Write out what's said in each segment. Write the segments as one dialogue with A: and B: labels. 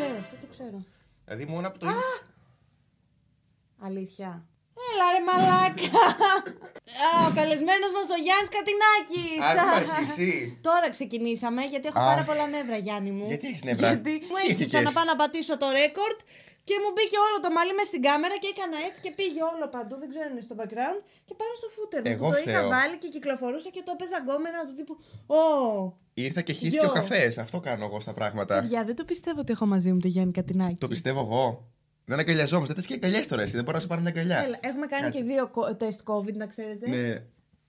A: Ναι,
B: Δηλαδή μόνο από το Instagram.
A: Αλήθεια. Έλα ρε μαλάκα. Α, ο καλεσμένος μας ο Γιάννης Κατινάκης.
B: Α, έχουμε αρχίσει.
A: Τώρα ξεκινήσαμε γιατί έχω
B: Αχ.
A: πάρα πολλά νεύρα Γιάννη μου.
B: Γιατί έχεις νεύρα?
A: Γιατί μου έσκυψα
B: Χύθηκες.
A: να πάω να πατήσω το ρέκορτ και μου μπήκε όλο το μαλλί μες στην κάμερα και έκανα έτσι και πήγε όλο παντού, δεν ξέρω αν είναι στο background και πάνω στο footer μου
B: Εγώ
A: που το είχα
B: φταίω.
A: βάλει και κυκλοφορούσα και το έπαιζα γκόμενα του τύπου «Ω,
B: Ήρθα και χύθηκε ο
A: Γιο.
B: καφές. Αυτό κάνω εγώ στα πράγματα.
A: παιδιά δεν το πιστεύω ότι έχω μαζί μου το Γιάννη Κατινάκη».
B: Το πιστεύω εγώ. Δεν αγκαλιαζόμαστε. Θες και αγκαλιές τώρα εσύ. Δεν μπορώ να σε πάρω μια αγκαλιά.
A: Έλα, έχουμε κάνει
B: Κάτσε.
A: και δύο κο- τεστ COVID να ξέρετε.
B: Ναι.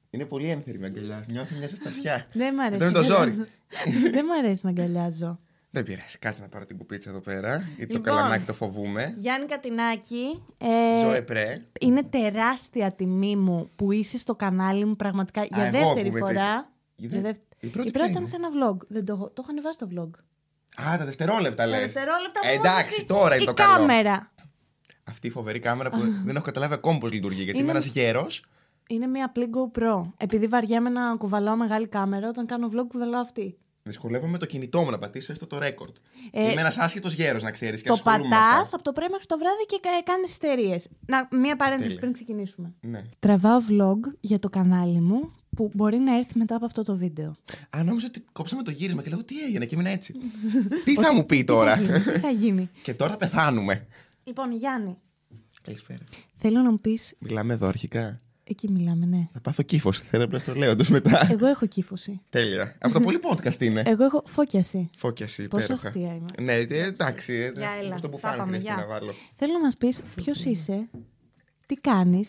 B: Είναι πολύ ένθερμη η αγκαλιά. Νιώθω μια ζεστασιά.
A: Δεν Ναι, μ' αρέσει.
B: Εδώ είναι το
A: να
B: ζόρι.
A: αγκαλιάζω. Δεν μ' αρέσει να αγκαλιάζω.
B: Δεν πειράζει. Κάτσε να πάρω την κουπίτσα εδώ πέρα. Γιατί το
A: Λοιπόν.
B: καλαμάκι το φοβούμε.
A: Γιάννη Κατινάκη, ε,
B: Ζωέ πρέ.
A: είναι τεράστια τιμή μου που είσαι στο κανάλι μου πραγματικά για
B: εγώ
A: δεύτερη
B: που με
A: φορά.
B: Η
A: για
B: δε-
A: δεύ-
B: η πρώτη
A: η
B: ποια
A: πρώτη ήταν
B: είναι?
A: σε ένα vlog. Δεν το, έχω- το έχω ανεβάσει το vlog.
B: Α, τα δευτερόλεπτα
A: Τα
B: λε.
A: δευτερόλεπτα μου
B: Ε, Εντάξει,
A: έδωσε
B: τώρα είναι
A: η
B: το καλό.
A: κάμερα.
B: Αυτή η φοβερή κάμερα που δεν έχω καταλάβει ακόμη πώς λειτουργεί. Γιατί
A: Είναι-
B: είμαι ένας γέρος.
A: Είναι μια απλή GoPro. Επειδή βαριέμαι να κουβαλάω μεγάλη κάμερα, όταν κάνω vlog κουβαλάω αυτή.
B: Δυσκολεύομαι με το κινητό μου να πατήσω έστω το ρέκορντ.
A: Ε,
B: Είμαι ένας άσχετος γέρος, να ξέρεις.
A: το πατά από το πρωί μέχρι το βράδυ και κάνεις εταιρείες. Μία παρένθεση
B: Τέλεια.
A: πριν ξεκινήσουμε.
B: Ναι.
A: Τραβάω vlog για το κανάλι μου που μπορεί να έρθει μετά από αυτό το βίντεο.
B: Α, νόμιζα ότι κόψαμε το γύρισμα και λέω τι έγινε και έμεινα έτσι. τι θα μου πει τώρα.
A: Τι θα γίνει, τι θα γίνει.
B: και τώρα πεθάνουμε.
A: Λοιπόν, Γιάννη,
B: Καλησπέρα.
A: θέλω να μου πεις.
B: Μιλάμε εδώ αρχικά.
A: Εκεί μιλάμε, ναι.
B: Θα πάθω κύφο. Θέλω απλά στο λέω τους μετά.
A: Εγώ έχω κύφωση.
B: Τέλεια. Από το πολύ podcast είναι.
A: Εγώ έχω φώκιαση.
B: Φώκιαση,
A: ε, Πόσο
B: υπέροχα.
A: αστεία είμαι.
B: Ναι, ε, εντάξει. ε,
A: Για, έλα.
B: Αυτό που
A: Τα
B: φάνηκε
A: πάμε,
B: χρειάζεται
A: για.
B: να βάλω.
A: Θέλω να μας πεις ποιος είσαι, τι κάνεις,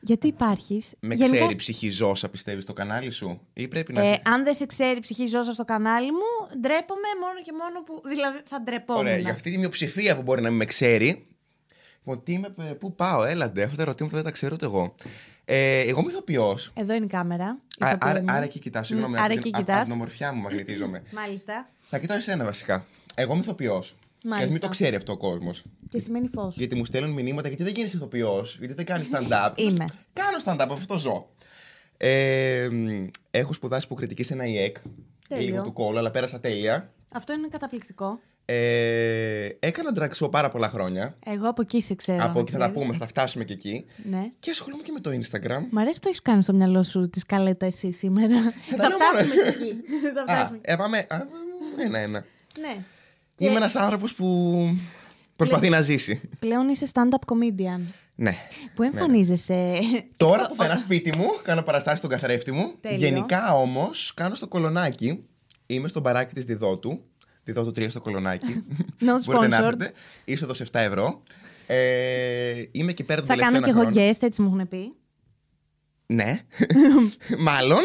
A: γιατί υπάρχεις.
B: Με ξέρει ψυχή ζώσα, πιστεύεις στο κανάλι σου, ή πρέπει να.
A: Ε, αν δεν σε ξέρει η ψυχή ζώσα στο κανάλι μου, ντρέπομαι μόνο και μόνο που. Δηλαδή θα ντρεπόμουν.
B: Ωραία, για αυτή τη μειοψηφία που μπορεί να μην με ξέρει. Λοιπόν, τι είμαι, ε, πού πάω, έλαντε. Αυτά τα ερωτήματα δεν τα ξέρω ούτε εγώ. Ε, εγώ είμαι ηθοποιός.
A: Εδώ είναι η κάμερα. η οποία
B: Άρα,
A: είναι.
B: άρα εκεί κοιτάω, συγγνώμη.
A: Μμ, άρα
B: από
A: εκεί
B: την- από
A: κοιτάς.
B: την ομορφιά μου μαγνητίζομαι.
A: Μάλιστα.
B: Θα κοιτάω εσένα βασικά. Εγώ είμαι ηθοποιός. Και ας μην
A: Μάλιστα.
B: το ξέρει αυτό ο κόσμος.
A: Και σημαίνει φως.
B: Γιατί μου στέλνουν μηνύματα γιατί δεν γίνει ηθοποιός, γιατί δεν κάνεις stand-up.
A: Είμαι.
B: Κάνω stand-up, αυτό το ζω. Ε, μ, έχω σπουδάσει υποκριτική σε ένα ΙΕΚ.
A: Τέλειο.
B: Λίγο του κόλλου, αλλά πέρασα τέλεια.
A: Αυτό είναι καταπληκτικό.
B: Ε, έκανα drag show πάρα πολλά χρόνια.
A: Εγώ από εκεί σε ξέρω.
B: από
A: να
B: εκεί θα τα
A: ξέρεις.
B: πούμε, θα τα φτάσουμε και εκεί.
A: Ναι.
B: Και ασχολούμαι και με το Instagram.
A: Μ' αρέσει που έχεις κάνει στο μυαλό σου τη σκαλέτα εσύ σήμερα. θα
B: κάνω
A: φτάσουμε
B: μόνο.
A: και εκεί. θα
B: Α,
A: φτάσουμε.
B: ε, πάμε α, ένα-ένα.
A: ναι. Και Ναι.
B: Είμαι ένας άνθρωπος που προσπαθεί να ζήσει.
A: πλέον είσαι stand-up comedian.
B: Ναι.
A: Που εμφανίζεσαι.
B: Τώρα που φέρα σπίτι μου, κάνω παραστάσεις στον καθρέφτη μου.
A: Τέλειος.
B: Γενικά όμως, κάνω στο κολονάκι. Είμαι στον παράκι της Διδότου. Διδότου 3 στο κολονάκι.
A: Not
B: Μπορείτε να
A: sponsored.
B: έρθετε. Είσοδος 7 ευρώ. Ε, είμαι εκεί πέρα τον
A: θα κάνω
B: τελευταίο
A: και
B: ένα
A: εγώ
B: χρόνο.
A: guest, έτσι μου έχουν πει.
B: Ναι. Μάλλον.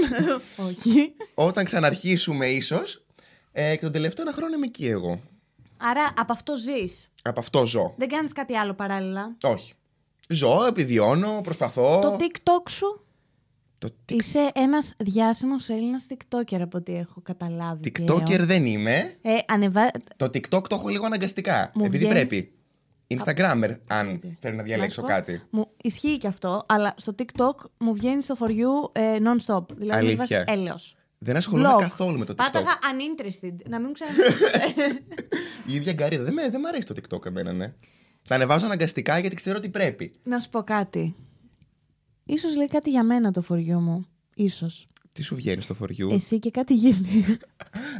A: Όχι.
B: Όταν ξαναρχίσουμε, ίσως. Ε, και τον τελευταίο ένα χρόνο είμαι εκεί εγώ.
A: Άρα από αυτό ζεις.
B: Από αυτό ζω.
A: Δεν κάνεις κάτι άλλο παράλληλα.
B: Όχι. Ζω, επιβιώνω, προσπαθώ.
A: Το TikTok σου.
B: Το
A: Είσαι ένας διάσημος Έλληνας TikToker από ό,τι έχω καταλάβει.
B: TikToker
A: πλέον.
B: δεν είμαι.
A: Ε, ανεβα...
B: Το TikTok το έχω λίγο αναγκαστικά.
A: Μου
B: επειδή
A: βγαίνεις.
B: πρέπει. Instagrammer, αν θέλω να διαλέξω
A: σου πω,
B: κάτι.
A: Μου ισχύει και αυτό, αλλά στο TikTok μου βγαίνει στο for you ε, non-stop. Δηλαδή
B: Αλήθεια.
A: μου βάζει έλεος.
B: Δεν ασχολούμαι
A: Blog.
B: καθόλου με το TikTok.
A: Πάταγα uninterested. Να μην ξανα.
B: Η ίδια γκαρίδα. Δεν, με- δεν μ' αρέσει το TikTok εμένα, ναι. Τα ανεβάζω αναγκαστικά γιατί ξέρω ότι πρέπει.
A: να σου πω κάτι. Ίσως λέει κάτι για μένα το φοριό μου. Ίσως.
B: Τι σου βγαίνει στο φοριού.
A: Εσύ και κάτι γίνει.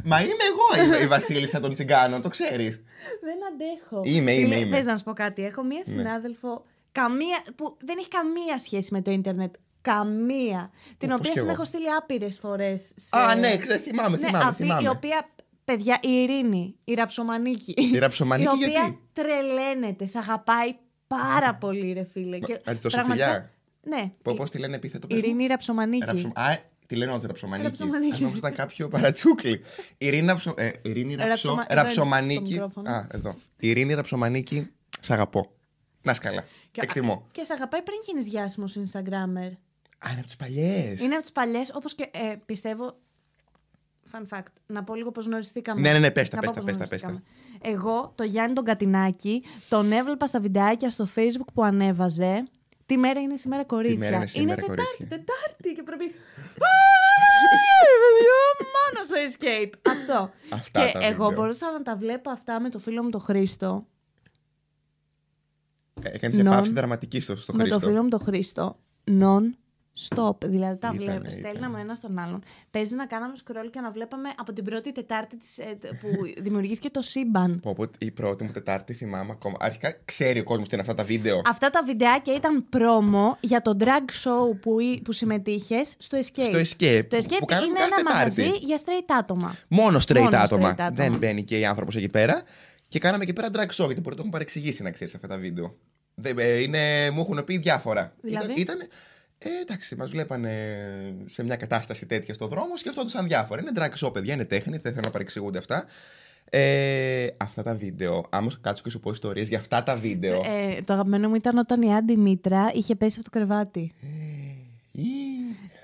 B: Μα είμαι εγώ η- η Βασίλισσα των Τσιγκάνων, το ξέρεις.
A: δεν αντέχω.
B: Είμαι, είμαι,
A: Φίλε,
B: είμαι. Ναι.
A: Θες να σου πω κάτι. Έχω μία συνάδελφο καμία, που δεν έχει καμία σχέση με το ίντερνετ. Καμία. Την
B: Όπως
A: οποία
B: και
A: την
B: εγώ.
A: έχω στείλει άπειρες φορές. Σε...
B: Α, ναι, ξέ- θυμάμαι,
A: Ναι,
B: θυμάμαι.
A: αυτή
B: θυμάμαι.
A: η οποία. Παιδιά, η Ειρήνη, η Ραψομανίκη.
B: Η Ραψομανίκη
A: η οποία
B: γιατί?
A: τρελαίνεται, σε αγαπάει πάρα πολύ, ρε φίλε.
B: Μα,
A: Και
B: να της δώσω
A: πραγματικά-
B: φιλιά.
A: Ναι.
B: Πω, πώς τη λένε επίθετο
A: Η
B: παιδί.
A: Ειρήνη Ραψομανίκη.
B: Ραψο... Α, ε, τη λένε όντω Ραψομανίκη.
A: Ραψομανίκη.
B: Αν νόμιζα ήταν κάποιο παρατσούκλι. Ειρήνη, Ραψο... ε, Ειρήνη Ραψο...
A: Ραψομα- εδώ είναι
B: Ραψομανίκη.
A: το μικρόφωνο.
B: Α, εδώ. Ειρήνη Ραψομανίκη, σ' αγαπώ. Να σκαλά.
A: Και-
B: Εκτιμώ.
A: Και σε αγαπάει πριν γίνεις διάσημο Instagrammer.
B: Α, είναι από τις παλιές.
A: Είναι από τις παλιές, όπως και ε, πιστεύω. Fun fact. Να πω λίγο πώς γνωριστήκαμε.
B: Ναι, ναι, ναι, πες τα,
A: Να πω
B: πες τα,
A: πώς
B: πες τα, πες τα.
A: γνωριστήκαμε. Εγώ, το Γιάννη τον Κατινάκη, τον έβλεπα στα βιντεάκια στο Facebook που ανέβαζε. Τι μέρα είναι σήμερα κορίτσια.
B: μέρα είναι σήμερα κορίτσια.
A: Τετάρτη, Τετάρτη. Και πρέπει. «Α, ρε παιδιά, Μόνο στο escape. Αυτό.
B: Αυτά
A: και
B: τα
A: εγώ
B: βίντεο.
A: μπορούσα να τα βλέπω αυτά με το φίλο μου τον Χρήστο.
B: Ε, Έκανε μια
A: Non.
B: παύση δραματική στο, στο
A: με το
B: Χρήστο.
A: φίλο μου τον Χρήστο, non-stop. Δηλαδή τα
B: Ήτανε,
A: βλέπεις,
B: ήτανε.
A: στέλναμε ένα στον άλλον. Παίζει να κάναμε scroll και να βλέπαμε από την πρώτη Τετάρτη της, ε, τε- που δημιουργήθηκε το σύμπαν.
B: Πω, πω, η πρώτη μου Τετάρτη θυμάμαι ακόμα. Αρχικά ξέρει ο κόσμος τι είναι αυτά τα βίντεο.
A: Αυτά τα βιντεάκια ήταν πρόμο για το drag show που, ή- που συμμετείχες στο Escape.
B: Στο Escape.
A: ε, Το
B: που
A: Escape
B: κάνουμε
A: είναι
B: κάθε
A: ένα
B: Τετάρτη.
A: μαγαζί για straight άτομα.
B: Μόνο straight
A: Μόνο
B: άτομα.
A: straight άτομα.
B: Δεν μπαίνει και η άνθρωπο εκεί πέρα. Και κάναμε εκεί πέρα drag show, γιατί μπορεί να το έχουν παρεξηγήσει να ξέρεις αυτά τα βίντεο. Δεν- ε, είναι, μου έχουν πει διάφορα.
A: Δηλαδή?
B: Ήταν, ήταν- ε, εντάξει, μας βλέπανε σε μια κατάσταση τέτοια στο δρόμο, σκεφτόντουσαν διάφορα. Είναι drag show, παιδιά, είναι τέχνη, δεν θέλω να παρεξηγούνται αυτά. Ε, αυτά τα βίντεο, άμα σου κάτσω και σου πω ιστορίες για αυτά τα βίντεο.
A: Ε, το αγαπημένο μου ήταν όταν η Άντι Μήτρα είχε πέσει από το κρεβάτι.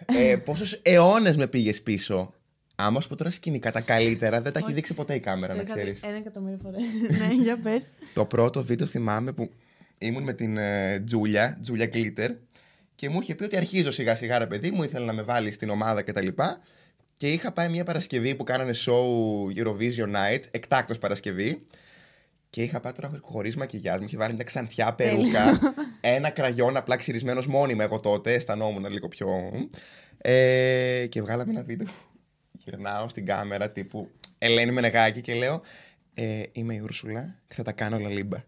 B: Ε, Πόσους αιώνες με πήγες πίσω. Άμα σου πω τώρα σκηνικά τα καλύτερα, δεν τα έχει
A: Όχι.
B: δείξει ποτέ η κάμερα,
A: Το
B: να
A: είχα δει
B: ξέρεις.
A: Ένα εκατομμύριο φορές. ναι, για πες.
B: Το πρώτο βίντεο θυμάμαι που ήμουν με την ε, Τζούλια, Τζούλια Κλίτερ, και μου είχε πει ότι αρχίζω σιγά σιγά ρε παιδί μου, ήθελε να με βάλει στην ομάδα κτλ. Και, τα λοιπά. και είχα πάει μια Παρασκευή που κάνανε show Eurovision Night, εκτάκτος Παρασκευή. Και είχα πάει τώρα χωρίς μακιγιάς, μου είχε βάλει μια ξανθιά περούκα, ένα κραγιόν απλά ξυρισμένος μόνιμα. Εγώ τότε αισθανόμουν λίγο πιο. Ε, και βγάλαμε ένα βίντεο. Γυρνάω στην κάμερα τύπου Ελένη Μενεγάκη και λέω ε, Είμαι η Ούρσουλα και θα τα κάνω όλα λίμπα.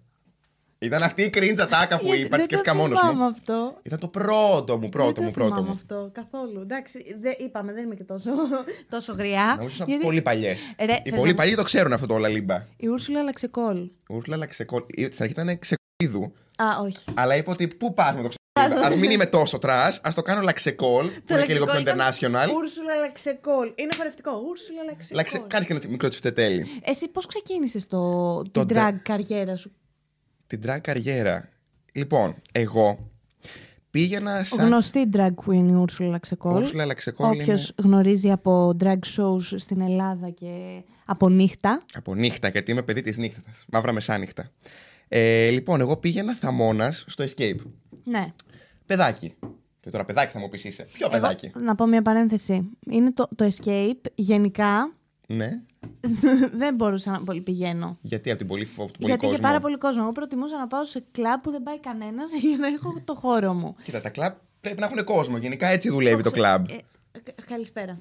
B: Ήταν αυτή η κρίντζα τάκα που
A: Γιατί
B: είπα, τη
A: δεν το
B: σκέφτηκα μόνος
A: θυμάμαι
B: μου.
A: αυτό.
B: Ήταν το πρώτο μου, πρώτο
A: δεν
B: μου,
A: το
B: πρώτο
A: θυμάμαι
B: μου.
A: αυτό καθόλου. Εντάξει, δε, είπαμε, δεν είμαι και τόσο, τόσο γριά.
B: Νομίζω ότι
A: γιατί
B: ήταν πολύ παλιές.
A: Ε, ρε, θα
B: Οι πολύ
A: ήταν-
B: παλιοί το ξέρουν αυτό το όλα λίμπα.
A: Η Ούρσουλα Λαξεκόλ.
B: Ούρσουλα Λαξεκόλ. Στην αρχή ήταν ξεκολίδου.
A: Α, όχι.
B: Αλλά είπα ότι πού πας με το ξακολίδα. Ας μην είμαι τόσο τρας, ας το κάνω λαξεκόλ, που είναι και λίγο πιο international.
A: Ούρσουλα Λαξεκόλ. Είναι χορευτικό. Ούρσουλα Λαξεκόλ.
B: Λαξε... Κάνει και ένα μικρό τσιφτετέλι.
A: Εσύ πώς ξεκίνησες το,
B: Το
A: την drag καριέρα σου.
B: Την drag καριέρα. Λοιπόν, εγώ πήγαινα σαν.
A: Γνωστή drag queen η Ούρσουλα Λαξεκόλ.
B: Ούρσουλα Λαξεκόλ
A: Όποιος
B: είναι
A: γνωρίζει από drag shows στην Ελλάδα και από νύχτα.
B: από νύχτα, γιατί είμαι παιδί της νύχτας. Μαύρα μεσάνυχτα. Ε, λοιπόν, εγώ πήγαινα θαμώνας στο escape.
A: Ναι.
B: Παιδάκι. Και τώρα παιδάκι θα μου πεις είσαι. Ποιο παιδάκι.
A: Εγώ, να πω μια παρένθεση. Είναι το, το escape γενικά.
B: Ναι.
A: δεν μπορούσα να πολύ πηγαίνω.
B: Γιατί από την πολύ, από τον πολύ
A: Γιατί είχε
B: κόσμο.
A: πάρα πολύ κόσμο. Εγώ προτιμούσα να πάω σε κλαμπ που δεν πάει κανένας για να έχω το χώρο μου.
B: Κοίτα, τα κλαμπ πρέπει να έχουν κόσμο. Γενικά έτσι δουλεύει το
A: ξε-
B: κλαμπ.
A: Ε, κα- καλησπέρα.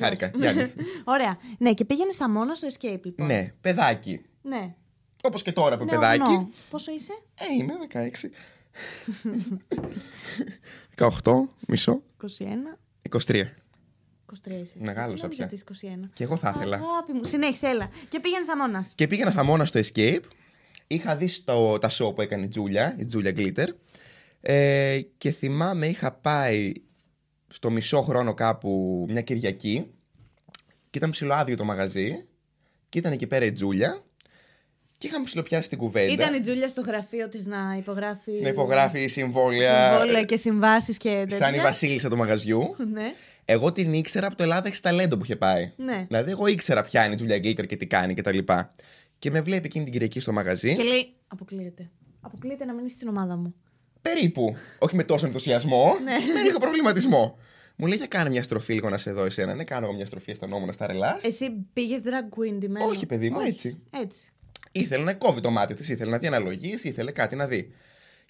B: Χάρηκα.
A: Γεια σου.
B: Γιάννη.
A: Ωραία. Ναι, και πήγαινε στα μόνα στο escape λοιπόν.
B: Ναι, παιδάκι.
A: Ναι.
B: Όπως και τώρα που
A: Ναι,
B: παιδάκι.
A: ογνώ. Πόσο είσαι?
B: Ε, είμαι 16. 18, μισό,
A: 21.
B: 23.
A: 23 είσαι.
B: Μεγάλωσα πια.
A: Τι 21.
B: Και εγώ θα ήθελα.
A: Αγάπη μου, συνέχισε, έλα. Και πήγαινες στα μόνα.
B: Και πήγαινα χαμόνα στο Escape. Είχα δει στο, τα show που έκανε η Τζούλια, η Τζούλια Γκλίτερ. Ε, και θυμάμαι είχα πάει στο μισό χρόνο κάπου μια Κυριακή. Και ήταν ψηλοάδιο το μαγαζί. Και ήταν εκεί πέρα η Τζούλια. Και είχαμε ψηλοπιάσει την κουβέντα.
A: Ήταν η Τζούλια στο γραφείο της να υπογράφει.
B: Να υπογράφει συμβόλαια.
A: Συμβόλαια και συμβάσεις και τέτοια.
B: Σαν η βασίλισσα του μαγαζιού.
A: Ναι.
B: Εγώ την ήξερα από το Ελλάδα έχεις ταλέντο που είχε πάει.
A: Ναι.
B: Δηλαδή, εγώ ήξερα ποια είναι η Τζούλια Γκλίτερ και τι κάνει κτλ. Και, τα λοιπά. και με βλέπει εκείνη την Κυριακή στο μαγαζί.
A: Και λέει: Αποκλείεται. Αποκλείεται να μείνεις στην ομάδα μου.
B: Περίπου. Όχι με τόσο ενθουσιασμό, με λίγο προβληματισμό. Μου λέει: Για κάνε μια στροφή λίγο να σε δω εσένα. Ναι, κάνω εγώ μια στροφή, αισθανόμουν στα ρελάς.
A: Εσύ πήγες drag queen τη μέρα.
B: Όχι, παιδί μου, έτσι.
A: Έτσι.
B: Ήθελε να κόβει το μάτι της, ήθελε να δει αναλογίε, ήθελε κάτι να δει.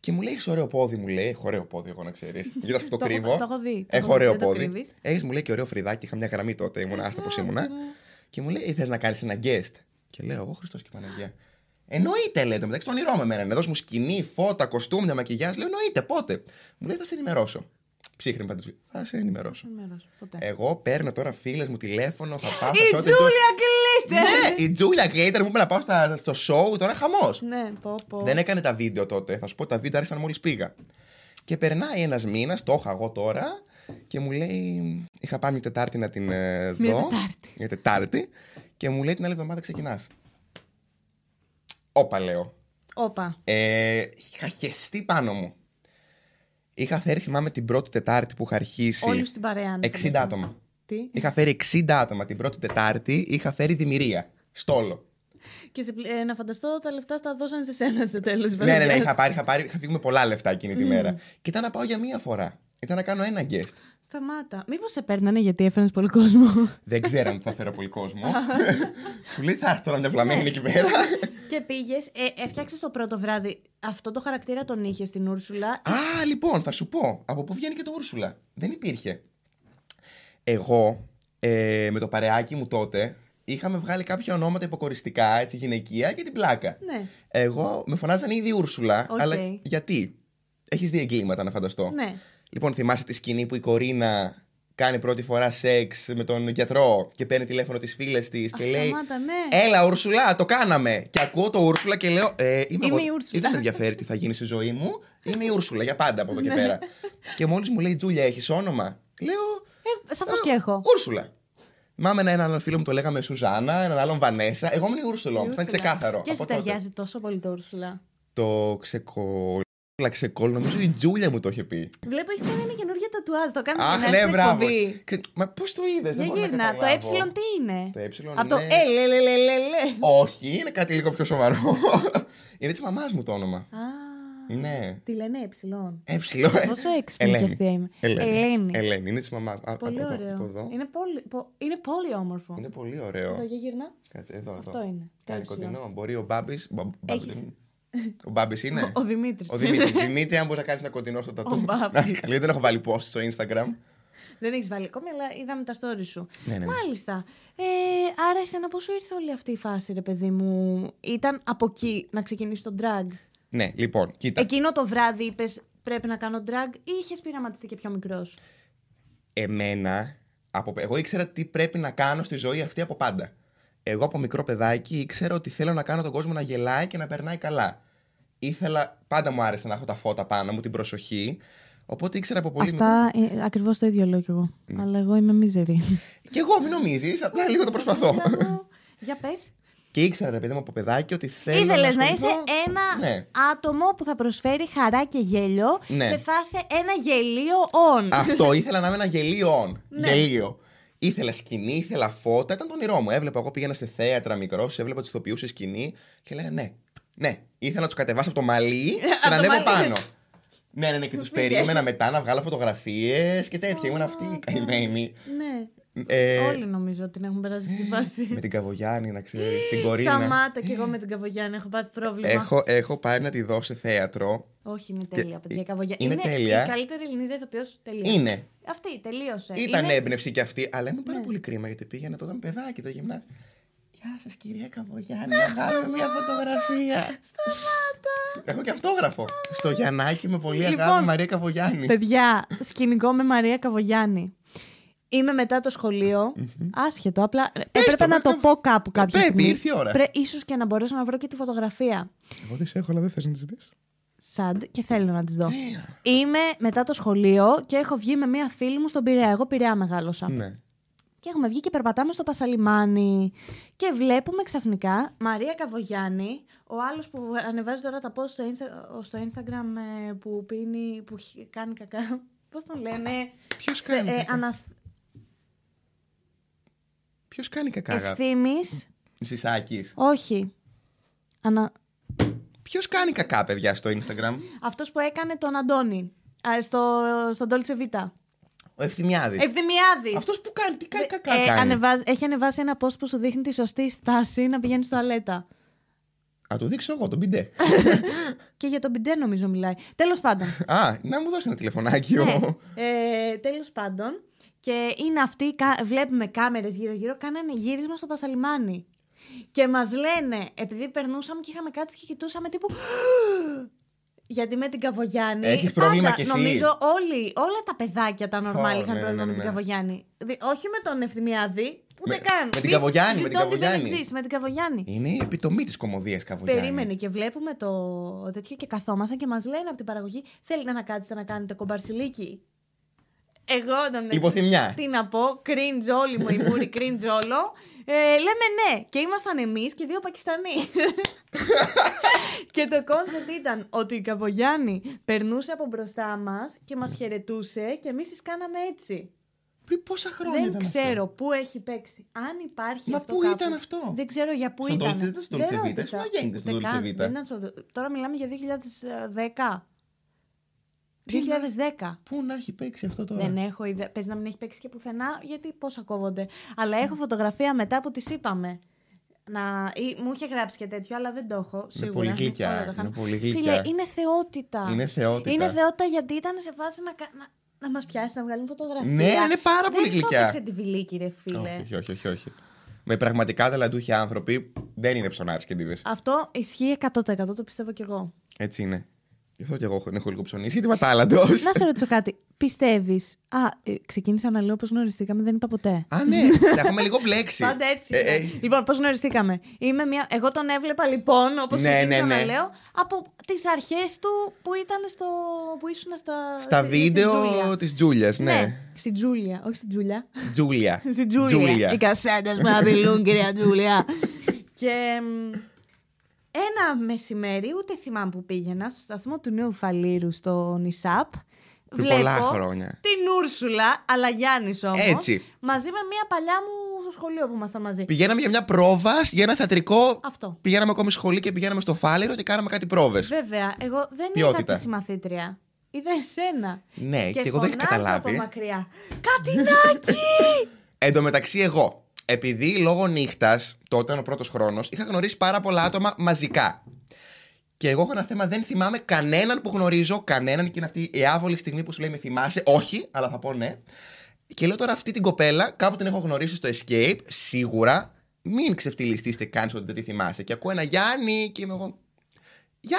B: Και μου λέει: Έχεις ωραίο πόδι, μου λέει. Έχω ωραίο πόδι, εγώ να ξέρεις. Γύρω που
A: Το
B: το
A: έχω-
B: κρύβω.
A: το έχω δει, το έχω
B: Έχω
A: δει,
B: ωραίο
A: δεν το
B: πόδι.
A: κρύβεις.
B: Έχεις, μου λέει και ωραίο φρυδάκι. Είχα μια γραμμή τότε, ήμουν άστα πώ ήμουνα. Και μου λέει: Θες να κάνεις ένα guest. Και λέω: Εγώ Χριστός και Παναγία. Εννοείται, λέει το μεταξύ, το όνειρό με εμένα. Να δώσ' μου σκηνή, φώτα, κοστούμια, μακιγιά. Λέω: Εννοείται, πότε. Μου λέει: Θα σε ενημερώσω. Ψύχρεμη παντού. Θα σε ενημερώσω.
A: Ενημέρωση, Ποτέ.
B: Εγώ παίρνω τώρα φίλες μου τηλέφωνο, θα πάω
A: Ναι. Η
B: σε Ε, ό,τι-
A: Τζούλια κλείται!
B: Ναι, η Τζούλια Γκέιτερ μου είπε να πάω στα- στο show, τώρα χαμός.
A: Ναι, πω, πω.
B: Δεν έκανε τα βίντεο τότε. Θα σου πω τα βίντεο άρχισαν μόλις πήγα. Και περνάει ένας μήνας, το είχα εγώ τώρα, και μου λέει. Είχα πάει μια Τετάρτη να την ε, δω.
A: Μια Τετάρτη.
B: Μια Τετάρτη. Και μου λέει την άλλη εβδομάδα ξεκινάς. Όπα, λέω.
A: Όπα.
B: Ε, είχα χεστεί πάνω μου. Είχα φέρει, θυμάμαι, την πρώτη Τετάρτη που είχα αρχίσει.
A: Όλοι στην παρέα. ναι,
B: 60
A: φαντάζομαι.
B: άτομα.
A: Τι.
B: Είχα φέρει 60 άτομα την πρώτη Τετάρτη, είχα φέρει δημιουργία. Στόλο.
A: Και σε, πλη- ε, να φανταστώ τα λεφτά στα δώσαν σε σένα στο τέλος.
B: Ναι, ναι, ναι, είχα πάρει, είχα πάρει, είχα φύγει με πολλά λεφτά εκείνη τη μέρα. Και ήταν να πάω για μία φορά. Ήταν να κάνω ένα guest.
A: Σταμάτα. Μήπως σε παίρνανε γιατί έφερε πολύ κόσμο.
B: Δεν ξέρω αν θα φέρω πολύ κόσμο. Σου λέει θα έρθω τώρα μια
A: Ναι.
B: βλαμμένη εκεί πέρα.
A: και πήγες, ε, έφτιαξες το πρώτο βράδυ. Αυτό το χαρακτήρα τον είχες στην Ούρσουλα.
B: Α, λοιπόν, θα σου πω. Από πού βγαίνει και το Ούρσουλα. Δεν υπήρχε. Εγώ ε, με το παρεάκι μου τότε είχαμε βγάλει κάποια ονόματα υποκοριστικά, έτσι γυναικεία και την πλάκα.
A: Ναι.
B: Εγώ με φωνάζαν ήδη Ούρσουλα,
A: Οκ.
B: αλλά γιατί. Έχεις δει εγκλήματα, να φανταστώ.
A: Ναι.
B: Λοιπόν, θυμάσαι τη σκηνή που η Κορίνα κάνει πρώτη φορά σεξ με τον γιατρό και παίρνει τηλέφωνο τις φίλες της και
A: Αχ,
B: λέει. «Ε,
A: σταμάτα, ναι.
B: Έλα, Ούρσουλα, το κάναμε. Και ακούω το Ούρσουλα και λέω. Ε,
A: Είμαι
B: είμαι, εγώ.
A: η Ούρσουλα.
B: Ε, Δεν με ενδιαφέρει τι θα γίνει στη ζωή μου. Είμαι η Ούρσουλα για πάντα από εδώ
A: Ναι.
B: και πέρα. Και μόλις μου λέει Τζούλια, έχεις όνομα. Λέω.
A: Ε, Σαφώς
B: «Ε,
A: και έχω.
B: Ούρσουλα. Θυμάμαι ένα, έναν φίλο μου το λέγαμε Σουζάνα, έναν άλλον Βανέσα. Εγώ ήμουν η Ούρσουλα όμω. Ήταν
A: Ούρσουλα.
B: ξεκάθαρο.
A: Και
B: από
A: σου
B: τότε.
A: ταιριάζει τόσο πολύ το Ούρσουλα.
B: Το ξεκόλ. Ξεκόλ, νομίζω η Τζούλια μου το είχε πει.
A: Βλέπω έχεις κάνει ένα καινούργιο τατουάζ. Το κάνεις
B: Αχ, ναι, μπράβο. Και- Μα πώς το είδες,
A: Για
B: δεν μπορώ να
A: γύρνα, το ε
B: καταλάβω.
A: τι είναι.
B: Το ε,
A: Από το
B: ναι.
A: ε, λε, λε, λε, λε, λε.
B: Όχι, είναι κάτι λίγο πιο σοβαρό. είναι της μαμάς μου το όνομα.
A: Α,
B: Ναι.
A: τη λένε ε.
B: Ε, ψηλό, ε.
A: Πόσο έξυπνη
B: Ελένη.
A: και αστεία είμαι.
B: Ελένη.
A: Ελένη.
B: Ελένη, είναι της μαμάς. Α,
A: Πολύ
B: από εδώ, από εδώ.
A: ωραίο. Είναι πολύ, πο- είναι πολύ όμορφο.
B: Είναι πολύ
A: Εδώ
B: ωραίο.
A: για γυρνά.
B: Κάτσε, εδώ, εδώ.
A: Αυτό είναι.
B: Κάνει
A: Το ε.
B: κοντινό. Μπορεί ο Μπάμπης.
A: Έχεις.
B: Ο Μπάμπης είναι.
A: Ο Δημήτρης.
B: Ο Δημήτρης. Δημήτρη, αν μπορείς να κάνεις ένα κοντινό στο τατού.
A: Μπάμπης.
B: Καλύτερα δεν έχω βάλει post στο Instagram.
A: Δεν έχεις βάλει ακόμη, αλλά είδαμε τα story σου.
B: Ναι, ναι, ναι.
A: Μάλιστα. Ε, άρα, εσένα πώ σου ήρθε όλη αυτή η φάση, ρε παιδί μου. Ήταν από εκεί να ξεκινήσει το drag.
B: Ναι, λοιπόν, κοίτα.
A: Εκείνο το βράδυ είπες πρέπει να κάνω drag ή είχες πειραματιστεί και πιο μικρός.
B: εμένα, από, εγώ ήξερα τι πρέπει να κάνω στη ζωή αυτή από πάντα. Εγώ από μικρό παιδάκι ήξερα ότι θέλω να κάνω τον κόσμο να γελάει και να περνάει καλά. Ήθελα, πάντα μου άρεσε να έχω τα φώτα πάνω μου, την προσοχή. Οπότε ήξερα από πολύ Ναι. μικρό.
A: Αυτά ε, ακριβώς το ίδιο λέω κι εγώ. Αλλά εγώ είμαι μίζερη.
B: Και εγώ, μην νομίζεις, απλά λίγο το προσπαθώ.
A: Για πες.
B: και ήξερα, ρε παιδί μου, από παιδάκι ότι θέλω.
A: Ήθελες να
B: ασχοληθώ-
A: είσαι ένα
B: Ναι.
A: άτομο που θα προσφέρει χαρά και γέλιο
B: Ναι.
A: και θα είσαι ένα γελίο on.
B: Αυτό ήθελα να είμαι ένα γελίο.
A: Ναι.
B: Γελίο. Ήθελα σκηνή, ήθελα φώτα, ήταν το όνειρό μου. Έβλεπα, εγώ πήγαινα σε θέατρα μικρός, έβλεπα τους ηθοποιούς σε σκηνή και λέγα ναι. Ναι, ήθελα να τους κατεβάσω από το μαλλί και
A: Ε, το
B: να ανέβω
A: μαλλί.
B: πάνω. Ναι, ναι, ναι, και τους
A: Πήγε.
B: περίμενα μετά να βγάλω φωτογραφίες και τέτοια. Ήμουν αυτή η
A: Σταμάτα.
B: καημένη.
A: Ναι.
B: Ε,
A: Όλοι νομίζω ότι την έχουν περάσει αυτή τη
B: με
A: φάση.
B: την Καβογιάννη, να ξέρεις, την Κορίνα.
A: Σταμάτα κι εγώ με την Καβογιάννη, έχω πάθει πρόβλημα.
B: Έχω, έχω πάει να τη δω σε θέατρο.
A: Όχι, είναι τέλεια, παιδιά. η Καβογιάννη.
B: ε, είναι τέλεια.
A: Η καλύτερη Ελληνίδα ηθοποιός τελείωσε.
B: Είναι.
A: Αυτή τελείωσε.
B: Ήταν
A: Ε, Είναι- Ναι.
B: έμπνευση κι αυτή, αλλά είμαι πάρα πολύ κρίμα γιατί πήγαινα τότε με παιδάκι τα γυμνά. Γεια σας, κυρία Καβογιάννη, να βγάλουμε μια φωτογραφία.
A: Σταμάτα.
B: Έχω και αυτόγραφο. Στο Γιαννάκι με πολύ
A: Λοιπόν,
B: αγάπη Μαρία Καβογιάννη.
A: Παιδιά, σκηνικό με Μαρία Καβογιάννη. Είμαι μετά το σχολειο Άσχετο, απλά έπρεπε
B: το,
A: να
B: Ε, μα-
A: το πω κάπου κάποια
B: πρέπει,
A: στιγμή.
B: ήρθε η ώρα.
A: ίσως και να μπορέσω να βρω και τη φωτογραφία.
B: Εγώ τις σε έχω, αλλά δεν θες να τη δεις.
A: Σαντ και θέλω να τη δω.
B: Ε.
A: Είμαι μετά το σχολείο και έχω βγει με μία φίλη μου στον Πειραιά. Εγώ Πειραιά μεγάλωσα.
B: Ναι.
A: Και έχουμε βγει και περπατάμε στο Πασαλιμάνι. Και βλέπουμε ξαφνικά Μαρία Καβογιάννη, ο άλλος που ανεβάζει τώρα τα post στο, Insta- στο Instagram ε, που πίνει, που χ- κάνει κακά. Πώς τον λένε,
B: Ποιος
A: ε,
B: κάνει,
A: ε,
B: κακά?
A: ανα...
B: Ποιος κάνει κακά, αγάπη.
A: Ευθύμης,
B: Ζησάκης.
A: όχι. Ανα...
B: Ποιος κάνει κακά, παιδιά, στο Instagram.
A: Αυτός που έκανε τον Αντώνη α, στο, στο Dolce Vita.
B: Ο Ευθυμιάδης.
A: Ευθυμιάδης.
B: Αυτός που κάνει, τι κάνει κακά.
A: Ε,
B: κάνει.
A: ανεβάζει- έχει ανεβάσει ένα post που σου δείχνει τη σωστή στάση να πηγαίνει στο αλέτα.
B: Α, το δείξω εγώ, τον πιντε.
A: Και για τον πιντέ νομίζω μιλάει. Τέλος πάντων.
B: Α, να μου δώσει ένα τηλεφωνάκι.
A: ναι.
B: ο-
A: ε, τέλος πάντων. Και είναι αυτοί, κα- βλέπουμε κάμερες γύρω-γύρω, κάνανε γύρισμα στο Πασαλιμάνι. Και μας λένε, επειδή περνούσαμε και είχαμε κάτσει και κοιτούσαμε τύπου... Γιατί με την Καβογιάννη.
B: Έχεις πρόβλημα
A: πάντα,
B: κι εσύ.
A: Νομίζω όλοι, όλα τα παιδάκια τα νορμάλ
B: Ω,
A: είχαν
B: ναι,
A: πρόβλημα με
B: ναι, ναι,
A: την
B: ναι.
A: Καβογιάννη. Δη- όχι με τον Ευθυμιάδη, ούτε
B: Με-
A: καν.
B: με την
A: Μη-
B: Καβογιάννη, με
A: δι-
B: την
A: τότε δεν
B: Καβογιάννη.
A: exist, με την Καβογιάννη.
B: Είναι η επιτομή της κομμωδίας Καβογιάννη.
A: Περίμενε και βλέπουμε το τέτοιο και καθόμασταν και μας λένε από την παραγωγή: Θέλετε να κάτσετε να κάνετε κομπαρσιλίκι. Εγώ τον
B: Υποθυμιά.
A: Τι να πω, cringe όλοι μου, η μούρη cringe όλο. Ε, λέμε ναι και ήμασταν εμείς και δύο Πακιστανοί. και το κόνσεπτ ήταν ότι η Καβογιάννη περνούσε από μπροστά μας και μας χαιρετούσε και εμείς τη κάναμε έτσι.
B: Πριν πόσα χρόνια.
A: Δεν
B: ήταν αυτό?
A: ξέρω πού έχει παίξει. Αν υπάρχει.
B: Μα
A: αυτό
B: πού
A: κάπου.
B: ήταν αυτό?
A: Δεν ξέρω για πού
B: Στον
A: ήταν.
B: Dolce- δεν στον
A: Δεν
B: Dolce Vita,
A: ρώτησα.
B: ήσουν αγέννητος στον
A: Ούτε
B: Dolce
A: καν.
B: Vita.
A: Δεν ήταν στο- Τώρα μιλάμε για 2010.
B: Τι να-
A: 2010.
B: Πού να έχει παίξει αυτό τώρα.
A: Δεν έχω ιδέα. Πες να μην έχει παίξει και πουθενά, γιατί πόσα κόβονται. Αλλά έχω φωτογραφία μετά που τις είπαμε. Να... Ή, μου είχε γράψει και τέτοιο, αλλά δεν το έχω. Σίγουρα.
B: πολύ γλυκιά,
A: Όλα τα
B: είναι
A: χάνω.
B: πολύ
A: Φίλε,
B: γλυκιά.
A: είναι θεότητα.
B: Είναι θεότητα.
A: Είναι θεότητα γιατί ήταν σε φάση να, κα- να, να μας πιάσει, να βγάλει φωτογραφία.
B: Ναι, είναι πάρα πολύ γλυκιά.
A: Δεν το έπαιξε τη βιλίκη, ρε φίλε.
B: Όχι, όχι, όχι, όχι. Με πραγματικά ταλαντούχοι άνθρωποι δεν είναι ψωνάρε και ντίβε.
A: Αυτό ισχύει 100% το πιστεύω κι εγώ.
B: Έτσι είναι. Γι' αυτό και εγώ έχω- έχω λίγο ψωνίσει, γιατί είμαι τάλαντο.
A: να σε ρωτήσω κάτι. Πιστεύεις. Α, ε, ξεκίνησα να λέω πώς γνωριστήκαμε, δεν είπα ποτέ.
B: Α, ναι, τα έχουμε λίγο μπλέξει.
A: Πάντα έτσι.
B: Ε,
A: είναι.
B: ε,
A: Λοιπόν, πώς γνωριστήκαμε. Είμαι μια... Εγώ τον έβλεπα λοιπόν, όπως
B: Ναι,
A: ξεκίνησα
B: ναι, ναι.
A: να λέω, από τις αρχές του που ήταν στο. που ήσουν στα.
B: στα
A: στη- στη
B: βίντεο
A: Τζούλια.
B: της Τζούλιας, ναι.
A: ναι. Στην Τζούλια, όχι στην Τζούλια.
B: Τζούλια.
A: Στην Τζούλια. Οι κασέτες με απειλούν, κυρία Τζούλια. και μ, ένα μεσημέρι, ούτε θυμάμαι που πήγαινα, στο σταθμό του Νέου Φαλήρου στο Νισάπ.
B: Πριν πολλά χρόνια.
A: την Ούρσουλα, αλλά Γιάννης όμως.
B: Έτσι.
A: Μαζί με μία παλιά μου στο σχολείο που ήμασταν μαζί.
B: Πηγαίναμε για μια πρόβα, για ένα θεατρικό.
A: Αυτό.
B: Πηγαίναμε ακόμη σχολή και πηγαίναμε στο φάλερο και κάναμε κάτι πρόβες.
A: Βέβαια, εγώ δεν
B: Ποιότητα.
A: είδα τη συμμαθήτρια. Είδα εσένα.
B: Ναι, και εγώ δεν είχα
A: φωνάζω
B: καταλάβει.
A: από μακριά. Κατινάκι!
B: Εν τω μεταξύ, εγώ, επειδή λόγω νύχτας, τότε ήταν ο πρώτος χρόνος, είχα γνωρίσει πάρα πολλά άτομα μαζικά. Και εγώ έχω ένα θέμα, δεν θυμάμαι κανέναν που γνωρίζω, κανέναν και είναι αυτή η άβολη στιγμή που σου λέει με θυμάσαι. Όχι, αλλά θα πω ναι. Και λέω τώρα αυτή την κοπέλα, κάπου την έχω γνωρίσει στο Escape, σίγουρα. Μην ξεφτυλιστείστε καν σε ότι δεν τη θυμάσαι. Και ακούω ένα Γιάννη και είμαι εγώ. Γεια!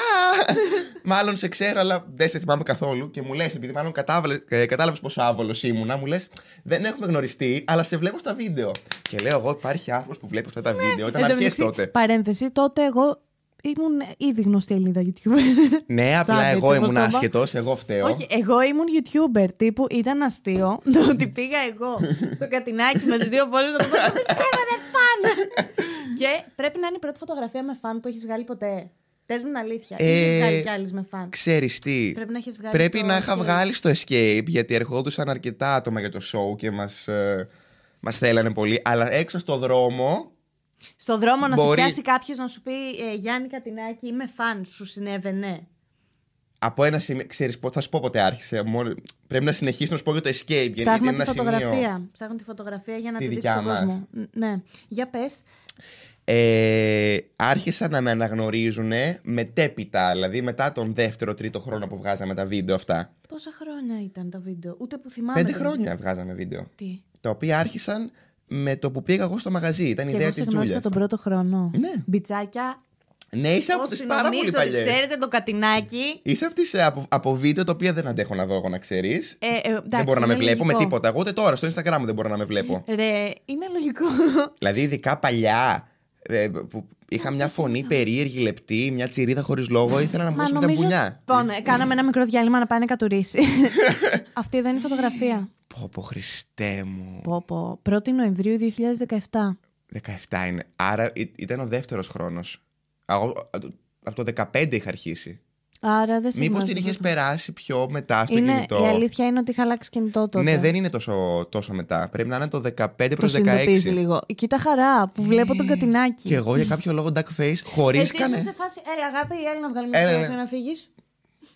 B: μάλλον σε ξέρω, αλλά δεν σε θυμάμαι καθόλου. Και μου λες, επειδή μάλλον κατάλαβες πόσο άβολος ήμουνα, μου λες, δεν έχουμε γνωριστεί, αλλά σε βλέπω στα βίντεο. Και λέω εγώ, υπάρχει άνθρωπος που βλέπει αυτά τα βίντεο. Ήταν
A: Ναι, Εν τω
B: αρχές
A: μεταξύ,
B: τότε.
A: Παρένθεση, τότε εγώ ήμουν ήδη γνωστή Ελληνίδα YouTuber.
B: Ναι, απλά
A: Σαν
B: εγώ
A: έτσι όπως
B: ήμουν
A: το είπα.
B: άσχετο, εγώ φταίω.
A: Όχι, εγώ ήμουν YouTuber. Τύπου ήταν αστείο το ότι πήγα εγώ στο κατινάκι με τους δύο πόλου να του πω «Πώς κάναμε φαν. Και πρέπει να είναι η πρώτη φωτογραφία με φαν που έχεις βγάλει ποτέ. Πες μου την αλήθεια. Ε...
B: Ε,
A: Έχει βγάλει κι άλλες με φαν.
B: Ξέρεις τι.
A: Πρέπει να έχεις βγάλει
B: Πρέπει
A: στο
B: να είχα
A: escape.
B: βγάλει στο escape γιατί ερχόντουσαν αρκετά άτομα για το show και μας μας θέλανε πολύ. Αλλά έξω στο δρόμο.
A: Στον δρόμο να σε
B: Μπορεί.
A: πιάσει κάποιος να σου πει «Ε, Γιάννη Κατινάκη, είμαι φαν. Σου συνέβαινε.
B: Από ένα σημείο. Ξέρεις, πο- θα σου πω πότε άρχισε. μόνο- πρέπει να συνεχίσω να σου πω για το escape. Γιατί
A: Ψάχνω
B: είναι
A: τη
B: ένα σημείο.
A: φωτογραφία. Ψάχνω τη φωτογραφία για να
B: Τη
A: τη δείξω
B: δικιά
A: στον
B: μας.
A: κόσμο. Ναι. Για πες.
B: Ε, άρχισαν να με αναγνωρίζουν μετέπειτα, δηλαδή μετά τον δεύτερο-τρίτο χρόνο που βγάζαμε τα βίντεο αυτά.
A: Πόσα χρόνια ήταν τα βίντεο. Ούτε που θυμάμαι.
B: Πέντε
A: τα
B: χρόνια βγάζαμε βίντεο.
A: βίντεο. Τι.
B: Τα οποία άρχισαν με το που πήγα εγώ στο μαγαζί. Ήταν η
A: Και
B: ιδέα
A: εγώ
B: της
A: σε γνώρισα
B: Τζούλιας.
A: τον πρώτο χρόνο.
B: Ναι.
A: Μπιτσάκια.
B: Ναι, είσαι από τις
A: όσοι
B: πάρα πολύ
A: νομίζετε ότι
B: παλιές.
A: Ξέρετε το κατινάκι.
B: Είσαι από, τις, ε, από, από βίντεο τα οποία δεν αντέχω να δω εγώ να ξέρεις.
A: Ε, ε, εντάξει,
B: δεν μπορώ να με
A: είναι
B: βλέπω με
A: λογικό.
B: τίποτα. Εγώ ούτε τώρα στο Instagram δεν μπορώ να με βλέπω.
A: Ρε, είναι λογικό.
B: δηλαδή, ειδικά παλιά ε, που είχα μια φωνή περίεργη, λεπτή, μια τσιρίδα χωρίς λόγο, ήθελα να μου δώσουν τα μπουνιά.
A: Λοιπόν, ε, κάναμε ένα μικρό διάλειμμα να πάει να κατουρίσει. Αυτή εδώ είναι η φωτογραφία.
B: Πω, πω, Χριστέ μου.
A: Πω, πω. 1η Νοεμβρίου 2017.
B: 17 είναι. Άρα ή- ήταν ο δεύτερος χρόνος. Από το 15 είχα αρχίσει.
A: Άρα δεν
B: Μήπως την είχες περάσει πιο μετά στο
A: είναι,
B: κινητό.
A: Η αλήθεια είναι ότι είχα αλλάξει κινητό τότε.
B: Ναι, δεν είναι τόσο, τόσο μετά. Πρέπει να είναι το 15
A: το
B: προς 16.
A: συνειδητοποιείς λίγο. Κοίτα χαρά που βλέπω τον κατινάκι.
B: Ε, Και εγώ για κάποιο λόγο duck face χωρίς
A: Εσύ ήσουν
B: κανένα.
A: σε φάση, έλα αγάπη, έλα να βγάλουμε
B: Έλα,
A: μια
B: ναι.
A: να φύγεις.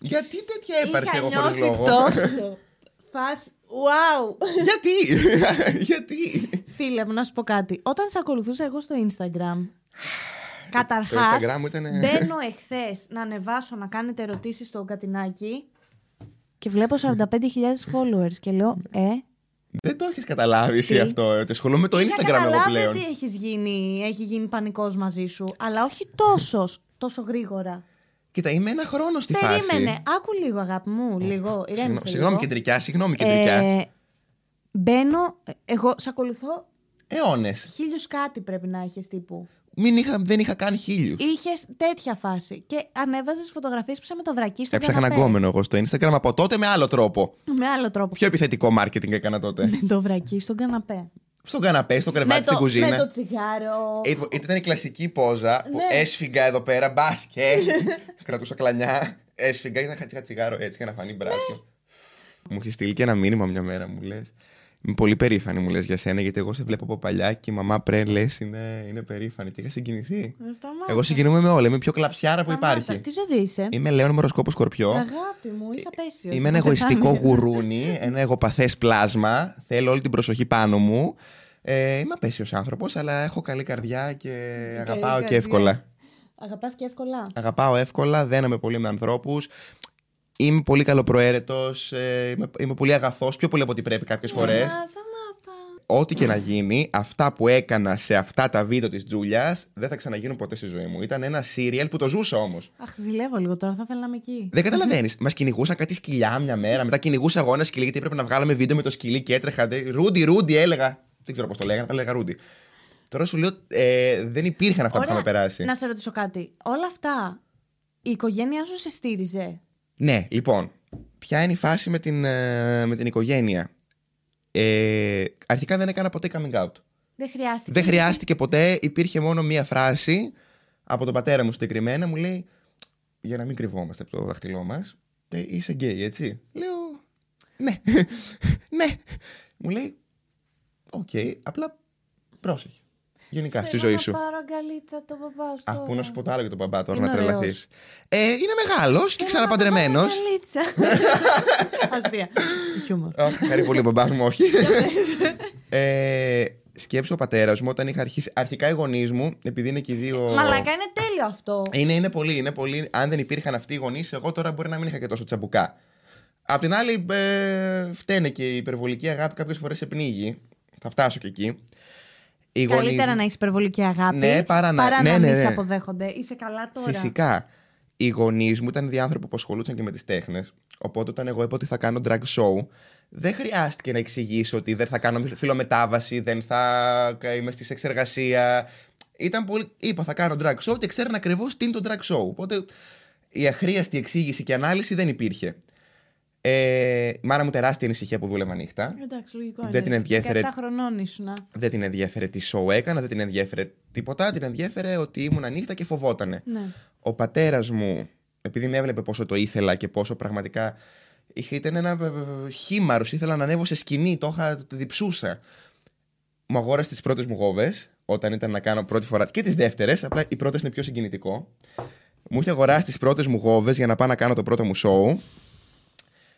B: Γιατί τέτοια έπαρση εγώ
A: Είχα
B: χωρίς
A: νιώσει
B: λόγο.
A: τόσο. Φάση, wow.
B: Γιατί, γιατί.
A: Φίλε μου, να σου πω κάτι. Όταν σε ακολουθούσα εγώ στο Instagram,
B: Το
A: καταρχάς,
B: Instagram μου ήταν.
A: μπαίνω εχθές να ανεβάσω να κάνετε ερωτήσεις στο κατινάκι και βλέπω 45.000 followers και λέω, ε,
B: Δεν το έχεις καταλάβει εσύ
A: Τι?
B: αυτό. ε, Ότι ασχολούμαι με το
A: Είχα
B: Instagram εγώ
A: καταλάβει
B: πλέον.
A: ότι έχεις γίνει, έχει γίνει πανικός μαζί σου, αλλά όχι τόσος, τόσο γρήγορα.
B: Κοίτα, είμαι ένα χρόνο στη φάση.
A: Περίμενε, άκου λίγο αγάπη μου, λίγο,
B: Συγγνώμη-
A: ηρέμησε
B: Συγγνώμη,
A: λίγο.
B: κεντρικιά, συγγνώμη, κεντρικιά.
A: Ε, μπαίνω, ε, εγώ σε ακολουθώ
B: Αιώνες.
A: χίλιους κάτι πρέπει να έχεις τύπου.
B: Δεν είχα καν χίλιους.
A: Είχες τέτοια φάση. Και ανέβαζες φωτογραφίες που είσαι με το βρακί στο
B: Έψαχνα
A: καναπέ.
B: γκόμενο εγώ στο Instagram από τότε με άλλο τρόπο.
A: Με άλλο τρόπο.
B: Πιο επιθετικό marketing έκανα τότε.
A: Με το βρακί στον καναπέ.
B: Στον καναπέ, στο κρεβάτι,
A: με,
B: στην
A: το, με το
B: κουζίνα.
A: τσιγάρο.
B: Ε, υπο- Ήταν η κλασική πόζα που
A: Ναι.
B: έσφυγα εδώ πέρα, μπάσκε. Κρατούσα κλανιά. Έσφυγα, ήταν χατσικά τσιγάρο έτσι και να φανεί μπράσκε. Μου είχε στείλει και ένα μήνυμα μια μέρα, μου λες. Είμαι πολύ περήφανη μου λες για σένα, γιατί εγώ σε βλέπω από παλιά και η μαμά πρέ λες είναι, είναι περήφανη. Και είχα συγκινηθεί.
A: Ε, σταμάτα.
B: Εγώ συγκινούμαι με όλα. Είμαι η πιο κλαψιάρα που
A: Σταμάτα.
B: υπάρχει.
A: Τι ζωή είσαι.
B: Είμαι Λέων Μοροσκόπο Σκορπιό.
A: Αγάπη μου, είσαι απέσιο.
B: Ε, Είμαι ένα εγωιστικό γουρούνι, ένα εγωπαθές πλάσμα. Θέλω όλη την προσοχή πάνω μου. Ε, είμαι απέσιος άνθρωπος, αλλά έχω καλή καρδιά και αγαπάω και εύκολα.
A: Αγαπάς και εύκολα.
B: Αγαπάω εύκολα, δένομαι πολύ με ανθρώπους. Είμαι πολύ καλοπροαίρετος, είμαι, είμαι πολύ αγαθός, πιο πολύ από ό,τι πρέπει κάποιες φορές.
A: Α, σταμάτα.
B: Ό,τι και να γίνει, αυτά που έκανα σε αυτά τα βίντεο της Τζούλιας δεν θα ξαναγίνουν ποτέ στη ζωή μου. Ήταν ένα σύριαλ που το ζούσα όμως.
A: Αχ, ζηλεύω λίγο τώρα, θα ήθελα να είμαι εκεί.
B: Δεν καταλαβαίνεις. Μας κυνηγούσαν κάτι σκυλιά μια μέρα, μετά κυνηγούσα εγώ ένα σκυλί γιατί έπρεπε να βγάλαμε βίντεο με το σκυλί και έτρεχα. δε- Ρούντι, Ρούντι έλεγα. Δεν ξέρω πώς το λέγανε, αλλά έλεγα Ρούντι. Τώρα σου λέω, ε, δεν υπήρχαν αυτά που
A: Ωραία,
B: είχαμε περάσει.
A: Να σε ρωτήσω κάτι. Όλα αυτά η οικογένειά σου σε στήριζε.
B: Ναι, λοιπόν, ποια είναι η φάση με την, ε, με την οικογένεια. Ε, αρχικά δεν έκανα ποτέ coming out.
A: Δεν χρειάστηκε.
B: Δεν χρειάστηκε ποτέ, υπήρχε μόνο μία φράση από τον πατέρα μου συγκεκριμένα, μου λέει, για να μην κρυβόμαστε από το δάχτυλό μας, «Ε, είσαι γκέι, έτσι. Λέω, ναι, ναι. Μου λέει, οκ, απλά πρόσεχε. Γενικά στη
A: Θέλω
B: ζωή
A: να
B: σου.
A: πάρω αγκαλίτσα το μπαμπά σου.
B: Α,
A: τώρα.
B: πού να σου πω το άλλο για τον μπαμπά τώρα
A: Είναι
B: να
A: ωραίος.
B: τρελαθεί. Ε, είναι μεγάλος και
A: Θέλω να
B: ξαναπαντρεμένος.
A: πάρω αγκαλίτσα. Αστεία. Χιούμορ.
B: Αχ, χαρή πολύ μπαμπά μου, όχι. ε, σκέψου ο πατέρας μου όταν είχα αρχίσει. Αρχικά οι γονείς μου, επειδή είναι και οι δύο.
A: Μαλάκα, είναι τέλειο αυτό.
B: Είναι, είναι πολύ, είναι πολύ. Αν δεν υπήρχαν αυτοί οι γονείς, εγώ τώρα μπορεί να μην είχα και τόσο τσαμπουκά. Απ' την άλλη, ε, φταίνε και η υπερβολική αγάπη κάποιες φορές σε πνίγει. Θα φτάσω και εκεί. Οι
A: Καλύτερα
B: γονείς-
A: να έχεις υπερβολική αγάπη
B: Ναι, παρά να- ναι,
A: μην
B: ναι,
A: σε
B: ναι.
A: αποδέχονται. Είσαι καλά τώρα.
B: Φυσικά. Οι γονείς μου ήταν διάνθρωποι που ασχολούνταν και με τις τέχνες. Οπότε όταν εγώ είπα ότι θα κάνω drag show, δεν χρειάστηκε να εξηγήσω ότι δεν θα κάνω φιλομετάβαση, δεν θα είμαι στη σεξεργασία. Ήταν πολύ... Είπα θα κάνω drag show και ξέραν ακριβώς τι είναι το drag show. Οπότε η αχρίαστη εξήγηση και ανάλυση δεν υπήρχε. Ε, η μάνα μου τεράστια ανησυχία που δούλευα νύχτα.
A: Εντάξει, λογικό
B: Δεν
A: είναι.
B: την ενδιέφερε.
A: 17 χρονών ήσουν.
B: Δεν την ενδιέφερε τι show έκανα, δεν την ενδιέφερε τίποτα. Την ενδιέφερε ότι ήμουν νύχτα και φοβότανε.
A: Ναι.
B: ο πατέρας μου, επειδή με έβλεπε πόσο το ήθελα και πόσο πραγματικά. Είχε, ήταν ένα χήμαρο, ήθελα να ανέβω σε σκηνή, το, είχα, το διψούσα. Μου αγόρασε τις πρώτες μου γόβες, όταν ήταν να κάνω πρώτη φορά και τις δεύτερες, απλά οι πρώτε είναι πιο συγκινητικό. Μου είχε αγοράσει τις πρώτες μου γόβες για να πάω να κάνω το πρώτο μου σοου.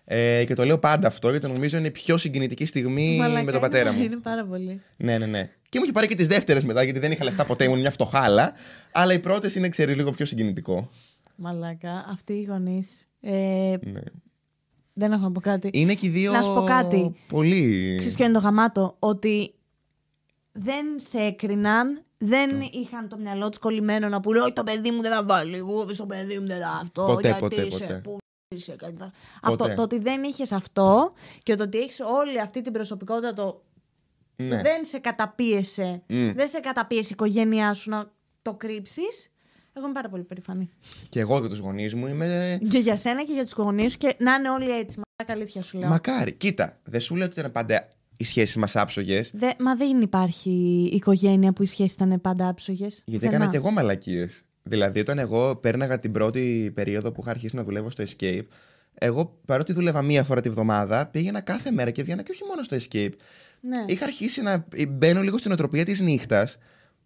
B: Ε, και το λέω πάντα αυτό, γιατί νομίζω είναι η πιο συγκινητική στιγμή
A: Μαλάκα,
B: Ε, με τον πατέρα
A: είναι,
B: μου.
A: Είναι πάρα πολύ.
B: Ναι, ναι, ναι. Και μου είχε πάρει και τις δεύτερες μετά, γιατί δεν είχα λεφτά ποτέ, ήμουν μια φτωχάλα. Αλλά οι πρώτε είναι, ξέρεις, λίγο πιο συγκινητικό.
A: Μαλάκα, αυτοί οι γονείς. Ε,
B: Ναι.
A: δεν έχω να πω κάτι.
B: Είναι και οι δύο.
A: Να σου πω κάτι.
B: Πολύ.
A: Ξέρεις ποιο είναι το γαμάτο, ότι δεν σε έκριναν, δεν
B: Ναι.
A: είχαν το μυαλό τους κολλημένο να πούνε Όχι, το παιδί μου δεν θα βάλει γούβι, το παιδί μου δεν θα αυτό.
B: Ποτέ,
A: γιατί
B: ποτέ,
A: είσαι,
B: ποτέ.
A: Που είσαι, κάτι τέτοιο». Αυτό,
B: Ποτέ.
A: το ότι δεν είχες αυτό και το ότι έχεις όλη αυτή την προσωπικότητα, το
B: Ναι.
A: δεν σε καταπίεσε,
B: Μμ.
A: δεν σε καταπίεσε η οικογένειά σου να το κρύψεις. Εγώ είμαι πάρα πολύ περήφανη.
B: Και εγώ και τους γονείς μου είμαι.
A: Και για σένα και για τους γονείς σου και να είναι όλοι έτσι. Μα αλήθεια σου λέω.
B: Μακάρι. Κοίτα, δεν σου λέω ότι ήταν πάντα οι σχέσεις μας άψογες.
A: Δε, μα δεν υπάρχει οικογένεια που οι σχέσεις ήταν πάντα άψογες.
B: Γιατί έκανα και εγώ μαλακίες. Δηλαδή, όταν εγώ πέρναγα την πρώτη περίοδο που είχα αρχίσει να δουλεύω στο Escape, εγώ παρότι δούλευα μία φορά τη βδομάδα, πήγαινα κάθε μέρα και βγαίνα και όχι μόνο στο Escape.
A: Ναι.
B: Είχα αρχίσει να μπαίνω λίγο στην οτροπία της νύχτας,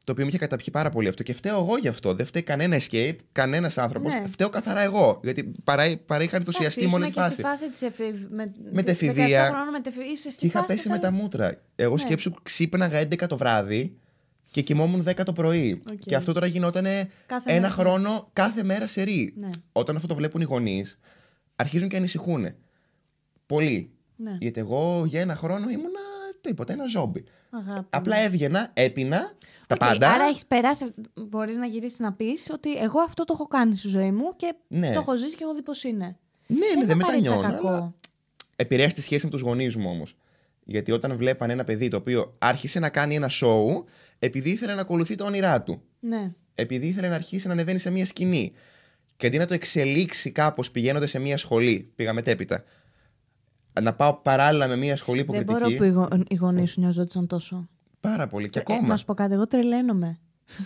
B: το οποίο με είχε καταπιεί πάρα πολύ αυτό. Και φταίω εγώ γι' αυτό. Δεν φταίει κανένα escape, κανένας άνθρωπος.
A: Ναι.
B: Φταίω καθαρά εγώ. Γιατί παρά, παρά είχα
A: Εντάξει,
B: ενθουσιαστεί
A: ήσουν
B: μόνο η
A: και
B: φάση.
A: στη φάση της εφηβ... με...
B: Μετεφηβεία.
A: 17 Χρόνων, μετεφη... Είσαι στη
B: Και είχα
A: φάση
B: πέσει με
A: όταν-
B: τα μούτρα. Εγώ
A: Ναι.
B: σκέψου ξύπναγα 11 το βράδυ και κοιμόμουν 10 το πρωί.
A: Οκ.
B: Και αυτό τώρα γινόταν
A: Κάθε
B: ένα
A: μέρα.
B: χρόνο κάθε μέρα σε ρί.
A: Ναι.
B: Όταν αυτό το βλέπουν οι γονείς, αρχίζουν και ανησυχούν. Πολύ.
A: Ναι.
B: Γιατί εγώ για ένα χρόνο ήμουνα τίποτα, ένα ζόμπι.
A: Αγάπη.
B: Απλά έβγαινα, έπεινα τα
A: Οκ,
B: πάντα.
A: Άρα έχεις περάσει. Μπορείς να γυρίσεις να πεις ότι εγώ αυτό το έχω κάνει στη ζωή μου και
B: Ναι.
A: το έχω ζήσει και εγώ δει πώ είναι.
B: Ναι, ναι, δεν
A: είναι απαραίτητα
B: μετανιώνω. αλλά
A: κακό.
B: Επηρέασε τη σχέση με τους γονείς μου όμως. Γιατί όταν βλέπανε ένα παιδί το οποίο άρχισε να κάνει ένα σοου, επειδή ήθελε να ακολουθεί τα όνειρά του.
A: Ναι.
B: επειδή ήθελε να αρχίσει να ανεβαίνει σε μια σκηνή. Και αντί να το εξελίξει κάπως πηγαίνοντας σε μια σχολή, πήγα μετέπειτα. Να πάω παράλληλα με μια σχολή
A: Δεν
B: υποκριτική.
A: μπορώ που οι γο- οι γονείς σου νοιαζόντουσαν τόσο.
B: Πάρα πολύ. Και
A: Ε,
B: ακόμα.
A: να σου πω κάτι, εγώ τρελαίνομαι.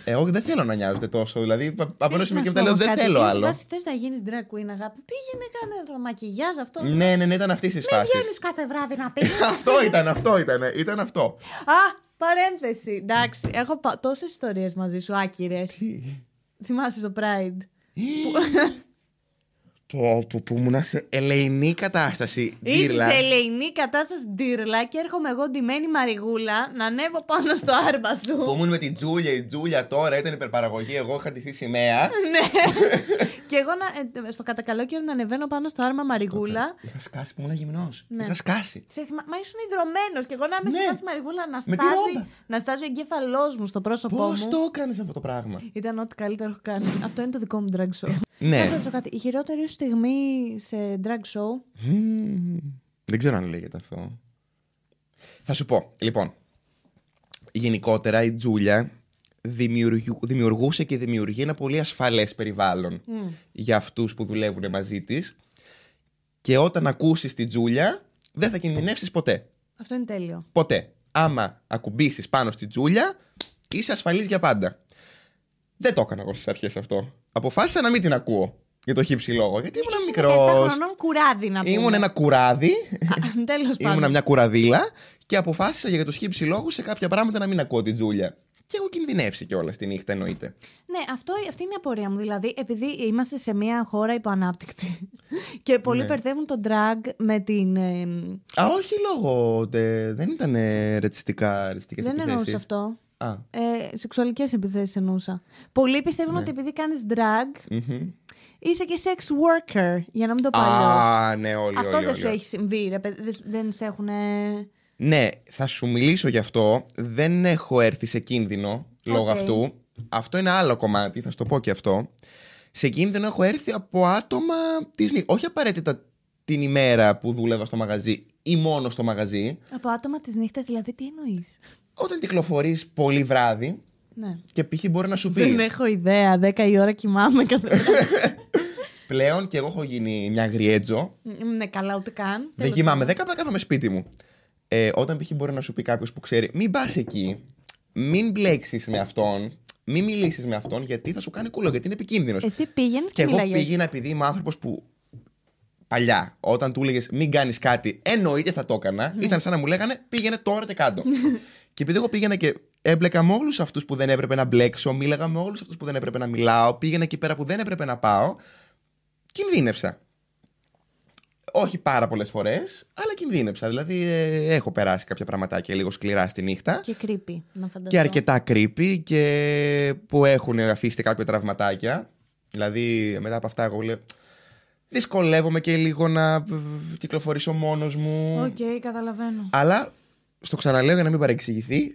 B: Εγώ δεν θέλω να νοιάζονται τόσο. Δηλαδή, πα- από ένα
A: Να
B: σημείο και
A: σου
B: μετά
A: πω
B: λέω
A: όμως
B: δεν
A: κάτι,
B: θέλω
A: είναι σε
B: άλλο.
A: φάση, θες να γίνεις drag queen, αγάπη. Πήγαινε, κάνε το μακιγιάζ αυτό. Μην
B: Ναι, ναι, ναι, ήταν αυτής της φάσης.
A: βγαίνεις κάθε βράδυ να πει.
B: αυτό ήταν, αυτό ήταν. Ήταν αυτό.
A: Α, παρένθεση. Εντάξει, έχω τόσες ιστορίες μαζί σου, άκυρες. Θυμάσαι το Pride.
B: Πω, πω, πω, ε, ήμουν σε ελεηνή κατάσταση.
A: Είσαι
B: Δίρλα.
A: σε ελεηνή κατάσταση ντύρλα και έρχομαι εγώ ντυμένη μαριγούλα να ανέβω πάνω στο άρμα
B: Που
A: σου.
B: ήμουν με την Τζούλια, η Τζούλια τώρα ήταν υπερπαραγωγή. Εγώ είχα ντυθεί σημαία.
A: ναι. και εγώ να, ε, στο κατακαλό καιρό να ανεβαίνω πάνω στο άρμα μαριγούλα.
B: Είχα σκάσει που ήμουν γυμνός.
A: Ναι.
B: Είχα σκάσει.
A: Σε θυμά... Μα ήσουν υδρωμένος και εγώ να είμαι
B: Ναι.
A: σε φάση μαριγούλα να
B: Με τη
A: στάζει,
B: ρόμπα.
A: να στάζει ο εγκέφαλός μου στο πρόσωπό
B: Πώς
A: μου.
B: το έκανες αυτό το πράγμα.
A: Ήταν ό,τι καλύτερο έχω κάνει. Αυτό είναι το δικό μου drag show. Να
B: Ναι.
A: σε ρωτήσω κάτι. Η χειρότερη σου στιγμή σε drag show.
B: Μμμ. Δεν ξέρω αν λέγεται αυτό. Θα σου πω. Λοιπόν, γενικότερα η Τζούλια δημιουργου- δημιουργούσε και δημιουργεί ένα πολύ ασφαλές περιβάλλον για αυτούς που δουλεύουν μαζί της και όταν ακούσεις την Τζούλια δεν θα κινδυνεύσεις ποτέ.
A: Αυτό είναι
B: Ε,
A: τέλειο.
B: Ποτέ. Άμα ακουμπήσεις πάνω στη Τζούλια, είσαι ασφαλής για πάντα. Δεν το έκανα εγώ στις αρχές αυτό. Αποφάσισα να μην την ακούω για το χύψη λόγο, γιατί ήμουν
A: Ήμουν 17
B: μικρός.
A: χρονών κουράδι να πούμε.
B: Ήμουν ένα κουράδι,
A: Τέλο πάντων.
B: ήμουν μια κουραδίλα και αποφάσισα για τους χύψη λόγους σε κάποια πράγματα να μην ακούω την Τζούλια. Και έχω κινδυνεύσει κιόλας τη νύχτα εννοείται.
A: Ναι, αυτό, αυτή είναι η απορία μου. Δηλαδή, επειδή είμαστε σε μια χώρα υποανάπτυκτη και πολλοί
B: Ναι.
A: μπερδεύουν τον drag με την. ε, μ,
B: Α, όχι λόγω. Δε, δεν ήταν ε, ρετσιστικά. ρετσιστικές
A: δεν εννοούσα
B: επιθέσεις.
A: αυτό.
B: Α.
A: Ε, Σεξουαλικές επιθέσεις εννοούσα. Πολλοί
B: Ναι.
A: πιστεύουν ότι επειδή κάνεις drag
B: μμμ.
A: είσαι και sex worker, για να μην το πω αλλιώς.
B: Α, ναι, όλοι.
A: Αυτό
B: όλοι,
A: δεν
B: όλοι,
A: σου
B: όλοι.
A: έχει συμβεί, ρε παιδί. Δεν, σου- δεν σε έχουν.
B: Ναι, θα σου μιλήσω γι' αυτό. Δεν έχω έρθει σε κίνδυνο λόγω
A: Οκ.
B: αυτού. Αυτό είναι άλλο κομμάτι, θα σου το πω και αυτό. Σε κίνδυνο έχω έρθει από άτομα της νύχτας. Όχι απαραίτητα την ημέρα που δούλευα στο μαγαζί ή μόνο στο μαγαζί.
A: Από άτομα τη νύχτα, δηλαδή, τι εννοείς.
B: Όταν κυκλοφορείς πολύ βράδυ
A: Ναι.
B: και π.χ. μπορεί να σου πει.
A: Δεν έχω ιδέα. 10 η ώρα κοιμάμαι κάθε βράδυ.
B: Πλέον και εγώ έχω γίνει μια γριέτζο.
A: ναι, καλά, ούτε καν.
B: Δεν κοιμάμαι 10, απλά κάθομαι σπίτι μου. Ε, όταν π.χ. μπορεί να σου πει κάποιος που ξέρει, μην πας εκεί, μην μπλέξεις με αυτόν, μην μιλήσεις με αυτόν, γιατί θα σου κάνει κούλο, γιατί είναι επικίνδυνος.
A: Εσύ πήγαινες και,
B: και εγώ
A: μιλάγες.
B: πήγαινα επειδή είμαι άνθρωπος που παλιά, όταν του έλεγες μην κάνεις κάτι, εννοείται θα το έκανα. Ήταν σαν να μου λέγανε πήγαινε τώρα και κάτω. και επειδή εγώ πήγαινα και έμπλεκα με όλους αυτούς που δεν έπρεπε να μπλέξω, μίλαγα με όλους αυτούς που δεν έπρεπε να μιλάω, πήγαινα εκεί πέρα που δεν έπρεπε να πάω, κινδύνευσα. Όχι πάρα πολλές φορές, αλλά κινδύνευσα. Δηλαδή, ε, έχω περάσει κάποια πραγματάκια λίγο σκληρά στη νύχτα.
A: Και creepy, να φανταστώ.
B: Και αρκετά creepy και που έχουν αφήσει κάποια τραυματάκια. Δηλαδή, μετά από αυτά, εγώ λέω. Δυσκολεύομαι και λίγο να ε, κυκλοφορήσω μόνος μου.
A: Οκ, καταλαβαίνω.
B: Αλλά στο ξαναλέω για να μην παρεξηγηθεί,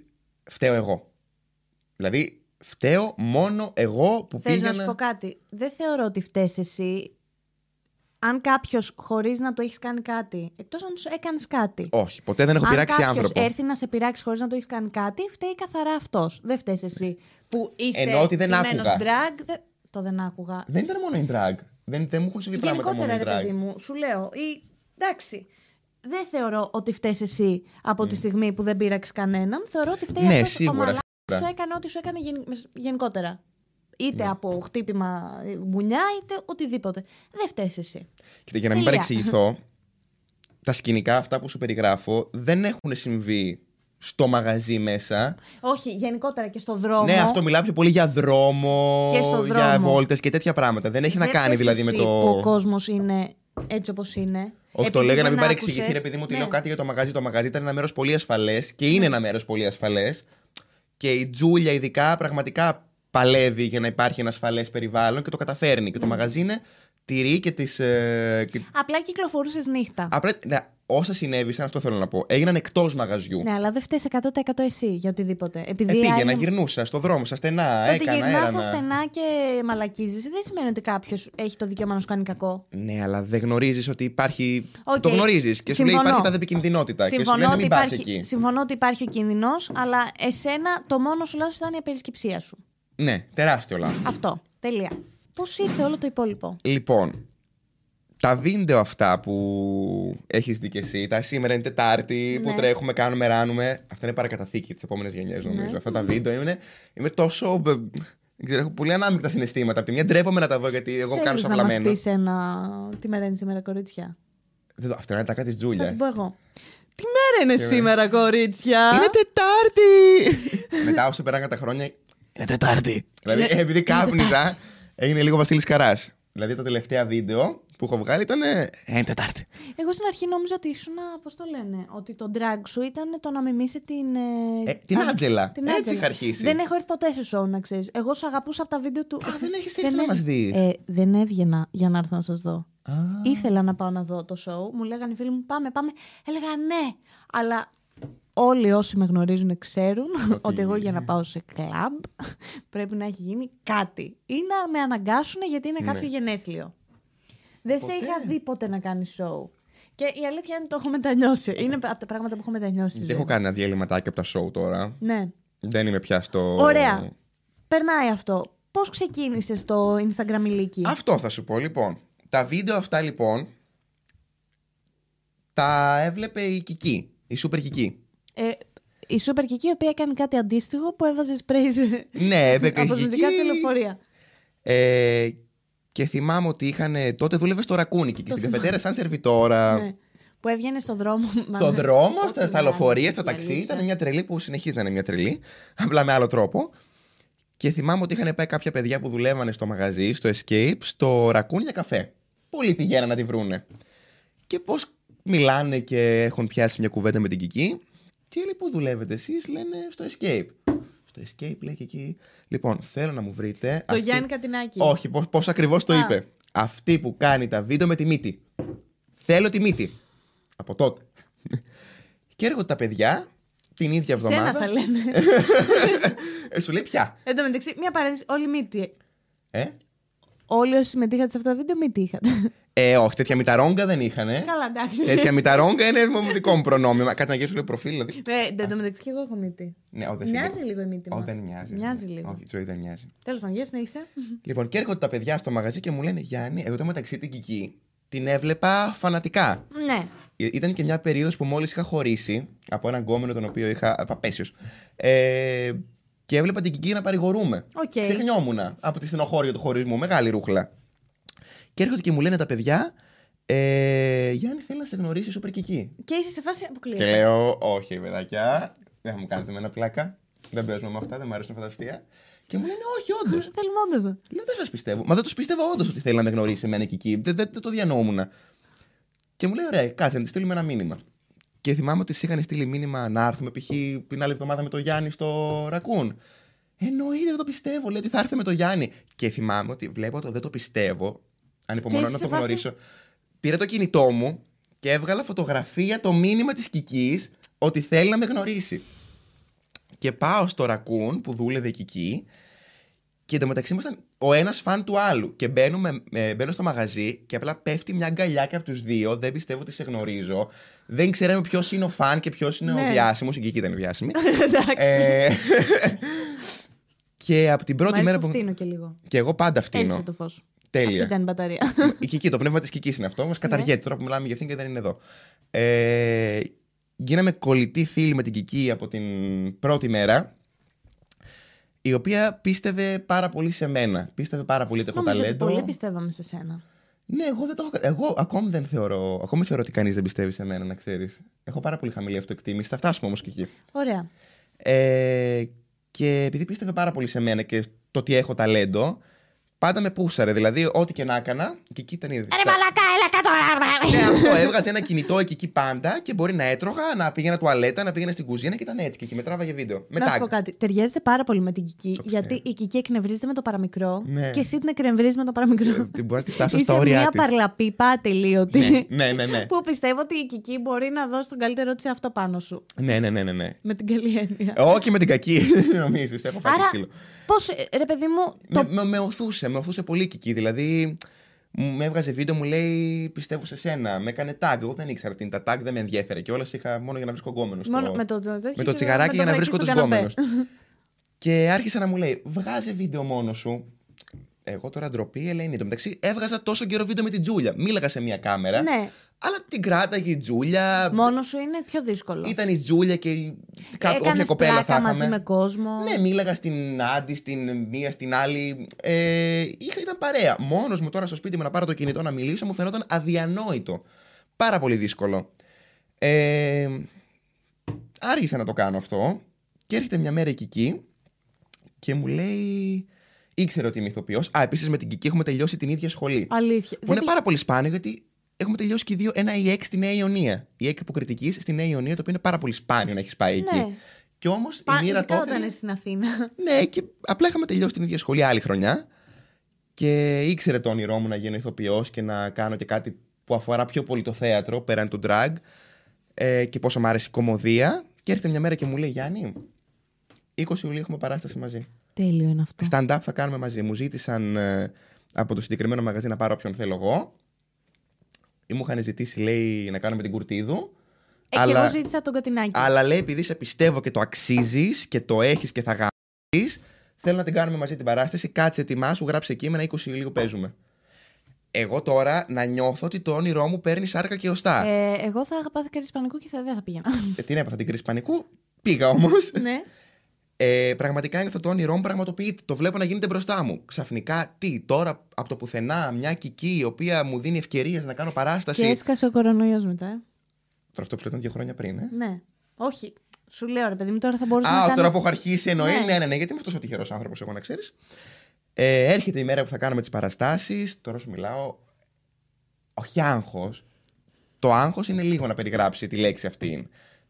B: φταίω εγώ. Δηλαδή, φταίω μόνο εγώ που
A: Θες
B: πήγαινα.
A: να σου πω κάτι. Δεν θεωρώ ότι φταίει εσύ. Αν κάποιος χωρίς να το έχεις κάνει κάτι, εκτός αν του έκανες κάτι.
B: Όχι, ποτέ δεν έχω
A: Αν
B: πειράξει
A: κάποιος
B: άνθρωπο.
A: έρθει να σε πειράξει χωρίς να το έχεις κάνει κάτι, φταίει καθαρά αυτός. Δεν φταίεις εσύ. Που είσαι
B: Ναι. Εννοώ ότι δεν
A: ντυμένος
B: άκουγα.
A: drag, δεν- Το δεν άκουγα.
B: Δεν ήταν μόνο η drag. Δεν, δεν μου έχουν συμβεί πράγματα μόνο
A: Γενικότερα,
B: η
A: ρε
B: drag.
A: παιδί μου, σου λέω. Ή, εντάξει. Δεν θεωρώ ότι φταίεις εσύ από τη στιγμή που δεν πήραξε κανέναν. Θεωρώ ότι φταίει
B: Ναι,
A: αυτός
B: σίγουρα,
A: ο μαλάκας που σου
B: σίγουρα. Ναι.
A: έκανε ό,τι σου έκανε γεν- γενικότερα. Είτε από χτύπημα ε, μπουνιά, είτε οτιδήποτε. Δεν φταίεις εσύ.
B: Κοίτα, για να μην
A: Τελεία.
B: παρεξηγηθώ, τα σκηνικά αυτά που σου περιγράφω δεν έχουν συμβεί στο μαγαζί μέσα.
A: Όχι, γενικότερα και στο δρόμο.
B: Ναι, αυτό μιλάω πιο πολύ για δρόμο,
A: Και στο
B: για
A: δρόμο.
B: βόλτες και τέτοια πράγματα. Δεν έχει να
A: Δεν
B: κάνει
A: φταίς
B: δηλαδή
A: εσύ
B: με
A: Που ο
B: το.
A: κόσμος είναι έτσι όπως είναι.
B: Όχι, το
A: Επειδή
B: λέω για να
A: δεν
B: μην παρεξηγηθεί,
A: άκουσες.
B: επειδή μου τη
A: Ναι.
B: λέω κάτι για το μαγαζί. Το μαγαζί ήταν ένα μέρος πολύ ασφαλές και είναι ένα μέρος πολύ ασφαλές. Και η Τζούλια ειδικά πραγματικά παλεύει για να υπάρχει ένα ασφαλές περιβάλλον και το καταφέρνει.
A: Ναι.
B: Και το μαγαζί είναι τυρί και τη.
A: Απλά κυκλοφορούσες νύχτα.
B: Απλά, ναι, όσα συνέβησαν, αυτό θέλω να πω, έγιναν εκτός μαγαζιού.
A: Ναι, αλλά δεν φταίει 100% εσύ για οτιδήποτε. Επειδή
B: Ε, πήγαινα,
A: άλλοι-
B: γυρνούσα στο δρόμο, στα στενά,
A: Το ότι
B: έκανα,
A: γυρνάς στα
B: έρανα.
A: στενά και μαλακίζεις δεν σημαίνει ότι κάποιος έχει το δικαίωμα να σου κάνει κακό.
B: Ναι, αλλά δεν γνωρίζεις ότι υπάρχει.
A: Οκ.
B: Το γνωρίζεις και σου λέει
A: Συμφωνώ.
B: υπάρχει τάδε επικινδυνότητα. Και σου λέει να μην πα εκεί.
A: συμφωνώ ότι υπάρχει ο κίνδυνος, αλλά εσένα το μόνο σου λάθος ήταν η απερισκεψία σου.
B: Ναι, τεράστιο λάθος.
A: Αυτό. Τελεία. Πώς ήρθε όλο το υπόλοιπο.
B: Λοιπόν, τα βίντεο αυτά που έχεις δει και εσύ, τα σήμερα είναι Τετάρτη, που
A: Ναι.
B: τρέχουμε, κάνουμε, ράνουμε. Αυτά είναι παρακαταθήκη της επόμενης γενιάς, νομίζω.
A: Ναι.
B: Αυτά τα βίντεο είναι. Είμαι τόσο. μπ, Δεν ξέρω, έχω πολύ ανάμεικτα συναισθήματα. Απ' τη μια ντρέπομαι να τα δω γιατί εγώ κάνω
A: Θέλεις να μας
B: σαυλαμένο.
A: πεις ένα... Τι μέρα είναι σήμερα, κορίτσια.
B: Δεν το- Αυτό είναι τα κάτι της
A: Θα
B: Τζούλια.
A: την πω εγώ. Τι μέρα είναι σήμερα, κορίτσια.
B: Είναι Τετάρτη! Μετά όσο περάγαν τα χρόνια. Είναι Τετάρτη! Δηλαδή,
A: Είναι-
B: επειδή κάπνιζα, έγινε λίγο Βασίλης Καράς. Δηλαδή, τα τελευταία βίντεο που έχω βγάλει ήταν. ε, Είναι Τετάρτη.
A: Εγώ στην αρχή νόμιζα ότι ήσουν, πώς το λένε, ότι το drag σου ήταν το να μιμήσει την.
B: Ε, την Άτζελα. Έτσι
A: Άτζελα.
B: είχα αρχίσει.
A: Δεν έχω έρθει ποτέ σε σοου, να ξέρεις. Εγώ σου αγαπούσα από τα βίντεο του. Α,
B: δεν έχεις έρθει να μας δεις.
A: Ε, δεν έβγαινα για να έρθω να σας δω.
B: Α.
A: Ήθελα να πάω να δω το σοου. Μου λέγανε οι φίλοι μου, πάμε, πάμε. Έλεγα ναι. Αλλά όλοι όσοι με γνωρίζουν ξέρουν ότι εγώ για να
B: ναι.
A: πάω σε κλαμπ πρέπει να έχει γίνει κάτι. Ή να με αναγκάσουν γιατί είναι κάποιο γενέθλιο. Δεν σε
B: Ναι. Ποτέ.
A: είχα δει ποτέ να κάνει σοου. Και η αλήθεια είναι ότι το έχω μετανιώσει. Είναι από τα πράγματα που έχω μετανιώσει. στη
B: Δεν
A: ζωή
B: έχω
A: μου.
B: κάνει ένα διαλυματάκι από τα show τώρα.
A: Ναι.
B: Δεν είμαι πια στο.
A: Ωραία. Περνάει αυτό. Πώς ξεκίνησε το Instagram ηλίκη.
B: Αυτό θα σου πω λοιπόν. Τα βίντεο αυτά λοιπόν. Τα έβλεπε η Κική. Η Σούπερ Κική.
A: Ε, η Σούπερ Κική, η οποία έκανε κάτι αντίστοιχο που έβαζες σπρέι σε-
B: Ναι, έπαιξε η
A: αποσυντικά σε
B: Κική.
A: λεωφορεία.
B: Ε, και θυμάμαι ότι είχαν. Τότε δούλευε στο Ρακούνικι και στην καφετέρα σαν σερβιτόρα.
A: Ναι. Που έβγαινε στον δρόμο.
B: Στο
A: μάλλον.
B: δρόμο,
A: Όχι,
B: στα, στα
A: μάλλον,
B: λεωφορεία, στα
A: στη
B: ταξί.
A: αλήθεια.
B: Ήταν μια τρελή που συνεχίζει να είναι μια τρελή. Απλά με άλλο τρόπο. Και θυμάμαι ότι είχαν πάει κάποια παιδιά που δουλεύανε στο μαγαζί, στο Escape, στο Ρακούν για καφέ. Πολλοί πηγαίναν να τη βρούνε. Και πώς μιλάνε και έχουν πιάσει μια κουβέντα με την Κική. Και λέει, πού δουλεύετε εσείς, λένε στο Escape. Στο Escape λέει και εκεί. Λοιπόν, θέλω να μου βρείτε.
A: Το
B: αυτή-
A: Γιάννη Κατινάκη.
B: όχι, πώς πώς ακριβώς το
A: Α.
B: είπε. Αυτή που κάνει τα βίντεο με τη μύτη. Θέλω τη μύτη. Από τότε. και έρχονται τα παιδιά την ίδια
A: Σένα
B: εβδομάδα.
A: θα λένε.
B: Ε, σου λέει πια.
A: Εν τω μεταξύ, μια παρένθεση. Όλοι μύτη.
B: Ε?
A: Όλοι όσοι συμμετείχατε σε αυτά τα βίντεο, μύτη είχατε.
B: ε, όχι, τέτοια μηταρόγκα δεν είχανε.
A: Καλά, εντάξει.
B: τέτοια μηταρόγκα είναι μου δικό μου προνόμιο. Μα Κάτι να γυρίσω λέει προφίλ, δηλαδή.
A: Ε, Εν τω μεταξύ, και εγώ έχω μύτη.
B: Ναι, ο, δεν
A: Μοιάζει
B: συνδέω.
A: λίγο η μύτη
B: Ω,
A: μας.
B: δεν μοιάζει.
A: Μοιάζει
B: Ναι.
A: λίγο.
B: Όχι, η ζωή δεν μοιάζει.
A: Τέλος πάντων, για συνέχισε.
B: Λοιπόν, και έρχονται τα παιδιά στο μαγαζί και μου λένε Γιάννη, εγώ το μεταξύ την Κική την έβλεπα φανατικά.
A: Ναι.
B: Ε, Ήταν και μια περίοδος που μόλις είχα χωρίσει από έναν γκόμενο τον οποίο είχα απαπέσιος. Ε, και έβλεπα την Κική να παρηγορούμε.
A: Οκ.
B: Ξεχνιόμουνα από τη στενοχώρια του χωρισμού. Μεγάλη ρούχλα. Και έρχονται και μου λένε τα παιδιά, ε, Γιάννη θέλει να σε γνωρίσει η Σούπερ Κική.
A: Και είσαι σε φάση
B: Και
A: αποκλείεται.
B: λέω, όχι παιδάκια, δεν θα μου κάνετε με ένα πλάκα. Δεν παίζουμε με αυτά, δεν μου αρέσουν αυτά τα αστεία. Και μου λένε, όχι όντως.
A: Θέλουμε όντως να.
B: Λέω, δεν σας πιστεύω. Μα δεν τους πίστευα όντως ότι θέλει να με γνωρίσει εμένα και εκεί. Δεν, δεν, δεν το διανοούμουν. Και μου λέει, ωραία, κάτσε να τη στείλουμε ένα μήνυμα. Και θυμάμαι ότι τη είχαν στείλει μήνυμα να έρθουμε π.χ. την άλλη εβδομάδα με τον Γιάννη στο Ρακούν. Εννοείται, δεν το πιστεύω. Λέει ότι θα έρθει με τον Γιάννη. Και θυμάμαι ότι βλέπω το δεν το πιστεύω. Ανυπομονώ
A: Και
B: να
A: είσαι
B: το
A: σε φάση-
B: γνωρίσω. Πήρα το κινητό μου και έβγαλα φωτογραφία το μήνυμα της Κική ότι θέλει να με γνωρίσει. Και πάω στο Ρακούν που δούλευε η Κική και εντωμεταξύ ήμασταν ο ένας φαν του άλλου. Και μπαίνουμε, ε, μπαίνω στο μαγαζί και απλά πέφτει μια αγκαλιά και από τους δύο. Δεν πιστεύω ότι σε γνωρίζω. Δεν ξέραμε ποιος είναι ο φαν και ποιος είναι ο
A: Ναι.
B: διάσημος. Η Κική ήταν η διάσημη.
A: Εντάξει.
B: ε, και από την
A: Μ'
B: πρώτη
A: αρέσει
B: μέρα
A: που
B: που.
A: φτύνω και λίγο.
B: Και εγώ πάντα
A: Έλυσε
B: φτύνω.
A: το φως. Αυτή
B: Τέλεια.
A: ήταν η μπαταρία.
B: Η Κική, το πνεύμα της Κικής είναι αυτό. Όμω
A: Ναι.
B: καταργέται τώρα που μιλάμε για αυτήν και δεν είναι εδώ. Ε, γίναμε κολλητοί φίλοι με την Κική από την πρώτη μέρα. Η οποία πίστευε πάρα πολύ σε μένα. Πίστευε πάρα πολύ ότι έχω
A: Νομίζω ότι
B: ταλέντο.
A: πολύ πιστεύαμε σε σένα.
B: Ναι, εγώ δεν το έχω. κα- Εγώ ακόμη δεν θεωρώ. Ακόμη θεωρώ ότι κανείς δεν πιστεύει σε μένα, να ξέρεις. Έχω πάρα πολύ χαμηλή αυτοεκτίμηση. Θα φτάσουμε όμως και εκεί.
A: Ωραία.
B: Ε, και επειδή πίστευε πάρα πολύ σε μένα και το ότι έχω ταλέντο, πάντα με πούσαρε. Δηλαδή, ό,τι και να έκανα, και εκεί ήταν η
A: Ρε μαλακά, έλα κάτω.
B: ναι, αυτό έβγαζε ένα κινητό εκεί, εκεί πάντα και μπορεί να έτρωγα, να πήγαινα τουαλέτα, να πήγαινα στην κουζίνα και ήταν έτσι. Και εκεί με τράβαγε βίντεο. Με
A: Να σου
B: tag.
A: πω κάτι. Ταιριάζεται πάρα πολύ με την Κική,
B: ξέρω.
A: γιατί η Κική εκνευρίζεται με το παραμικρό
B: Ναι.
A: και εσύ την εκνευρίζεις με το παραμικρό.
B: Ε, Μπορεί να τη φτάσω
A: Είσαι
B: στα όρια
A: μια
B: της.
A: παρλαπίπα ατελείωτη.
B: Ναι, ναι, ναι.
A: Που πιστεύω ότι η Κική μπορεί να δώσει τον καλύτερό της αυτό πάνω σου.
B: Ναι, ναι, ναι, ναι. ναι.
A: Με την καλή έννοια.
B: Όχι με την κακή, νομίζεις. Έχω φάει
A: Άρα,
B: ξύλο.
A: πώς. Ρε παιδί μου,
B: Με, με, με οθούσε, με οθούσε πολύ εκεί. Δηλαδή, μου- με έβγαζε βίντεο, μου λέει Πιστεύω σε σένα. Με έκανε tag. Εγώ δεν ήξερα τι είναι τα tag, δεν με ενδιέφερε. Και όλα είχα μόνο για να βρίσκω γκόμενο.
A: Μόνο με το, το, τέτοιο και
B: με το τσιγαράκι
A: με
B: για να
A: βρακί
B: βρίσκω
A: στον
B: τους
A: καναπέ.
B: γκόμενους. και άρχισε να μου λέει: Βγάζε βίντεο μόνο σου. Εγώ τώρα ντροπή, Ελένη. Εν τω μεταξύ έβγαζα τόσο καιρό βίντεο με την Τζούλια. Μίλαγα σε μια κάμερα.
A: Ναι.
B: Αλλά την κράταγε η Τζούλια.
A: Μόνος σου είναι πιο δύσκολο.
B: Ήταν η Τζούλια και η- κά-
A: Έκανες
B: όποια κοπέλα θα
A: πράκα μαζί
B: είχαμε.
A: με κόσμο.
B: Ναι, μίλαγα στην Άντι, στην μία, στην άλλη. Ε, είχα, ήταν παρέα. Μόνος μου τώρα στο σπίτι μου να πάρω το κινητό να μιλήσω μου φαινόταν αδιανόητο. Πάρα πολύ δύσκολο. Ε, άργησα να το κάνω αυτό και έρχεται μια μέρα η Κική και μου λέει. ήξερε ότι είμαι ηθοποιός. Α, επίσης με την Κική έχουμε τελειώσει την ίδια σχολή.
A: Αλήθεια. Δηλαδή,
B: Που
A: Δεν
B: είναι πάρα πολύ σπάνιο γιατί έχουμε τελειώσει και οι δύο ένα EX στη Νέα Ιωνία. Η EC υποκριτική στη Νέα Ιωνία, το οποίο είναι πάρα πολύ σπάνιο να έχεις πάει
A: πήγε-
B: εκεί.
A: Ναι.
B: Και όμως
A: Πα-
B: η μοίρα το
A: ειδικά όταν
B: έφερε.
A: είναι στην Αθήνα.
B: Ναι, και απλά είχαμε τελειώσει την ίδια σχολή άλλη χρονιά. Και ήξερε το όνειρό μου να γίνω ηθοποιός και να κάνω και κάτι που αφορά πιο πολύ το θέατρο πέραν του drag. Ε, και πόσο μου άρεσε η κομμωδία. Και έρχεται μια μέρα και μου λέει: Γιάννη, 20 Ιουλίου έχουμε παράσταση μαζί.
A: Τέλειο είναι αυτό.
B: Stand-up θα κάνουμε μαζί. Μου ζήτησαν ε, από το συγκεκριμένο μαγαζί να πάρω όποιον θέλω εγώ. Ή μου είχαν ζητήσει, λέει, να κάνουμε την κουρτίδου.
A: Ε, και εγώ ζήτησα τον Κοτινάκη.
B: Αλλά λέει, επειδή σε πιστεύω και το αξίζεις και το έχεις και θα γαμίσεις, θέλω να την κάνουμε μαζί την παράσταση. Κάτσε, ετοιμάσου, γράψε κείμενα, 20 Ιουλίου παίζουμε. Εγώ τώρα να νιώθω ότι το όνειρό μου παίρνει σάρκα και οστά. Ε...
A: Ε, εγώ θα είχα πάθει κρίση πανικού και θα, δεν θα πήγαινα.
B: την έπαθα την κρίση πανικού. Πήγα όμως.
A: ναι.
B: ε, πραγματικά νιώθω το όνειρό μου πραγματοποιείται. Το βλέπω να γίνεται μπροστά μου. Ξαφνικά, τι, τώρα από το πουθενά, μια κική η οποία μου δίνει ευκαιρίες να κάνω παράσταση.
A: Και έσκασε ο κορονοϊός μετά. ε.
B: Τώρα αυτό που σου λέω ήταν δύο χρόνια πριν, ε.
A: Ναι. Όχι. Σου λέω ρε παιδί μου, τώρα θα μπορούσα να
B: Α,
A: κάνεις...
B: τώρα που έχω αρχίσει εννοεί.
A: Ναι.
B: Ναι, ναι, ναι, γιατί είμαι αυτός ο τυχερός άνθρωπος, εγώ να ξέρεις. Ε, έρχεται η μέρα που θα κάνουμε τις παραστάσεις. Τώρα σου μιλάω. Όχι άγχος. Το άγχος είναι λίγο να περιγράψει τη λέξη αυτή.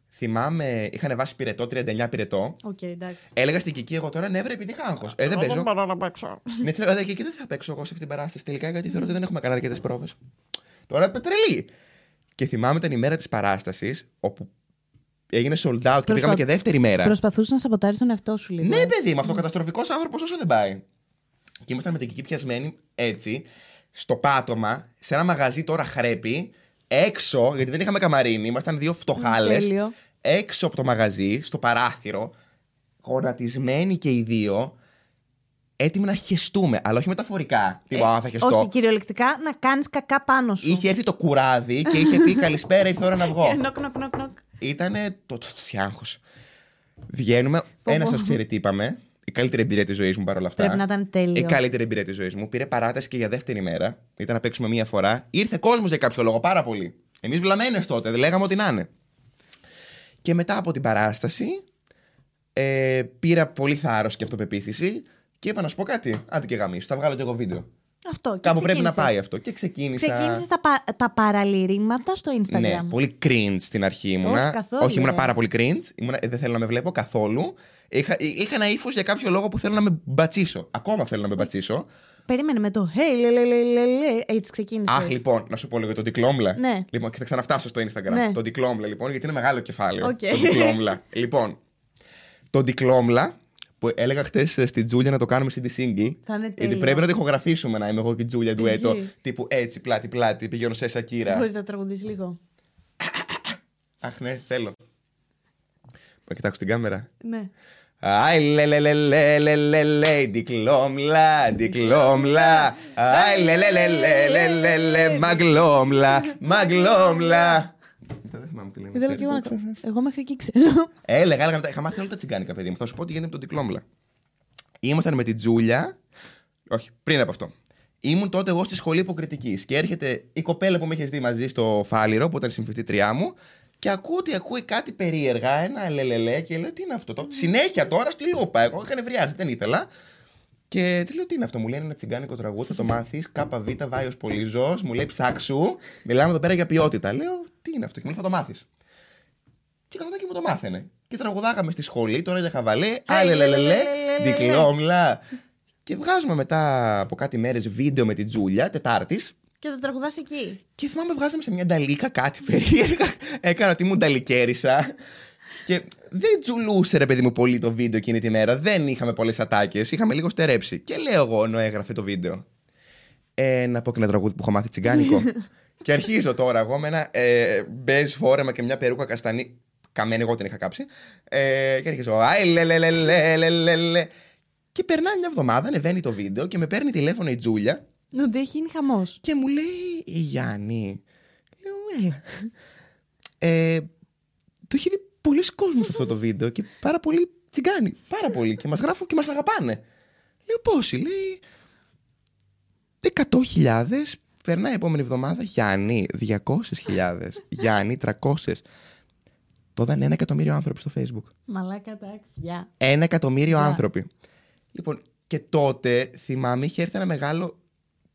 B: Θυμάμαι, είχαν βάσει πυρετό, 39 πυρετό.
A: Οκ, εντάξει.
B: Έλεγα στην Κική εγώ τώρα νεύρα επειδή είχα άγχος. Ε, δεν
C: Εγώ
B: παίζω.
C: δεν μπορώ να παίξω.
B: Ναι, τη λέω, «Ε, Κική δεν θα παίξω εγώ σε αυτή την παράσταση τελικά, γιατί θεωρώ ότι δεν έχουμε κάνει αρκετές πρόβες. Τώρα πετρελή. Και θυμάμαι ήταν η μέρα της παράστασης, όπου έγινε sold out και πήγαμε και δεύτερη μέρα.
A: Προσπαθούσες να σαμποτάρεις τον εαυτό σου λίγο.
B: Ναι,
A: ε.
B: παιδί μου, αυτοκαταστροφικό άνθρωπος όσο δεν πάει. Και ήμασταν με την κική πιασμένοι έτσι, στο πάτωμα, σε ένα μαγαζί τώρα χρέπει, έξω, γιατί δεν είχαμε καμαρίνι, ήμασταν δύο φτωχάλες.
A: Τέλειο.
B: Έξω από το μαγαζί, στο παράθυρο, γονατισμένοι και οι δύο, έτοιμοι να χεστούμε. Αλλά όχι μεταφορικά. Τι πάω, θα χεστώ.
A: Ε, Όχι, κυριολεκτικά να κάνεις κακά πάνω σου. Ε,
B: Είχε έρθει το κουράδι και είχε πει Καλησπέρα, ήρθε η ώρα να βγω.
A: Νοκ, νοκ, νοκ, νοκ.
B: Ήτανε το, το, το θιάγχος. Βγαίνουμε, ένα σα ξέρει τι είπαμε. Η καλύτερη εμπειρία της ζωής μου παρόλα αυτά.
A: Πρέπει να ήταν τέλειο.
B: Η καλύτερη εμπειρία της ζωής μου. Πήρε παράταση και για δεύτερη μέρα. Ήταν να παίξουμε μία φορά. Ήρθε κόσμος για κάποιο λόγο πάρα πολύ. Εμείς βλαμμένες τότε, δεν λέγαμε ότι να είναι. Και μετά από την παράσταση, ε, πήρα πολύ θάρρος και αυτοπεποίθηση και είπα να σου πω κάτι. Άντε και γαμίσου, θα βγάλω και εγώ βίντεο.
A: Αυτό. και
B: Κάπου πρέπει να
A: ξεκίνησες.
B: πάει αυτό. Και ξεκίνησα.
A: Ξεκίνησες τα, πα- τα παραλυρήματα στο Instagram.
B: Ναι, πολύ cringe στην αρχή ήμουνα.
A: Όχι, καθόλου,
B: ήμουνα
A: ε.
B: πάρα πολύ cringe. Ήμουνα, ε, δεν θέλω να με βλέπω καθόλου. Είχα, ε, είχα ένα ύφος για κάποιο λόγο που θέλω να με μπατσίσω. Ακόμα θέλω να με μπατσίσω.
A: Περίμενε με το hey, λε, λε, λε, λε, λε. Έτσι ξεκίνησες.
B: Αχ, λοιπόν, να σου πω λίγο για τον Τικλόμπλα.
A: Ναι.
B: Λοιπόν, και θα ξαναφτάσω στο Instagram.
A: Ναι.
B: Τον Τικλόμπλα, λοιπόν, γιατί είναι μεγάλο κεφάλαιο.
A: Οκ.
B: Τον Τικλόμπλα. λοιπόν, τον Τικλόμπλα που έλεγα χτε στην Τζούλια να το κάνουμε CD single.
A: Θα είναι
B: Γιατί
A: τέλειο.
B: πρέπει να το ηχογραφήσουμε να είμαι εγώ και η Τζούλια
A: Ισχύει.
B: ντουέτο. Τύπου έτσι, πλάτη, πλάτη, πηγαίνω σε Σακύρα.
A: Μπορείς να τραγουδίσει λίγο.
B: Αχ, ναι, θέλω. Να κοιτάξω την κάμερα.
A: Ναι.
B: Άι λε λε λε λε λε λε λε δικλόμλα, δικλόμλα Άι λε λε λε λε λε λε λε μαγκλόμλα, μαγκλόμλα Δεν θυμάμαι τι λένε.
A: Ήθελα και εγώ να ξέρω. Εγώ μέχρι εκεί ξέρω.
B: Έλεγα, Ε, έλεγα, μετά. είχα μάθει όλα τα τσιγκάνικα παιδί μου, θα σου πω τι γίνεται με τον δικλόμλα Ήμασταν με την Τζούλια, όχι πριν από αυτό Ήμουν τότε εγώ στη σχολή υποκριτικής και έρχεται η κοπέλα που με είχες δει μαζί στο Φάληρο που ήταν συμφιτήτριά μου και ακούω ότι ακούει κάτι περίεργα, ένα λελελέ και λέω τι είναι αυτό. Το... Συνέχεια τώρα στη λούπα. Εγώ είχα νευριάσει, δεν ήθελα. Και τη λέω τι είναι αυτό, μου λέει «Είναι ένα τσιγκάνικο τραγούδι, θα το μάθεις. ΚΒ, Βάιο Πολύζο, μου λέει ψάξου. Μιλάμε εδώ πέρα για ποιότητα. Λέω τι είναι αυτό, και μου λέει θα το μάθεις. Και καθόταν και μου το μάθαινε. Και τραγουδάγαμε στη σχολή, τώρα για χαβαλέ, αλελελελε, δικλόμλα. Και βγάζουμε μετά από κάτι μέρες βίντεο με την Τζούλια, Τετάρτης.
A: και το τραγουδάς εκεί.
B: Και θυμάμαι βγάζαμε σε μια νταλίκα κάτι περίεργα. Έκανα ότι μου νταλικέρισα. Και δεν τζουλούσε ρε παιδί μου πολύ το βίντεο εκείνη τη μέρα. Δεν είχαμε πολλές ατάκες. Είχαμε λίγο στερέψει. Και λέω εγώ ενώ έγραφε το βίντεο. Ε, να πω και ένα τραγούδι που έχω μάθει τσιγκάνικο. και αρχίζω τώρα εγώ με ένα ε, μπέζ φόρεμα και μια περούκα καστανή. Καμένη, εγώ την είχα κάψει. Ε, και αρχίζω. Άι, λε, λε, λε, λε, λε, λε, λε. Και περνάει μια εβδομάδα, ανεβαίνει το βίντεο και με παίρνει τηλέφωνο η Τζούλια
A: Ότι έχει γίνει χαμός.
B: και μου λέει «Η Γιάννη. Λέω, έλα. Ε, το έχει δει πολλοί κόσμο αυτό το βίντεο και πάρα πολύ τσιγκάνοι. Πάρα πολύ. Και μας γράφουν και μας αγαπάνε. Λέω πόσοι, λέει. 100.000. Περνάει η επόμενη εβδομάδα. Γιάννη, 200.000. Γιάννη, 300. Τώρα είναι ένα εκατομμύριο άνθρωποι στο Facebook.
A: Μαλάκα, εντάξει. Γεια.
B: Ένα εκατομμύριο
A: Ναι.
B: άνθρωποι. Λοιπόν, και τότε θυμάμαι είχε έρθει ένα μεγάλο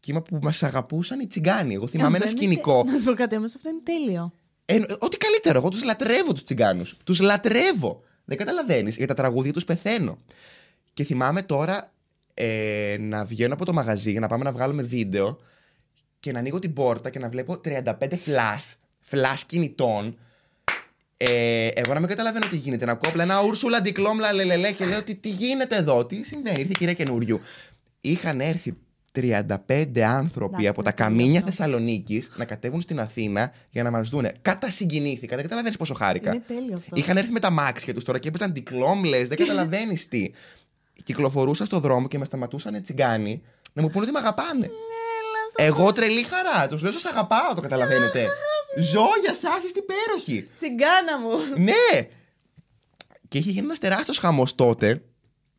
B: κύμα που μας αγαπούσαν οι τσιγκάνοι. Εγώ θυμάμαι ένα
A: Αυτό είναι
B: σκηνικό.
A: τε- Να σου πω κάτι όμως, αυτό είναι τέλειο.
B: Ε, ό,τι καλύτερο. Εγώ τους λατρεύω τους τσιγκάνους. Τους λατρεύω. Δεν καταλαβαίνεις. Για τα τραγούδια τους πεθαίνω. Και θυμάμαι τώρα ε, να βγαίνω από το μαγαζί για να πάμε να βγάλουμε βίντεο και να ανοίγω την πόρτα και να βλέπω 35 φλάσ, φλάσ κινητών. Ε, εγώ να μην καταλαβαίνω τι γίνεται. Να ακούω απλά ένα ούρσουλα ντικλόμλα λελελέ και λέω τι, τι γίνεται εδώ, τι συμβαίνει. Ήρθε η κυρία καινούριου. Είχαν έρθει 35 άνθρωποι
A: Εντάξει,
B: από
A: είναι πολύ
B: τα καμίνια
A: αυτό.
B: Θεσσαλονίκης να κατέβουν στην Αθήνα για να μας δούνε. Κατασυγκινήθηκα, δεν καταλαβαίνεις πόσο χάρηκα.
A: Είναι τέλειο αυτό.
B: Είχαν έρθει με τα μάξια τους τώρα και έπαιζαν δικλόμλε, δεν καταλαβαίνεις τι. Κυκλοφορούσα στον δρόμο και με σταματούσαν τσιγκάνοι να μου πούνε ότι με αγαπάνε.
A: Έλα, σαν
B: Εγώ τρελή χαρά. Τους λέω, Σας αγαπάω, το καταλαβαίνετε. Ζω για εσά, είστε υπέροχοι.
A: τσιγκάνα μου.
B: ναι! Και είχε γίνει ένας τεράστιος χαμός τότε.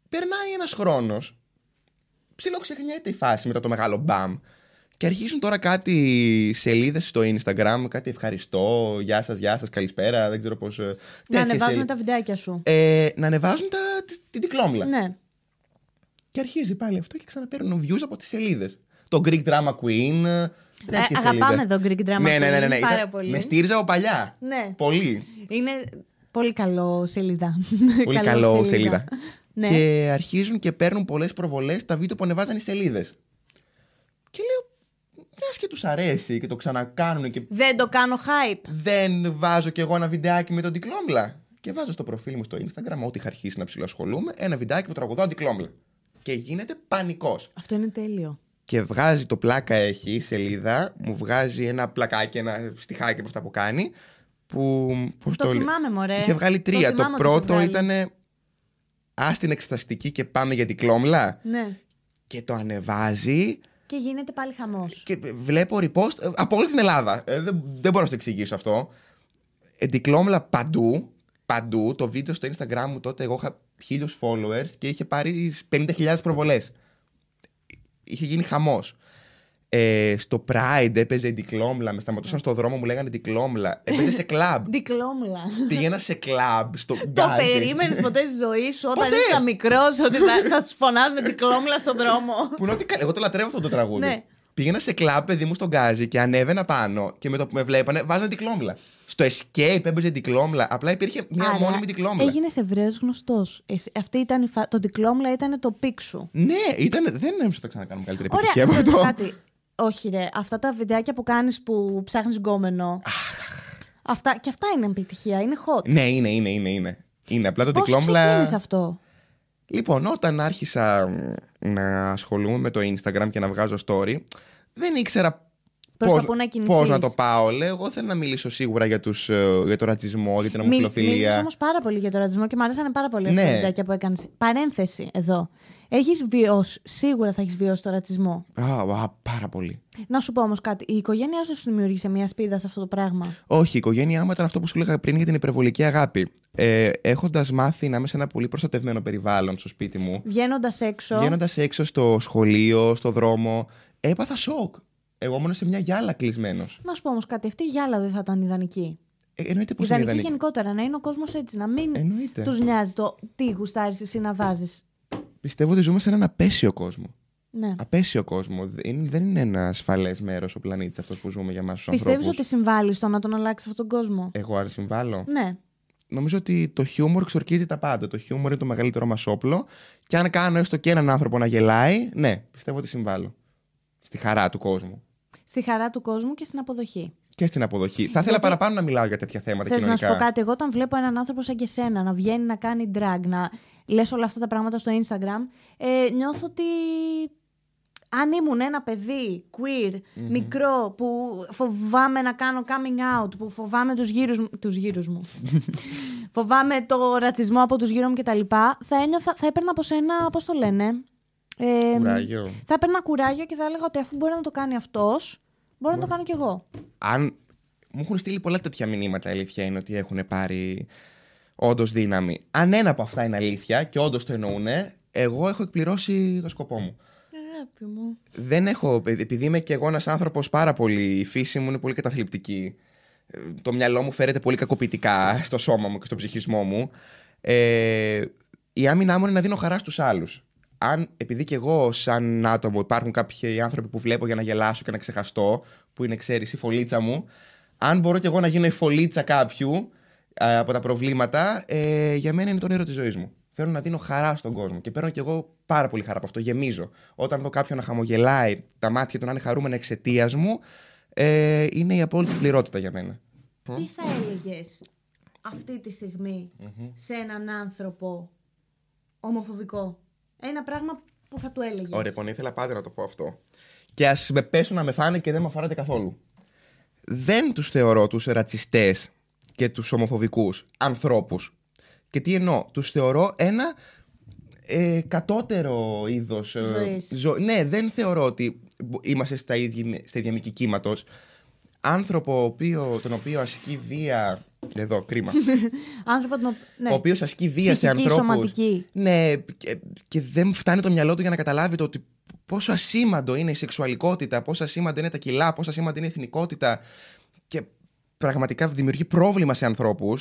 B: Περνάει ένας χρόνος. Ψιλοξεχνιέται η φάση μετά το μεγάλο μπαμ. Και αρχίζουν τώρα κάτι σελίδες στο Instagram, κάτι ευχαριστώ, γεια σας, γεια σας, καλησπέρα, δεν ξέρω πώς.
A: Να ανεβάζουν τα βιντεάκια σου.
B: Ε, να ανεβάζουν τα, τη- την τυκλόμηλα.
A: Ναι.
B: Και αρχίζει πάλι αυτό και ξαναπαίρνουν views από τις σελίδες. Το Greek Drama Queen. ε, τέτοιες σελίδες.
A: αγαπάμε τον Greek Drama
B: ναι, ναι, ναι, ναι,
A: Queen,
B: ναι.
A: πάρα
B: Ήταν-
A: πολύ.
B: Με στήριζα από παλιά.
A: Ναι.
B: Πολύ.
A: Είναι πολύ καλό σελίδα.
B: Πολύ καλό σελίδα.
A: Ναι.
B: Και αρχίζουν και παίρνουν πολλές προβολές τα βίντεο που ανεβάζαν οι σελίδες. Και λέω, μια και τους αρέσει και το ξανακάνουν και
A: Δεν το κάνω hype.
B: δεν βάζω κι εγώ ένα βιντεάκι με τον Τικλόμπλα. Και βάζω στο προφίλ μου στο Instagram, ό,τι είχα αρχίσει να ψηλοασχολούμαι, ένα βιντεάκι που τραγουδάω Τικλόμπλα. Και γίνεται πανικός.
A: Αυτό είναι τέλειο.
B: και βγάζει το πλάκα έχει η σελίδα, μου βγάζει ένα πλακάκι, ένα στιχάκι από αυτά που κάνει. Που, πώς
A: Το
B: λέ-
A: θυμάμαι, μωρέ.
B: Είχε βγάλει
A: Το
B: τρία. Το,
A: θυμάμαι ότι το
B: πρώτο
A: βγάλει.
B: ήταν ας την εξεταστική και πάμε για την κλόμλα.
A: Ναι.
B: Και το ανεβάζει
A: Και γίνεται πάλι χαμός.
B: και βλέπω repost ε, από όλη την Ελλάδα. Ε, δεν, δεν μπορώ να το εξηγήσω αυτό. Ε, την κλόμλα παντού. Παντού. Το βίντεο στο Instagram μου τότε εγώ είχα χίλιους followers και είχε πάρει 50.000 προβολές. Είχε γίνει χαμός. Ε, στο Pride έπαιζε η Ντικλόμλα, με σταματούσαν στον δρόμο, μου λέγανε Ντικλόμλα. Έπαιζε σε κλαμπ.
A: Δικλόμουλα.
B: Πήγαινα σε κλαμπ, στο
A: Το
B: γκάζι.
A: περίμενες ποτέ στη ζωή σου όταν
B: Ποτέ.
A: ήσουν μικρός ότι θα, θα σου φωνάζουν δικλόμουλα στον δρόμο.
B: Που είναι ότι κα- Εγώ το λατρεύω αυτό το τραγούδι.
A: Ναι.
B: Πήγαινα σε κλαμπ, παιδί μου, στον Γκάζι και ανέβαινα πάνω και με το που με βλέπανε βάζανε τυκλόμλα. Στο escape έπαιζε τυκλόμλα. Απλά υπήρχε μία
A: Άρα,
B: μόνιμη τυκλόμλα.
A: Έγινε Εβραίος γνωστός. Αυτή ήταν η φα... Το δικλόμουλα ήταν το πικ σου.
B: Ναι, ήταν, δεν νόμιζα ότι θα ξανακάνουμε καλύτερη επιτυχία
A: Ωραία,
B: από
A: να ρωτήσω
B: αυτό.
A: κάτι. Όχι, ρε. Αυτά τα βιντεάκια που κάνεις που ψάχνεις γκόμενο. αυτά, και αυτά είναι επιτυχία. Είναι hot.
B: Ναι, είναι, είναι, είναι. είναι. Είναι απλά το
A: Πώς
B: τυκλόμλα.
A: ξεκίνησε αυτό.
B: Λοιπόν, όταν άρχισα μ, να ασχολούμαι με το Instagram και να βγάζω story, δεν ήξερα
A: Προς τα
B: πώς-
A: πού να κινηθείς.
B: πώς να το πάω. Λέω, εγώ θέλω να μιλήσω σίγουρα για, τους, ε, για τον ρατσισμό, για την
A: Μίλησε
B: ομοφιλοφιλία.
A: όμως πάρα πολύ για τον ρατσισμό και μου αρέσανε πάρα πολύ αυτά
B: Ναι.
A: τα βιντεάκια που έκανες. Παρένθεση εδώ. Έχεις βιώσει, σίγουρα θα έχεις βιώσει τον ρατσισμό.
B: Α, α, πάρα πολύ.
A: Να σου πω όμως κάτι. Η οικογένειά σου σου δημιούργησε μια σπίδα σε αυτό το πράγμα.
B: Όχι, η οικογένειά μου ήταν αυτό που σου έλεγα πριν για την υπερβολική αγάπη. Ε, Έχοντας μάθει να είμαι σε ένα πολύ προστατευμένο περιβάλλον στο σπίτι μου,
A: Βγαίνοντας έξω.
B: βγαίνοντας έξω στο σχολείο, στο δρόμο, έπαθα σοκ. Εγώ ήμουν σε μια γυάλα κλεισμένος.
A: Να σου πω όμως κάτι. Αυτή η γυάλα δεν θα ήταν ιδανική.
B: Ε, εννοείται πως είναι
A: ιδανική,
B: ιδανική.
A: γενικότερα. Να είναι ο κόσμος έτσι. Να μην
B: Εννοείται.
A: τους νοιάζει το τι γουστάρεις εσύ να βάζει.
B: Πιστεύω ότι ζούμε σε έναν απέσιο κόσμο.
A: Ναι.
B: Απέσιο κόσμο. Δεν, δεν είναι ένα ασφαλές μέρος ο πλανήτης αυτός που ζούμε για εμά του
A: Πιστεύει
B: ανθρώπου.
A: ότι συμβάλλει στο να τον αλλάξει αυτόν τον κόσμο.
B: Εγώ άρα συμβάλλω.
A: Ναι.
B: Νομίζω ότι το χιούμορ ξορκίζει τα πάντα. Το χιούμορ είναι το μεγαλύτερο μας όπλο. Και αν κάνω έστω και έναν άνθρωπο να γελάει, ναι, πιστεύω ότι συμβάλλω. Στη χαρά του κόσμου.
A: Στη χαρά του κόσμου και στην αποδοχή.
B: Και στην αποδοχή. Θα ήθελα παραπάνω να μιλάω για τέτοια θέματα
A: Θες να
B: κοινωνικά.
A: σου πω κάτι. Εγώ όταν βλέπω έναν άνθρωπο σαν και σένα να βγαίνει να κάνει drag, να λες όλα αυτά τα πράγματα στο Instagram, ε, νιώθω ότι αν ήμουν ένα παιδί queer, μικρό, που φοβάμαι να κάνω coming out, που φοβάμαι τους γύρους, μου- τους γύρους μου, φοβάμαι το ρατσισμό από τους γύρω μου κτλ, θα, ένιωθα, θα έπαιρνα από σένα, πώς το λένε, ε,
B: Κουράγιο.
A: θα έπαιρνα κουράγιο και θα έλεγα ότι αφού μπορεί να το κάνει αυτός, μπορώ να το κάνω κι εγώ.
B: αν. Μου έχουν στείλει πολλά τέτοια μηνύματα. Η αλήθεια είναι ότι έχουν πάρει όντως δύναμη. Αν ένα από αυτά είναι αλήθεια και όντως το εννοούν, εγώ έχω εκπληρώσει το σκοπό μου.
A: Αγάπη μου.
B: Δεν έχω. Επειδή είμαι και εγώ ένας άνθρωπος πάρα πολύ. Η φύση μου είναι πολύ καταθλιπτική. Ε, Το μυαλό μου φέρεται πολύ κακοποιητικά στο σώμα μου και στο ψυχισμό μου. Ε, η άμυνά μου είναι να δίνω χαρά στους άλλους. Αν, επειδή και εγώ, σαν άτομο, υπάρχουν κάποιοι άνθρωποι που βλέπω για να γελάσω και να ξεχαστώ, που είναι, ξέρεις, η φωλίτσα μου, αν μπορώ και εγώ να γίνω η φωλίτσα κάποιου ε, από τα προβλήματα, ε, για μένα είναι τον ήρωα της ζωής μου. Θέλω να δίνω χαρά στον κόσμο και παίρνω κι εγώ πάρα πολύ χαρά από αυτό. Γεμίζω. Όταν δω κάποιον να χαμογελάει, τα μάτια του να είναι χαρούμενα εξαιτίας μου, ε, είναι η απόλυτη πληρότητα για μένα.
A: Τι θα έλεγες αυτή τη στιγμη σε έναν άνθρωπο ομοφοβικό. Ένα πράγμα που θα του έλεγες.
B: Ωραία, λοιπόν, ήθελα πάντα να το πω αυτό. Και ας με πέσουν να με φάνε και δεν με αφοράτε καθόλου. Δεν τους θεωρώ τους ρατσιστές και τους ομοφοβικούς ανθρώπους. Και τι εννοώ, τους θεωρώ ένα ε, κατώτερο είδος.
A: Ζωής.
B: Ναι, δεν θεωρώ ότι μπο- είμαστε στα ίδια, στα ίδια μήκη κύματος. Άνθρωπο οποίο, τον οποίο ασκεί βία. Εδώ, κρίμα.
A: Άνθρωπο τον οπ- ναι.
B: Ο οποίος ασκεί βία σε
A: Ψυχική,
B: ανθρώπους.
A: σωματική.
B: Ναι, και, και δεν φτάνει το μυαλό του για να καταλάβει το ότι πόσο ασήμαντο είναι η σεξουαλικότητα, πόσο ασήμαντο είναι τα κιλά, πόσο ασήμαντο είναι η εθνικότητα. Και πραγματικά δημιουργεί πρόβλημα σε ανθρώπους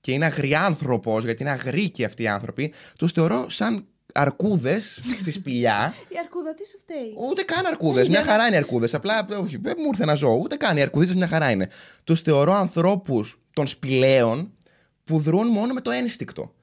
B: και είναι αγριάνθρωπο, γιατί είναι αγρίκοι αυτοί οι άνθρωποι. Τους θεωρώ σαν αρκούδες στη σπηλιά.
A: Η αρκούδα τι σου φταίει.
B: Ούτε καν
A: Ε,
B: αρκούδε. Μια χαρά είναι αρκούδες. Απλά ε, όχι, δεν μου ήρθε ένα ζώο. Ούτε καν οι αρκούδες μια χαρά είναι. Τους θεωρώ ανθρώπους των σπηλαίων που δρούν μόνο με το ένστικτο.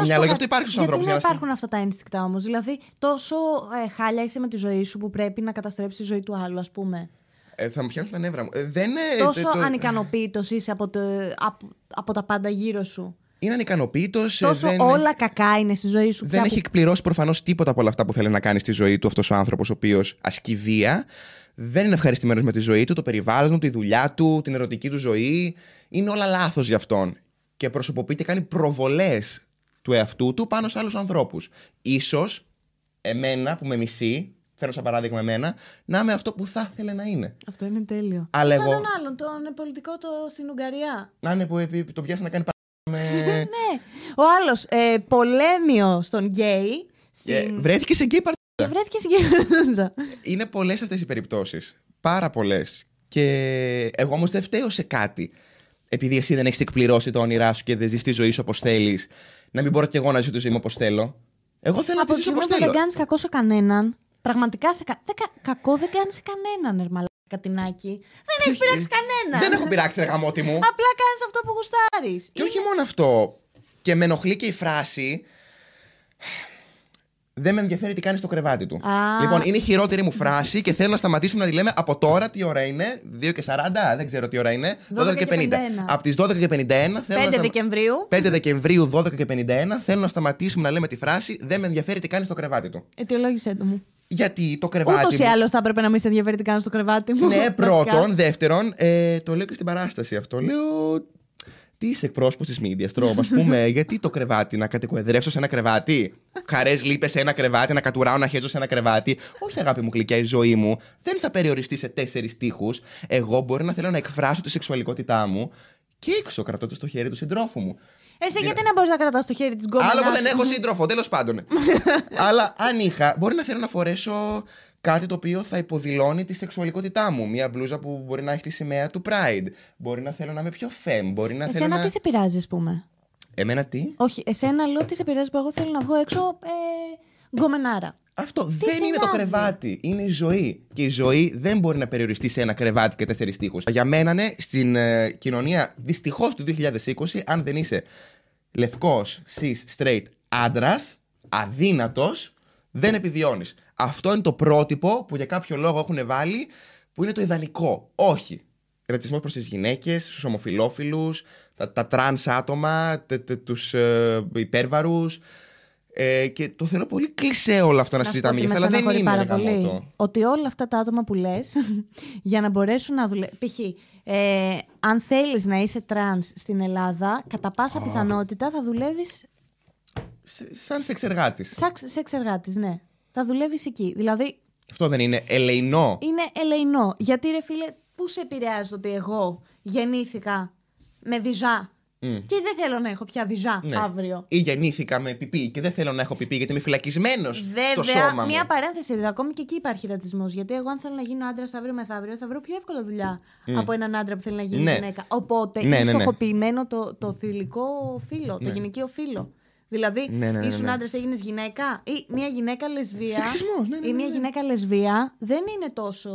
A: Να σου
B: μυαλό
A: πω
B: γι' αυτό
A: κάτι.
B: υπάρχει στους ανθρώπου.
A: Γιατί να υπάρχουν αυτά τα ένστικτα όμως. Δηλαδή, τόσο ε, χάλια είσαι με τη ζωή σου που πρέπει να καταστρέψεις τη ζωή του άλλου, ας πούμε.
B: Ε, θα μου πιάσουν τα νεύρα μου. Ε, δεν, ε,
A: τόσο
B: το- το-
A: ανικανοποίητος είσαι από, το, από, από τα πάντα γύρω σου.
B: Είναι ανικανοποίητο.
A: τόσο
B: δεν,
A: όλα κακά είναι στη ζωή σου.
B: δεν
A: πια
B: έχει
A: που-
B: εκπληρώσει προφανώς τίποτα από όλα αυτά που θέλει να κάνει στη ζωή του αυτός ο άνθρωπος, ο οποίος ασκεί βία. Δεν είναι ευχαριστημένος με τη ζωή του, το περιβάλλον του, τη δουλειά του, την ερωτική του ζωή. Είναι όλα λάθος για αυτόν. Και προσωποποιεί και κάνει προβολές του εαυτού του πάνω σε άλλους ανθρώπους. σω εμένα που με μισεί, φέρω σαν παράδειγμα εμένα, να είμαι αυτό που θα ήθελε να είναι.
A: Αυτό είναι τέλειο.
B: Αλλά
A: Σαν
B: εγώ.
A: τον άλλον, τον πολιτικό το στην Ουγγαρία.
B: Να είναι που επί- τον πιάσει να κάνει παράδειγμα.
A: Ναι. Ο άλλος ε, πολέμιο στον γκέι. Στην...
B: Ε, Βρέθηκε σε γκέι παρ-
A: Και βρέθηκε συγκεκριμένα.
B: Είναι πολλές αυτές οι περιπτώσεις. Πάρα πολλές. Και εγώ όμως δεν φταίω σε κάτι. Επειδή εσύ δεν έχεις εκπληρώσει τα όνειρά σου και δεν ζεις τη ζωή σου όπως θέλεις, να μην μπορώ και εγώ να ζω τη ζωή μου όπως θέλω. Εγώ θέλω
A: Από
B: να τη
A: τη
B: ζήσω
A: στιγμή
B: όπως
A: που δεν
B: θέλω.
A: κάνεις κακό σε κανέναν, πραγματικά σε κα... δεν κα- κακό δεν κάνει σε κανέναν, ρε μαλάκα τινάκι. Δεν έχεις
B: όχι, ε,
A: πειράξει κανέναν.
B: Δεν έχω πειράξει, ρε γαμότη μου.
A: Απλά κάνεις αυτό που γουστάρεις.
B: Και όχι μόνο αυτό. Και με ενοχλεί και η φράση. Δεν με ενδιαφέρει τι κάνεις στο κρεβάτι του.
A: Α.
B: Λοιπόν, είναι η χειρότερη μου φράση και θέλω να σταματήσουμε να τη λέμε από τώρα τι ώρα είναι. 2 και 40, δεν ξέρω τι ώρα είναι. 12 και 50.
A: 12:51.
B: Από τις 12 και 51 θέλω να
A: 5
B: σταμα-
A: Δεκεμβρίου.
B: 5 Δεκεμβρίου 12 και 51 θέλω να σταματήσουμε να λέμε τη φράση Δεν με ενδιαφέρει τι κάνεις στο κρεβάτι του.
A: Αιτιολόγησέ το μου.
B: Γιατί το κρεβάτι.
A: Ούτως ή
B: μου-
A: άλλως θα έπρεπε να μην σε ενδιαφέρει τι κάνω στο κρεβάτι μου.
B: Ναι,
A: βασικά.
B: πρώτον. Δεύτερον, ε, το λέω και στην παράσταση αυτό. Λέω. Τι είσαι εκπρόσωπος της media, τρόπο, ας πούμε, γιατί το κρεβάτι, να κατοικοεδρεύσω σε ένα κρεβάτι. Χαρές λείπες σε ένα κρεβάτι, να κατουράω, να χέζω σε ένα κρεβάτι. Όχι, αγάπη μου, κλικιά, η ζωή μου δεν θα περιοριστεί σε τέσσερις τείχου. Εγώ μπορεί να θέλω να εκφράσω τη σεξουαλικότητά μου και έξω κρατώντα το χέρι του συντρόφου μου.
A: Εσύ γιατί να μπορείς να κρατάς το χέρι της γκόμενας.
B: Άλλο που δεν έχω σύντροφο, τέλος πάντων. Αλλά αν είχα, μπορεί να θέλω να φορέσω κάτι το οποίο θα υποδηλώνει τη σεξουαλικότητά μου. Μια μπλούζα που μπορεί να έχει τη σημαία του Pride. Μπορεί να θέλω να είμαι πιο femme. Μπορεί να θέλω
A: Εσένα
B: να.
A: τι σε πειράζει, ας πούμε.
B: Εμένα τι.
A: Όχι, εσένα λέω τι σε πειράζει που εγώ θέλω να βγω έξω ε, γκομενάρα.
B: Αυτό δεν
A: σε
B: είναι το
A: νοιάζει?
B: κρεβάτι. Είναι η ζωή. Και η ζωή δεν μπορεί να περιοριστεί σε ένα κρεβάτι και τέσσερις τείχου. Για μένα, ναι, στην ε, κοινωνία δυστυχώς του 2020, αν δεν είσαι λευκός, cis, straight άντρας, αδύνατος, δεν επιβιώνεις. Αυτό είναι το πρότυπο που για κάποιο λόγο έχουν βάλει που είναι το ιδανικό. Όχι. Ρατσισμός προς τις γυναίκες, στους ομοφυλόφιλους, τα, τα τραν άτομα, του υπέρβαρους. Ε, και το θεωρώ πολύ κλεισέ όλο αυτό να,
A: σου πω
B: συζητάμε
A: ότι
B: γι'
A: με
B: αυτό, αλλά δεν
A: στεναχωρεί
B: είναι
A: πάρα
B: ρε γαμότο.
A: πολύ. Ότι όλα αυτά τα άτομα που λες, για να μπορέσουν να δουλέψουν. Π.χ. Ε, αν θέλεις να είσαι τραν στην Ελλάδα, κατά πάσα πιθανότητα θα δουλεύεις
B: Σ- Σαν σεξεργάτη.
A: σε εξεργάτης, ναι. Θα δουλεύεις εκεί. Δηλαδή
B: Αυτό δεν είναι ελεηνό.
A: είναι ελεηνό. Γιατί ρε φίλε, πού σε επηρεάζει το ότι εγώ γεννήθηκα με βιζά
B: Μμ.
A: και δεν θέλω να έχω πια βιζά
B: Ναι.
A: αύριο.
B: Ή γεννήθηκα με πιπί και δεν θέλω να έχω πιπί γιατί είμαι φυλακισμένος το
A: Βέβαια,
B: σώμα μου.
A: μία παρένθεση εδώ. Ακόμη και εκεί υπάρχει ρατσισμός. Γιατί εγώ, αν θέλω να γίνω άντρας αύριο μεθαύριο, θα βρω πιο εύκολα δουλειά από έναν άντρα που θέλει να γίνει
B: Ναι.
A: γυναίκα. Οπότε
B: Ναι,
A: είναι
B: ναι, ναι.
A: στοχοποιημένο το, το θηλυκό φύλλο, το γυναικείο φύλλο. Δηλαδή,
B: Ναι, ναι, ναι,
A: ήσουν
B: ναι.
A: άντρας, έγινες γυναίκα ή μία γυναίκα λεσβία.
B: Σεξισμός, ναι, ναι,
A: Ή μία
B: ναι, ναι.
A: γυναίκα λεσβία δεν είναι τόσο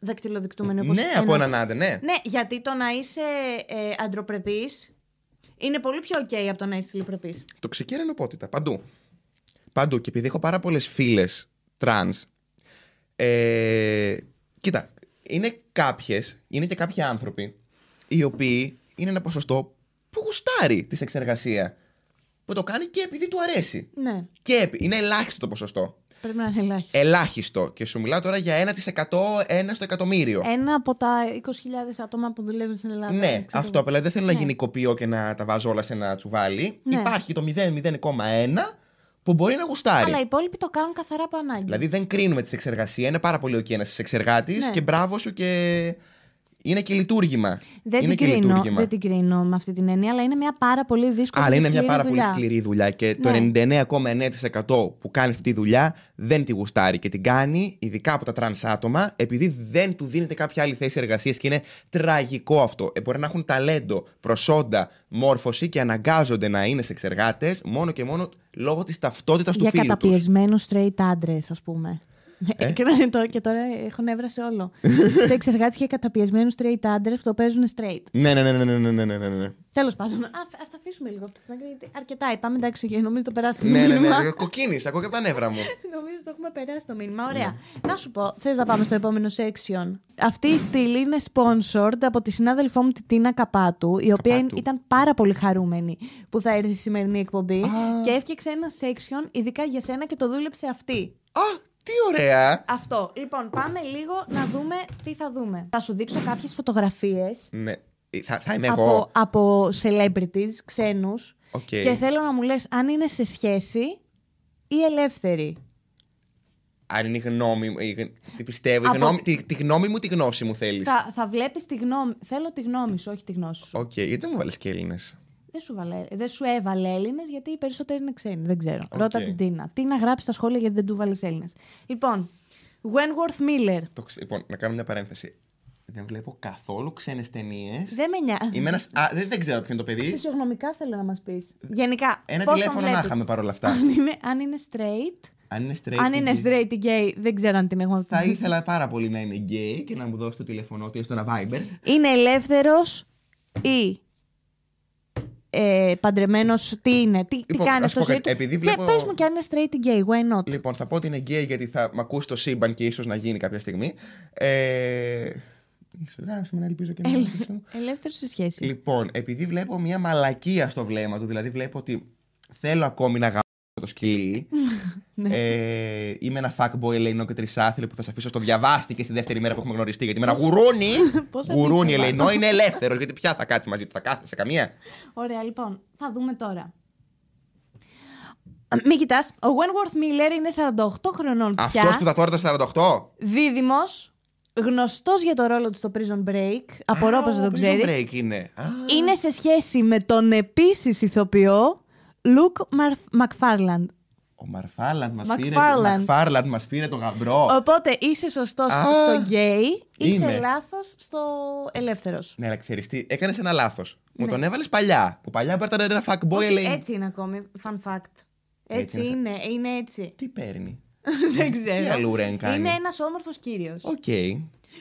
A: δακτυλοδεικτούμενη όπως
B: Ναι, από έναν άντρα, ναι.
A: Ναι, γιατί το να είσαι ε, αντροπρεπής είναι πολύ πιο οκ από το να είσαι τηλεπρεπή.
B: Τοξική ανενοπότητα. Παντού. Παντού. Και επειδή έχω πάρα πολλές φίλες τραν. Ε, κοίτα, είναι κάποιες, είναι και κάποιοι άνθρωποι οι οποίοι είναι ένα ποσοστό που γουστάρει τη σεξεργασία. Που το κάνει και επειδή του αρέσει.
A: Ναι,
B: Και επει- είναι ελάχιστο το ποσοστό.
A: πρέπει να είναι ελάχιστο.
B: Ελάχιστο. Και σου μιλάω τώρα για 1%, ένα στο εκατομμύριο.
A: Ένα από τα 20.000 άτομα που δουλεύουν στην Ελλάδα.
B: Ναι,
A: ξέρω.
B: αυτό απλά δεν θέλω να
A: Ναι.
B: γενικοποιώ και να τα βάζω όλα σε ένα τσουβάλι.
A: Ναι.
B: Υπάρχει το 0,01 που μπορεί να γουστάρει.
A: Αλλά οι υπόλοιποι το κάνουν καθαρά από ανάγκη.
B: Δηλαδή δεν κρίνουμε τη σεξεργασία. Είναι πάρα πολύ ο ένα σεξεργάτη
A: Ναι.
B: και μπράβο σου και. Είναι και λειτουργήμα.
A: δεν,
B: είναι
A: την κρίνω, δεν την κρίνω με αυτή την έννοια, αλλά είναι μια πάρα πολύ δύσκολη
B: Αλλά
A: και
B: είναι μια
A: σκληρή
B: πάρα
A: δουλειά.
B: πολύ σκληρή δουλειά και
A: Ναι.
B: το 99,9% που κάνει αυτή τη δουλειά δεν τη γουστάρει και την κάνει ειδικά από τα τρανς άτομα επειδή δεν του δίνεται κάποια άλλη θέση εργασίας και είναι τραγικό αυτό. Ε, μπορεί να έχουν ταλέντο, προσόντα, μόρφωση και αναγκάζονται να είναι σεξεργάτες μόνο και μόνο λόγω της ταυτότητας του
A: Για
B: φίλου τους.
A: καταπιεσμένους straight άντρες, ας πούμε.
B: Ε?
A: Και τώρα- και τώρα έχω νεύρα σε όλο. σε εξεργάτες και καταπιεσμένους straight άντρες που το παίζουν straight.
B: Ναι, ναι, ναι, ναι, ναι, ναι, ναι, ναι, ναι.
A: Τέλος πάντων, α ας τα αφήσουμε λίγο αυτό στην άκρη, γιατί αρκετά είπαμε. Εντάξει, για νομίζω το περάσαμε.
B: ναι,
A: το
B: ναι, ναι,
A: μήνυμα.
B: ναι. Κοκκίνησα, ακούω και από τα νεύρα μου.
A: Νομίζω το έχουμε περάσει το μήνυμα.
B: Ναι.
A: Ωραία. Να σου πω, θες να πάμε στο επόμενο section. Αυτή η στήλη είναι sponsored από τη συνάδελφό μου τη Τίνα Καπάτου, η οποία
B: Καπάτου.
A: ήταν πάρα πολύ χαρούμενη που θα έρθει στη σημερινή εκπομπή
B: Α.
A: και έφτιαξε ένα section ειδικά για σένα και το δούλεψε αυτή.
B: Α, τι ωραία!
A: Αυτό. Λοιπόν, πάμε λίγο να δούμε τι θα δούμε. Θα σου δείξω κάποιες φωτογραφίες
B: Ναι. Ε, Θα, θα είμαι
A: από,
B: εγώ.
A: από celebrities, ξένους.
B: Οκ.
A: Και θέλω να μου λες αν είναι σε σχέση ή ελεύθερη.
B: Αν είναι η γνώμη μου. η γν- Τι πιστεύω. η
A: Από-
B: γνώμη- τη, τη γνώμη μου, τη γνώση μου θέλεις.
A: Θα, θα βλέπεις τη γνώμη. Θέλω τη γνώμη σου, όχι τη γνώση σου.
B: Οκ, γιατί δεν μου βάλει και Έλληνες.
A: Δεν, σου βαλέ, δεν σου έβαλε Έλληνες, γιατί οι περισσότεροι είναι ξένοι. Δεν ξέρω.
B: Οκ.
A: Ρώτα την Τίνα. Τι να γράψει στα σχόλια γιατί δεν του βάλει Έλληνες. Λοιπόν, Wentworth Miller.
B: Λοιπόν, να κάνω μια παρένθεση. Δεν βλέπω καθόλου ξένες ταινίες.
A: Δεν με νοιάζει.
B: Είμαι ένας- α, δεν, δεν ξέρω ποιο είναι το παιδί.
A: Φυσιογνωμικά θέλω να μας πεις. Γενικά.
B: Ένα
A: πώς τον
B: τηλέφωνο να
A: βλέπεις.
B: είχαμε παρόλα αυτά.
A: Αν είναι, αν είναι straight.
B: αν είναι straight.
A: αν είναι
B: gay,
A: straight ή gay, δεν ξέρω αν την έχουμε
B: Θα ήθελα πάρα πολύ να είναι γκέι και να μου δώσει το τηλέφωνο του ή στο ένα Viber.
A: Είναι ελεύθερος ή ε, παντρεμένος, τι είναι, τι, τι
B: Λοιπόν,
A: κάνει
B: ας
A: στο
B: πω
A: ζωή
B: κάτι.
A: του.
B: Επειδή
A: Και
B: βλέπω-
A: πες μου και αν είναι straight ή gay, why not.
B: Λοιπόν, θα πω ότι είναι γκέι γιατί θα μ' ακούσει το σύμπαν και ίσως να γίνει κάποια στιγμή. Ε... Ίσως, άσε με να ελπίζω και εμένα, δεν ξέρω.
A: Ελεύθερος στη σχέση.
B: Λοιπόν, επειδή βλέπω μια μαλακία στο βλέμμα του, δηλαδή βλέπω ότι θέλω ακόμη να γαμίσω το σκυλί.
A: Ναι.
B: ε, είμαι ένα fuckboy ελεηνό και τρισάθλι που θα σε αφήσω στο διαβάστη και στη δεύτερη μέρα που έχουμε γνωριστεί. Γιατί με ένα γουρούνι,
A: Πόσα
B: γουρούνι
A: δίκαια.
B: ελεηνό είναι ελεύθερος. Γιατί πια θα κάτσει μαζί του, θα κάθεσαι καμία.
A: Ωραία, λοιπόν, θα δούμε τώρα. Μην κοιτάς, ο Wentworth Miller είναι 48 χρονών πια.
B: Αυτός που θα τώρα το
A: Δίδυμος, γνωστός για το ρόλο του στο Prison Break.
B: 48.
A: Απορώ πως
B: Α,
A: δεν το
B: prison
A: ξέρεις.
B: break είναι. Α,
A: Είναι σε σχέση με τον επίσης ηθοποιό Luke Marf- McFarland.
B: Ο Μαρφάλαντ μας πήρε,
A: Μακφάρλαντ.
B: Μακφάρλαντ μας πήρε το γαμπρό.
A: Οπότε είσαι σωστός
B: Α,
A: στο γκέι, είσαι
B: είμαι.
A: λάθος στο ελεύθερος.
B: Ναι, αλλά ξέρεις τι, έκανες ένα λάθος. Μου τον έβαλες παλιά. Που παλιά μπορεί να ήταν ένα fuckboy ελεηνό.
A: Ναι. Έτσι είναι ακόμη, fun fact. Έτσι,
B: Έτσι είναι.
A: είναι, ε, είναι έτσι.
B: Τι παίρνει.
A: Δεν ξέρω.
B: Ε, Τι αλλού ρεν κάνει.
A: Είναι ένας όμορφος κύριος.
B: Οκ.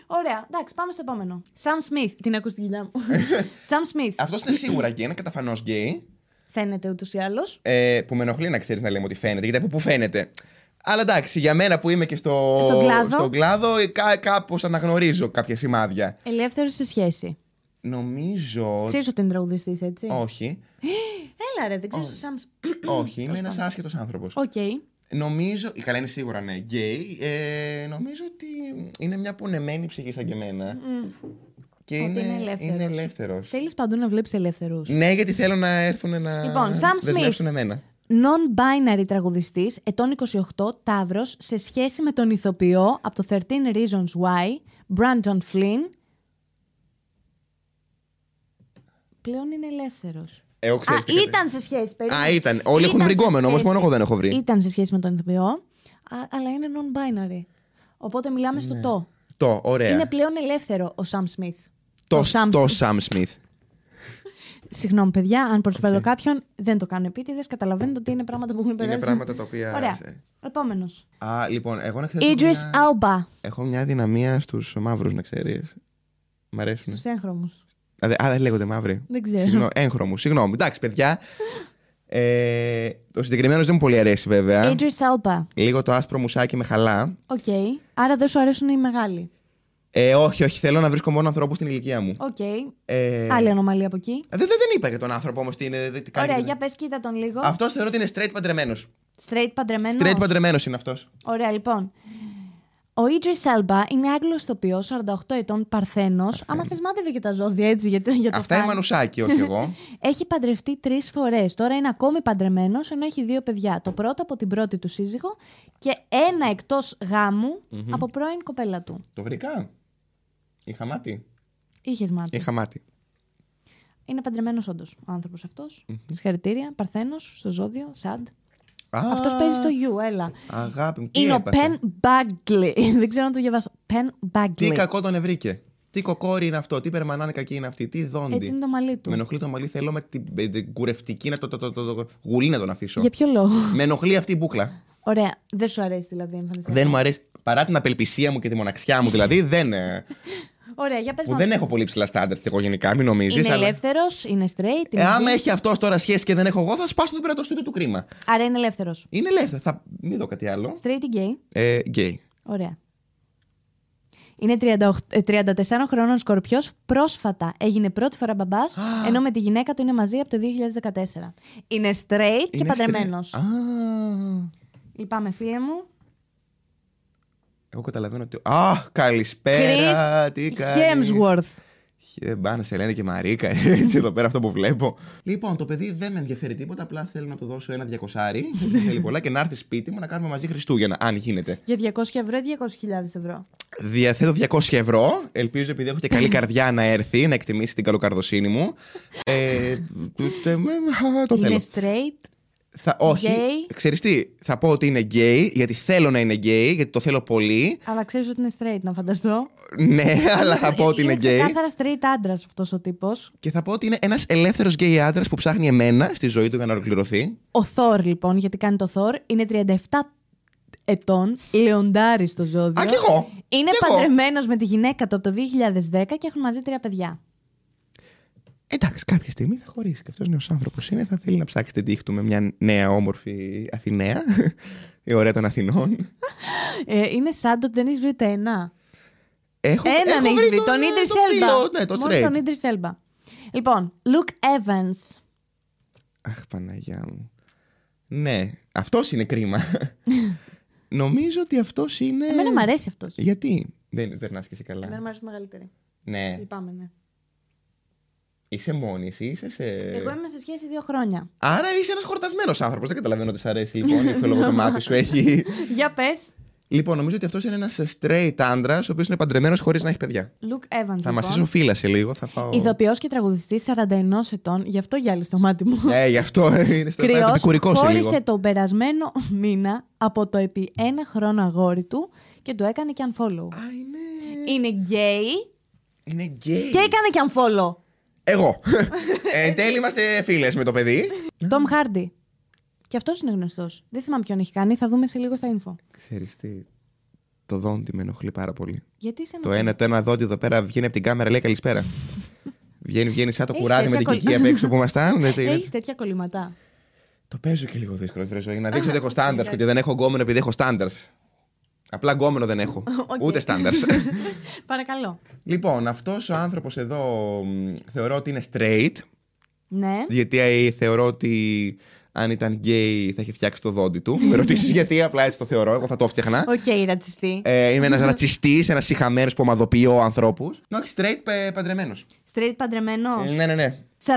A: Ωραία, εντάξει, πάμε στο επόμενο. Σαμ Σμιθ. Την ακούς την κοιλιά μου. Σαμ Σμιθ.
B: Αυτός είναι σίγουρα γκέι, είναι καταφανώς γκέι.
A: Φαίνεται ούτως ή άλλως.
B: Ε, που με ενοχλεί να ξέρεις να λέμε ότι φαίνεται, γιατί από πού φαίνεται. Αλλά εντάξει, για μένα που είμαι και στο,
A: Στον κλάδο.
B: στον κλάδο, ε, κά, κάπως αναγνωρίζω κάποια σημάδια.
A: Ελεύθερος σε σχέση.
B: Νομίζω.
A: Ξέρεις ότι είναι τραγουδιστής, έτσι.
B: Όχι.
A: Έλα ρε, δεν ξέρει.
B: Όχι.
A: Σαν...
B: Όχι, είμαι
A: Τέλος
B: ένας
A: πάντων.
B: άσχετος άνθρωπος.
A: Οκ.
B: Νομίζω. η- Καλά, είναι σίγουρα ναι. Γκέι. Ε, νομίζω ότι είναι μια πονεμένη ψυχή σαν και εμένα. Και
A: Ότι
B: είναι,
A: είναι ελεύθερος.
B: είναι ελεύθερος.
A: Θέλεις παντού να βλέπεις ελεύθερους.
B: Ναι, γιατί θέλω να έρθουν να
A: Λοιπόν, Sam Smith.
B: δεσμεύσουν εμένα.
A: Non-binary τραγουδιστής, ετών 28, Ταύρος, σε σχέση με τον ηθοποιό από το 13 Reasons Why, Brandon Flynn. Πλέον είναι ελεύθερος.
B: Ε, Εγώ
A: Α,
B: ξέρεις τι κατέ-
A: ήταν σε σχέση, περίμενε.
B: Α, ήταν. Όλοι έχουν βρει
A: σε
B: γκόμενο, όμω
A: σχέση-
B: μόνο εγώ δεν έχω βρει.
A: Ήταν σε σχέση με τον ηθοποιό, α- αλλά είναι non-binary. Οπότε μιλάμε στο το.
B: Το, ωραία.
A: Είναι πλέον ελεύθερο ο Sam Smith.
B: Ε. το,
A: ο Sam
B: το
A: Smith.
B: Sam Smith.
A: Συγγνώμη, παιδιά, αν προσφέρω
B: Οκ.
A: κάποιον, δεν το κάνω επίτηδες. Καταλαβαίνετε ότι είναι πράγματα που έχουν περάσει.
B: πράγματα τα οποία-
A: Ωραία.
B: σε-
A: Επόμενος.
B: Α, λοιπόν, εγώ να ξέρεις...
A: Idris
B: έχω, μια...
A: Alba.
B: έχω μια δυναμία στους μαύρους, να ξέρεις. Μ' αρέσουν.
A: Στους έγχρωμους.
B: Α, δε- α, δεν λέγονται μαύροι.
A: Δεν ξέρω.
B: Συγγνώ- έγχρωμους. Συγγνώμη. Εντάξει, παιδιά. Ε, το συγκεκριμένο δεν μου πολύ αρέσει, βέβαια.
A: Idris Alba.
B: Λίγο το άσπρο μουσάκι με χαλά.
A: Οκ. Άρα δεν σου αρέσουν οι μεγάλοι.
B: Ε, όχι, όχι. Θέλω να βρίσκω μόνο ανθρώπους στην ηλικία μου.
A: Οκ.
B: Ε,
A: Άλλη ανομαλία από εκεί.
B: δεν, δεν, δεν είπα για τον άνθρωπο όμως τι είναι. Δεν, τι κάνει
A: Ωραία,
B: και-
A: για πες, κοίτα τον λίγο.
B: Αυτός θεωρώ ότι είναι straight παντρεμένος.
A: Straight παντρεμένος.
B: Straight παντρεμένος είναι αυτός.
A: Ωραία, λοιπόν. Ο Idris Alba είναι Άγγλος τοπιός, 48 ετών, παρθένος. Άμα θες μάθετε και τα ζώδια έτσι για, το- για το
B: Αυτά είναι
A: φαν.
B: μανουσάκι, όχι εγώ.
A: Έχει παντρευτεί τρεις φορές. Τώρα είναι ακόμη παντρεμένος, ενώ έχει δύο παιδιά. Το πρώτο από την πρώτη του σύζυγο και ένα εκτός από πρώην κοπέλα του.
B: το βρήκα. Είχα μάτι.
A: Είχε μάθει.
B: Είχα μάτι.
A: Είναι παντρεμένος όντως ο άνθρωπος Συγχαρητήρια. Παρθένος, στο ζώδιο, σαντ. Αυτός παίζει στο γιου, έλα.
B: Αγάπη μου, τι
A: Είναι ο
B: έπαθε.
A: Πεν Μπάγκλι. Δεν ξέρω να το διαβάσω. Πεν
B: Τι
A: Μπάγκλι.
B: κακό τον ευρήκε. Τι κοκόρι είναι αυτό, τι περμανάνε κακή είναι αυτή, τι δόντι.
A: Έτσι είναι το μαλλί του.
B: Με ενοχλεί το μαλλί, θέλω με την, ε, την κουρευτική να το, το, το, το, το γουλί να τον αφήσω.
A: Για ποιο λόγο.
B: Με ενοχλεί αυτή η μπουκλα.
A: Ωραία. Δεν σου αρέσει δηλαδή εμφανιστικά.
B: Δεν μου αρέσει. Παρά την απελπισία μου και τη μοναξιά μου, δηλαδή, δεν, ε,
A: Ωραία, για πες
B: που δεν έχω πολύ ψηλά στάνταρτ εγώ γενικά, μην νομίζει.
A: Είναι ελεύθερος, είναι straight. Είναι
B: Εάν
A: bi.
B: έχει αυτό τώρα σχέση και δεν έχω εγώ, θα σπάσω εδώ πέρα το στούντιο του κρίμα.
A: Άρα είναι ελεύθερος.
B: Είναι ελεύθερο. Θα μην δω κάτι άλλο.
A: Straight ή gay.
B: Ε, γκέι.
A: Ωραία. Είναι 38 ε, 34 χρόνων Σκορπιός. Πρόσφατα έγινε πρώτη φορά μπαμπάς, ενώ με τη γυναίκα του είναι μαζί από το 2014. Είναι straight και
B: Είναι
A: παντρεμένος.
B: στρι- Α,
A: Λυπάμαι, φίλε μου.
B: εγώ καταλαβαίνω ότι. Α, καλησπέρα. Τι
A: Chris
B: κάνεις?
A: Hemsworth.
B: Ε, Μπάνε, σε λένε και Μαρίκα, έτσι εδώ πέρα αυτό που βλέπω. Λοιπόν, το παιδί δεν με ενδιαφέρει τίποτα. Απλά θέλω να του δώσω ένα διακοσάρι. δεν θέλει πολλά και να έρθει σπίτι μου να κάνουμε μαζί Χριστούγεννα, αν γίνεται.
A: Για 200 ευρώ ή 200.000 ευρώ.
B: Διαθέτω 200 ευρώ. Ελπίζω επειδή έχω και καλή καρδιά να έρθει, να εκτιμήσει την καλοκαρδοσύνη μου. Ε, του- τε- με- α, το
A: είναι
B: θέλω.
A: straight.
B: Θα, όχι.
A: Γκέι.
B: Ξέρεις τι, θα πω ότι είναι γκέι, γιατί θέλω να είναι γκέι, γιατί το θέλω πολύ.
A: Αλλά ξέρεις ότι είναι straight, να φανταστώ.
B: Ναι, αλλά θα πω ότι είναι γκέι.
A: ξεκάθαρα straight άντρας αυτός ο τύπος.
B: Και θα πω ότι είναι ένας ελεύθερος γκέι άντρας που ψάχνει εμένα στη ζωή του για να ολοκληρωθεί.
A: Ο Θόρ, λοιπόν, γιατί κάνει το Θόρ, είναι 37 ετών, λεοντάρι στο ζώδιο.
B: Α, κι εγώ!
A: Είναι
B: Κι εγώ.
A: παντρεμένος με τη γυναίκα του από το 2010 και έχουν μαζί τρία παιδιά.
B: Εντάξει, κάποια στιγμή θα χωρίσει. Και αυτός νέος άνθρωπος είναι, θα θέλει να ψάξει την τύχη του με μια νέα όμορφη Αθηναία. Η ωραία των Αθηνών.
A: Ε, είναι σαν το ότι δεν έχεις βρει ούτε ένα.
B: Έχω,
A: Έναν
B: έχω
A: έχεις βρει, τον
B: ε,
A: Idris
B: τον φίλο,
A: Elba.
B: Ναι, τον
A: Μόνο
B: Τρέι.
A: τον Idris Elba. Λοιπόν, Luke Evans.
B: Αχ, Παναγιά μου. Ναι, αυτός είναι κρίμα. Νομίζω ότι αυτός είναι.
A: Εμένα μου αρέσει αυτός.
B: Γιατί δεν περνά και εσύ καλά.
A: Εμένα μου αρέσει μεγαλύτερη.
B: Ναι.
A: Λυπάμαι, ναι.
B: Είσαι μόνη εσύ, είσαι σε.
A: Εγώ είμαι σε σχέση δύο χρόνια.
B: Άρα είσαι ένας χορτασμένος άνθρωπος. Δεν καταλαβαίνω ότι σ' αρέσει λοιπόν.
A: Ναι,
B: γιατί το λόγο το μάτι σου έχει.
A: Για πες.
B: λοιπόν, νομίζω ότι αυτός είναι ένας straight άντρας, ο οποίος είναι παντρεμένος χωρίς να έχει παιδιά.
A: Luke Evans.
B: Θα μα
A: λοιπόν.
B: ισοφύλασε λίγο, θα φάω.
A: Ηθοποιός και τραγουδιστής 41 ετών, γι' αυτό γυάλισε το μάτι μου.
B: Ναι, γι' αυτό ε, είναι στο
A: Κρυό,
B: επικουρικό σε λίγο.
A: χώρισε τον περασμένο μήνα από το επί ένα χρόνο αγόρι του και του έκανε και unfollow.
B: Α, είναι.
A: Είναι γκέι
B: Είναι γκέι.
A: και έκανε και unfollow.
B: Εγώ. Ε, Εν τέλει είμαστε φίλες με το παιδί.
A: Τόμ Χάρντι. Και αυτός είναι γνωστός. Δεν θυμάμαι ποιον έχει κάνει, θα δούμε σε λίγο στα info.
B: Ξέρεις τι, το δόντι με ενοχλεί πάρα πολύ.
A: Γιατί σε
B: Το ένα, το ένα δόντι εδώ πέρα βγαίνει από την κάμερα, λέει καλησπέρα. βγαίνει, βγαίνει σαν το
A: Έχεις
B: κουράδι με την
A: τέτοια
B: κική
A: κολλ-
B: απ' έξω που ήμασταν. δεν- δεν-
A: Έχεις τέτοια κολληματά.
B: Το παίζω και λίγο δύσκολο, βρε ζωή. Να δείξω
A: Α, ναι.
B: ότι έχω στάνταρ
A: εντάξει.
B: και ότι δεν έχω γκόμενο επειδή έχω στάνταρ. Απλά γκόμενο δεν έχω.
A: Οκ.
B: Ούτε στάνταρ.
A: Παρακαλώ.
B: λοιπόν, αυτός ο άνθρωπος εδώ μ, θεωρώ ότι είναι straight.
A: Ναι.
B: Γιατί ε, θεωρώ ότι αν ήταν γκέι θα είχε φτιάξει το δόντι του. Με ρωτήσεις γιατί, απλά έτσι το θεωρώ. Εγώ θα το φτιάχνα.
A: Οκ, ρατσιστή.
B: Ε, είμαι ένας ρατσιστής, ένας συχαμένος που ομαδοποιώ ανθρώπους. Όχι, straight παντρεμένος.
A: Straight παντρεμένος.
B: Ναι, ναι, ναι.
A: 43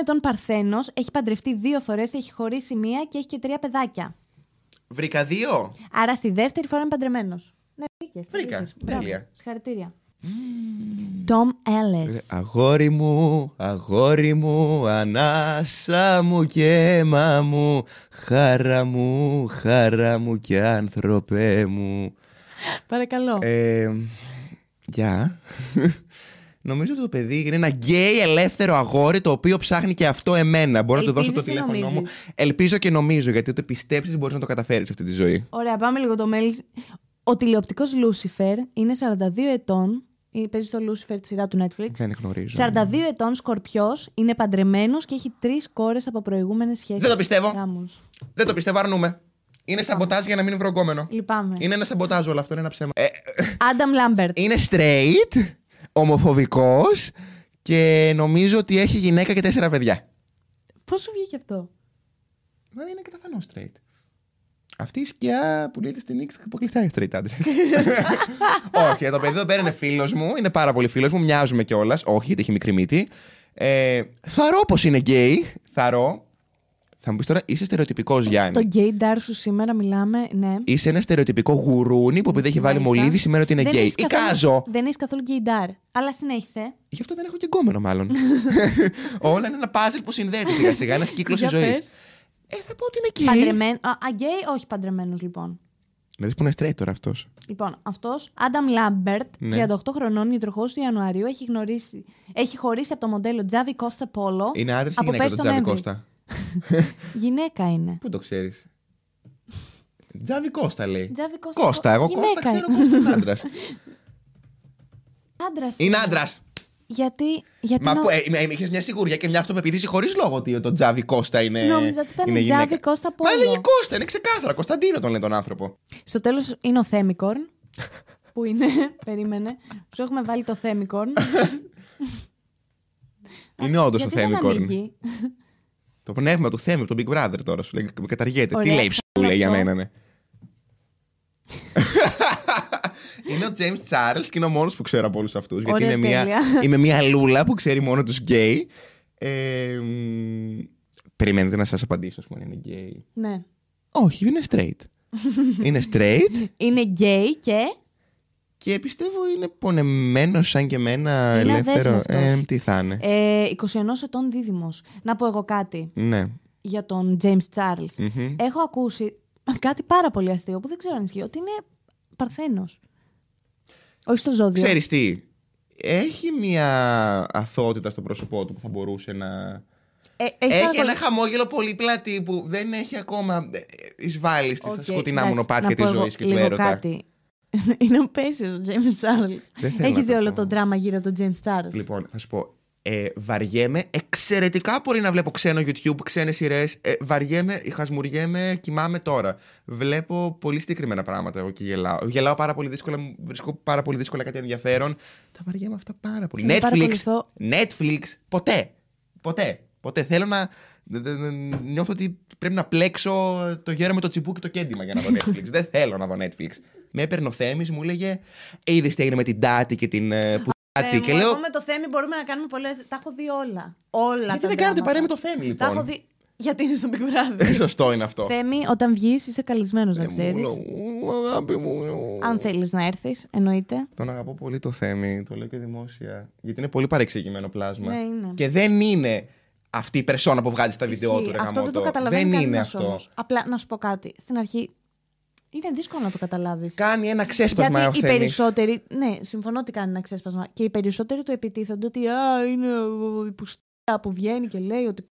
A: ετών Παρθένος, έχει παντρευτεί δύο φορές, έχει χωρίσει μία και έχει και τρία παιδάκια.
B: Βρήκα δύο.
A: Άρα στη δεύτερη φορά είναι παντρεμένος. Ναι, βρήκε.
B: Βρήκα. Τέλεια.
A: Συγχαρητήρια. Τόμ Έλλε.
B: Ε, Αγόρι μου, αγόρι μου, ανάσα μου και αίμα μου, χάρα μου, χάρα μου και άνθρωπέ μου.
A: Παρακαλώ.
B: Ε, Γεια. Νομίζω ότι το παιδί είναι ένα γκέι ελεύθερο αγόρι το οποίο ψάχνει και αυτό εμένα. Μπορώ να του δώσω το
A: Ελπίζεις ή
B: τηλέφωνό μου.
A: νομίζεις?
B: Ελπίζω και νομίζω γιατί ούτε πιστέψει μπορείς να το καταφέρεις αυτή τη ζωή.
A: Ωραία, πάμε λίγο το Μέλη. Ο τηλεοπτικός Λούσιφερ είναι 42 ετών. Ε, Παίζει το Λούσιφερ τη σειρά του Netflix.
B: Δεν γνωρίζω.
A: 42 ετών, σκορπιός, είναι παντρεμένος και έχει τρεις κόρες από προηγούμενες σχέσεις.
B: Δεν το πιστεύω.
A: Γάμους.
B: Δεν το πιστεύω, αρνούμε. Είναι σαμποτάζ για να μην βρω γκόμενο.
A: Λυπάμαι.
B: Είναι Ε- ένα σαμποτάζ όλο αυτό, είναι ένα ψέμα. Ε,
A: Άνταμ Λάμπερτ.
B: είναι straight, ομοφοβικός και νομίζω ότι έχει γυναίκα και τέσσερα παιδιά.
A: Πώς σου βγήκε αυτό.
B: Μα δεν είναι καταφανώς straight. Αυτή η σκιά που λέγεται στην X αποκλειστά είναι straight άντρε. Όχι, το παιδί εδώ πέρα είναι φίλος μου, είναι πάρα πολύ φίλος μου, μοιάζουμε κιόλας. Όχι, γιατί έχει μικρή μύτη. Ε, θαρώ πως είναι γκέι. Θαρώ. Θα μου πεις τώρα, είσαι στερεοτυπικός
A: Το
B: Γιάννη.
A: γκέι ντάρ σου σήμερα μιλάμε, ναι.
B: Είσαι ένα στερεοτυπικό γουρούνι που επειδή έχει βάλει
A: Μάλιστα.
B: μολύβι σημαίνει ότι είναι
A: Δεν
B: γκέι.
A: έχεις καθόλου-
B: Εικάζω!
A: Δεν έχεις καθόλου γκέι ντάρ. Αλλά συνέχισε.
B: Γι' αυτό δεν έχω και γκόμενο, μάλλον. Όλα είναι ένα πάζελ που συνδέεται σιγά σιγά, ένας κύκλος τη
A: Για
B: ζωής.
A: πες.
B: Ε, θα πω ότι είναι γκέι.
A: Παντρεμένο. α, Α, γκέι, όχι παντρεμένο λοιπόν.
B: Να δεις που είναι straight τώρα αυτός.
A: Λοιπόν, αυτός, Άνταμ Λάμπερτ,
B: Ναι.
A: 38 χρονών, υδροχό του Ιανουαρίου, έχει, γνωρίσει, έχει χωρίσει από το μοντέλο Τζάβι Κώστα Πόλο.
B: Είναι άντρας ή
A: από
B: γυναίκα
A: πέρσι
B: το Τζάβι
A: Νοέμβρη.
B: Κώστα.
A: Γυναίκα είναι.
B: Πού το ξέρεις. Τζάβι Κώστα λέει.
A: Τζάβι Κώστα.
B: Κώστα, εγώ Κώστα
A: Γυναίκα
B: ξέρω
A: είναι.
B: Κώστα είναι άντρας.
A: Άντρας
B: Είναι άντρας.
A: Γιατί. γιατί
B: Μα
A: νο-
B: που ε- είχες μια σιγουριά και μια αυτοπεποίθηση χωρίς λόγο ότι το Τζάβι Κώστα είναι.
A: Νόμιζα ότι ήταν
B: είναι
A: Τζάβι
B: γυναίκα.
A: Κώστα
B: Μα
A: Πόλο.
B: έλεγε Κώστα, είναι ξεκάθαρα. Κωνσταντίνο τον λέει τον άνθρωπο.
A: Στο τέλος είναι ο Θέμικορν. που είναι. περίμενε. Σου έχουμε βάλει το Θέμικορν.
B: Είναι όντως ο
A: Γιατί δεν
B: Θέμικορν.
A: ανοίγει?
B: Το πνεύμα του Θέμη, τον Big Brother τώρα σου λέει. με Καταργέται. Τι
A: Ωραία,
B: λέει
A: θα
B: ψού, λέει για
A: αυτό.
B: μένα, ναι. είναι ο James Charles και είναι ο μόνος που ξέρω από όλους αυτούς. Γιατί
A: Ωραία,
B: είμαι μια,
A: τέλεια.
B: είμαι μια λούλα που ξέρει μόνο τους γκέι. Ε, μ, περιμένετε να σας απαντήσω, ας πούμε, αν είναι γκέι.
A: ναι.
B: Όχι, είναι straight. είναι straight
A: Είναι γκέι και.
B: και πιστεύω είναι πονεμένος σαν και εμένα
A: Είναι
B: ελεύθερο.
A: αδέσμευτος.
B: Ε, τι θα είναι.
A: Ε, 21 ετών δίδυμος. Να πω εγώ κάτι
B: ναι.
A: για τον James Charles.
B: Μμμ.
A: Έχω ακούσει κάτι πάρα πολύ αστείο που δεν ξέρω αν ισχύει, ότι είναι παρθένος. Όχι στο ζώδιο.
B: Ξέρεις τι, έχει μια αθότητα στο πρόσωπό του που θα μπορούσε να...
A: Ε, έχεις
B: Έχει
A: παρακολου-
B: ένα χαμόγελο πολύ πλατή που δεν έχει ακόμα ε, εισβάλλει στις στα
A: Οκ,
B: σκοτεινά
A: εντάξει,
B: μονοπάτια
A: να πω
B: της
A: εγώ
B: ζωής και του
A: λίγο
B: έρωτα.
A: Κάτι. είναι απέσιος ο James Charles.
B: Δεν θέλω να
A: Έχεις δει
B: το
A: όλο
B: πω.
A: το δράμα γύρω από τον James Charles.
B: Λοιπόν, θα σου πω. Ε, βαριέμαι εξαιρετικά πολύ να βλέπω ξένο YouTube, ξένες σειρές. Ε, βαριέμαι, χασμουριέμαι, κοιμάμαι τώρα. Βλέπω πολύ συγκεκριμένα πράγματα εγώ και γελάω. Γελάω πάρα πολύ δύσκολα, μου βρίσκω πάρα πολύ δύσκολα κάτι ενδιαφέρον. Τα βαριέμαι αυτά πάρα πολύ.
A: Να
B: Netflix,
A: παρακολουθώ.
B: Netflix, ποτέ. Ποτέ. Ποτέ. Θέλω να. δε- δε- δε- Νιώθω ότι πρέπει να πλέξω το γέρο με το τσιπούκι το κέντημα για να δω Netflix. Δεν θέλω να δω Netflix. Με έπαιρνε ο Θέμης, μου έλεγε Είδες τι έγινε με την Τάτη και την. ε,
A: Ε,
B: Πουτάτη.
A: μου,
B: και λέω.
A: Εγώ με το Θέμη μπορούμε να κάνουμε πολλές... Τα έχω δει όλα. Όλα
B: Γιατί
A: τα
B: δεν κάνετε
A: δράματα.
B: παρέα με το Θέμη,
A: Τα έχω
B: λοιπόν.
A: δει... Γιατί είναι στο Big Brother.
B: Ε, Σωστό είναι αυτό.
A: Θέμη, όταν βγεις είσαι καλεσμένος να
B: Ε, μου,
A: ξέρεις.
B: λέω, «Ου, Αγάπη μου. ου».
A: Αν θέλεις να έρθεις, εννοείται.
B: Τον αγαπώ πολύ το Θέμη, το λέω και δημόσια. Γιατί είναι πολύ παρεξηγημένο πλάσμα.
A: Ναι, είναι.
B: Και δεν είναι αυτή η περσόνα που βγάζει στα βίντεο
A: Ισχύει.
B: του, ρε
A: Αυτό δεν
B: γαμότο.
A: το καταλαβαίνει
B: Δεν
A: κανένας
B: είναι αυτό.
A: Όμως. Απλά να σου πω κάτι. Στην αρχή είναι δύσκολο να το καταλάβεις.
B: Κάνει ένα ξέσπασμα
A: Γιατί οι
B: ο Θέμης.
A: περισσότεροι. Ναι, συμφωνώ ότι κάνει ένα ξέσπασμα. Και οι περισσότεροι του επιτίθενται ότι Α, είναι ο- η πουστά που βγαίνει και λέει ότι.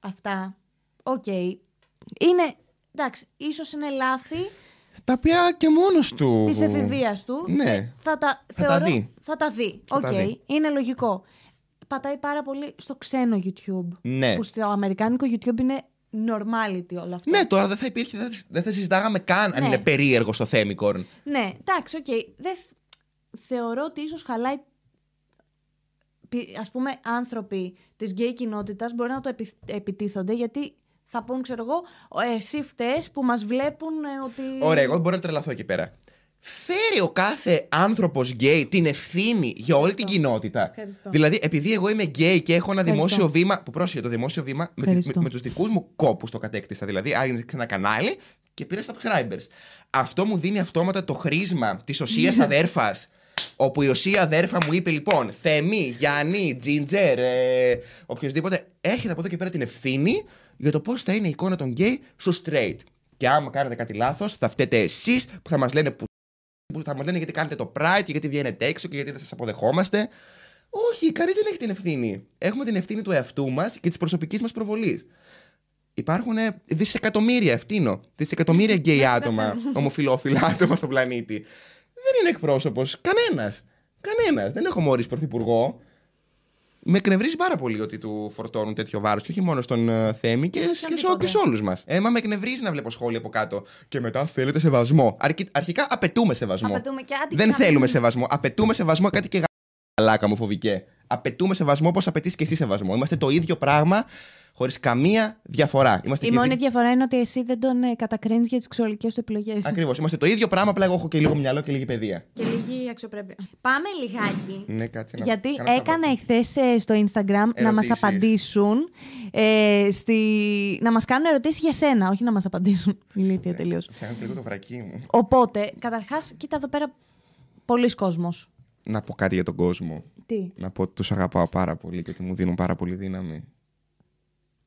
A: Αυτά. Οκ. Είναι. Εντάξει, ίσως είναι λάθη
B: Τα πια και μόνος του.
A: της εφηβείας του.
B: Ναι.
A: και Θα τα,
B: Θα τα
A: θεωρώ,
B: δει.
A: Θα τα δει.
B: Θα τα
A: Οκ,
B: δει.
A: Είναι λογικό. Πατάει πάρα πολύ στο ξένο YouTube.
B: Ναι.
A: Που στο αμερικάνικο YouTube είναι normality όλο αυτό.
B: Ναι, τώρα δεν θα υπήρχε, δεν θα- δεν θα συζητάγαμε καν αν
A: Ναι.
B: είναι περίεργο το Θέμικορν.
A: Ναι, εντάξει, οκ. Δεν θ- Θεωρώ ότι ίσως χαλάει πι- ας πούμε άνθρωποι της γκέι κοινότητας μπορεί να το επι- επιτίθονται γιατί θα πούν ξέρω εγώ «Ο, εσύ φταίς που μας βλέπουν ε, ότι...
B: Ωραία, εγώ μπορώ να τρελαθώ εκεί πέρα. Φέρει ο κάθε άνθρωπος γκέι την ευθύνη για όλη την κοινότητα.
A: Ευχαριστώ.
B: Δηλαδή, επειδή εγώ είμαι γκέι και έχω ένα
A: Ευχαριστώ.
B: δημόσιο βήμα. Που πρόσεχε, το δημόσιο βήμα με, τη- με,
A: Ευχαριστώ.
B: με τους δικούς μου κόπους το κατέκτησα. Δηλαδή, άργησε ένα κανάλι και πήρα subscribers. Αυτό μου δίνει αυτόματα το χρήσμα της οσίας αδέρφας. Όπου η οσία αδέρφα μου είπε λοιπόν Θεμή, Γιάννη, Τζίντζερ, ε, οποιοδήποτε έχετε από εδώ και πέρα την ευθύνη για το πώς θα είναι η εικόνα των γκέι στο straight. Και άμα κάνετε κάτι λάθος, θα φταίτε εσείς που θα μας λένε που που θα μα λένε γιατί κάνετε το Pride και γιατί βγαίνετε έξω και γιατί δεν σας αποδεχόμαστε. Όχι, κανείς δεν έχει την ευθύνη. Έχουμε την ευθύνη του εαυτού μας και της προσωπικής μας προβολής. Υπάρχουν ε, δισεκατομμύρια ευθύνο, δισεκατομμύρια γκέι άτομα, ομοφυλόφιλα άτομα στον πλανήτη. Δεν είναι εκπρόσωπος κανένας. Κανένας. Δεν έχω μόλις πρωθυπουργό. Με εκνευρίζει πάρα πολύ ότι του φορτώνουν τέτοιο βάρος και όχι μόνο στον ε, Θέμη και,
A: σε
B: σε- και, σε-
A: οποιονδήποτε.
B: και σε όλους μας. Ε, μα με εκνευρίζει να βλέπω σχόλια από κάτω. Και μετά θέλετε σεβασμό. Αρκεί- αρχικά απαιτούμε σεβασμό.
A: Απαιτούμε και άντε
B: Δεν
A: και να
B: θέλουμε
A: μην-
B: σεβασμό. Απαιτούμε σεβασμό κάτι και γαλάκα μου φοβικέ. Απαιτούμε σεβασμό όπως απαιτείς και εσύ σεβασμό. Είμαστε το ίδιο πράγμα χωρίς καμία διαφορά. Είμαστε
A: Η μόνη διαφορά είναι ότι εσύ δεν τον ε, κατακρίνεις για τις σεξουαλικές του επιλογές.
B: Ακριβώς. Είμαστε το ίδιο πράγμα, απλά εγώ έχω και λίγο μυαλό και λίγη παιδεία.
A: Και λίγη αξιοπρέπεια. Πάμε λιγάκι.
B: Ναι, κάτσε να
A: Γιατί
B: κάνω
A: έκανα
B: καβά.
A: εχθέ στο Instagram να μας
B: Ερωτήσεις.
A: απαντήσουν. Ε, στη... Να μας κάνουν ερωτήσεις για σένα, όχι να μας απαντήσουν.
B: Ναι.
A: Ηλίθεια τελείω.
B: Φτιάχνω λίγο το βρακί μου.
A: Οπότε, καταρχάς, κοίτα εδώ πέρα. Πολλοί κόσμος.
B: Να πω κάτι για τον κόσμο.
A: Τι.
B: Να πω ότι τους αγαπάω πάρα πολύ και ότι μου δίνουν πάρα πολύ δύναμη.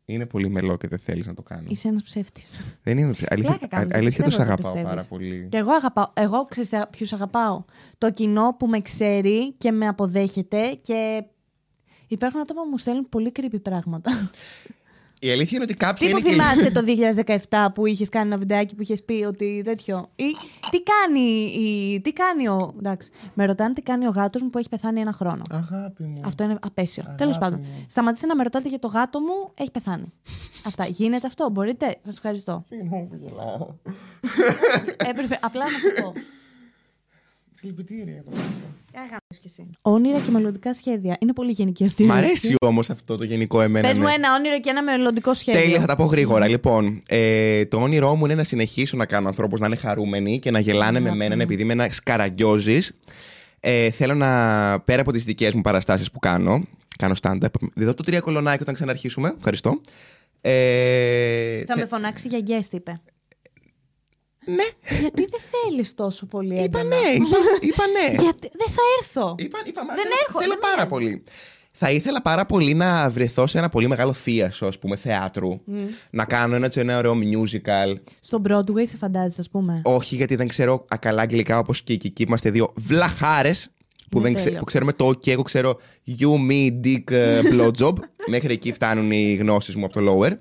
B: Είναι πολύ μελό και δεν θέλεις να το κάνει.
A: Είσαι ένας ψεύτης.
B: Δεν είμαι. ψε- Αλήθεια,
A: Πλάκα κάνω,
B: α- αλήθεια
A: δεν
B: του
A: πιστεύω ότι
B: αγαπάω
A: πιστεύεις.
B: πάρα πολύ.
A: Και εγώ αγαπάω. Εγώ ξέρεις ποιους αγαπάω. Το κοινό που με ξέρει και με αποδέχεται και. Υπάρχουν άτομα που μου στέλνουν πολύ creepy πράγματα.
B: Η αλήθεια είναι ότι κάποιοι.
A: Τι που
B: είναι και-
A: θυμάσαι το 2017 που είχες κάνει ένα βιντεάκι που είχες πει ότι τέτοιο. Ή, τι κάνει, η, τι κάνει ο. Εντάξει, με ρωτάνε τι κάνει ο γάτος μου που έχει πεθάνει ένα χρόνο.
B: Αγάπη μου.
A: Αυτό είναι απέσιο.
B: Αγάπη
A: Τέλος πάντων.
B: μου.
A: Σταματήστε να με ρωτάτε για το γάτο μου, έχει πεθάνει. Αυτά. Γίνεται αυτό, μπορείτε. Σας ευχαριστώ.
B: Συγγνώμη που γελάω.
A: Έπρεπε απλά να σου πω.
B: Συλληπιτήρια.
A: Όνειρα και μελλοντικά σχέδια. Είναι πολύ γενική αυτή η
B: Μ'
A: ερώτηση.
B: αρέσει όμως αυτό το γενικό εμένα.
A: Πες μου
B: ναι.
A: ένα όνειρο και ένα μελλοντικό σχέδιο.
B: Τέλεια, θα τα πω γρήγορα. Λοιπόν, ε, το όνειρό μου είναι να συνεχίσω να κάνω ανθρώπους να είναι χαρούμενοι και να γελάνε με
A: Αγάπη
B: μένα
A: μου.
B: επειδή με ένα σκαραγκιόζει. Ε, θέλω να, πέρα από τις δικές μου παραστάσεις που κάνω, κάνω stand-up. Διδώ το τρία κολονάκι όταν ξαναρχίσουμε. Ευχαριστώ. Ε,
A: Θα
B: θε-
A: με φωνάξει για γκέστ, είπε.
B: Ναι,
A: Γιατί δεν θέλεις τόσο πολύ έντονα.
B: είπα ναι. Ε, Είπα, είπα ναι.
A: Γιατί δεν θα έρθω.
B: Είπα, είπα, μα
A: Δεν
B: θέλω,
A: έρχομαι,
B: θέλω
A: δεν
B: πάρα
A: μοιάζει.
B: πολύ. Θα ήθελα πάρα πολύ να βρεθώ σε ένα πολύ μεγάλο θίασο, ας πούμε, θεάτρου. Να κάνω ένα, έτσι, ένα ωραίο musical.
A: Στον Broadway σε φαντάζεσαι, ας πούμε.
B: Όχι, γιατί δεν ξέρω α- καλά αγγλικά όπως και εκεί. Είμαστε δύο βλαχάρες που,
A: Είναι
B: δεν ξε-
A: Ναι, τέλειο.
B: που ξέρουμε το OK. Εγώ ξέρω you, me, dick, ε, blowjob. Μέχρι εκεί φτάνουν οι γνώσεις μου από το lower.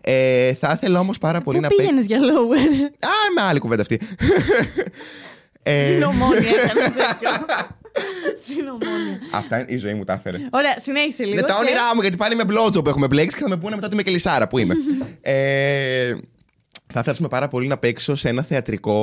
B: Ε, θα ήθελα όμως πάρα πολύ
A: Πού
B: να παίξω.
A: πήγαινε για lower.
B: Α, με άλλη κουβέντα αυτή. ε,
A: Στην ομόνια έκανε τέτοιο. Στην ομόνια.
B: αυτά είναι- η ζωή μου τα έφερε.
A: Ωραία, συνέχισε λίγο.
B: Είναι τα
A: και-
B: όνειρά μου, γιατί πάλι με blowjob έχουμε μπλέξει και θα με πούνε μετά ότι είμαι κελισάρα που είμαι. ε, θα θέλαμε πάρα πολύ να παίξω σε ένα θεατρικό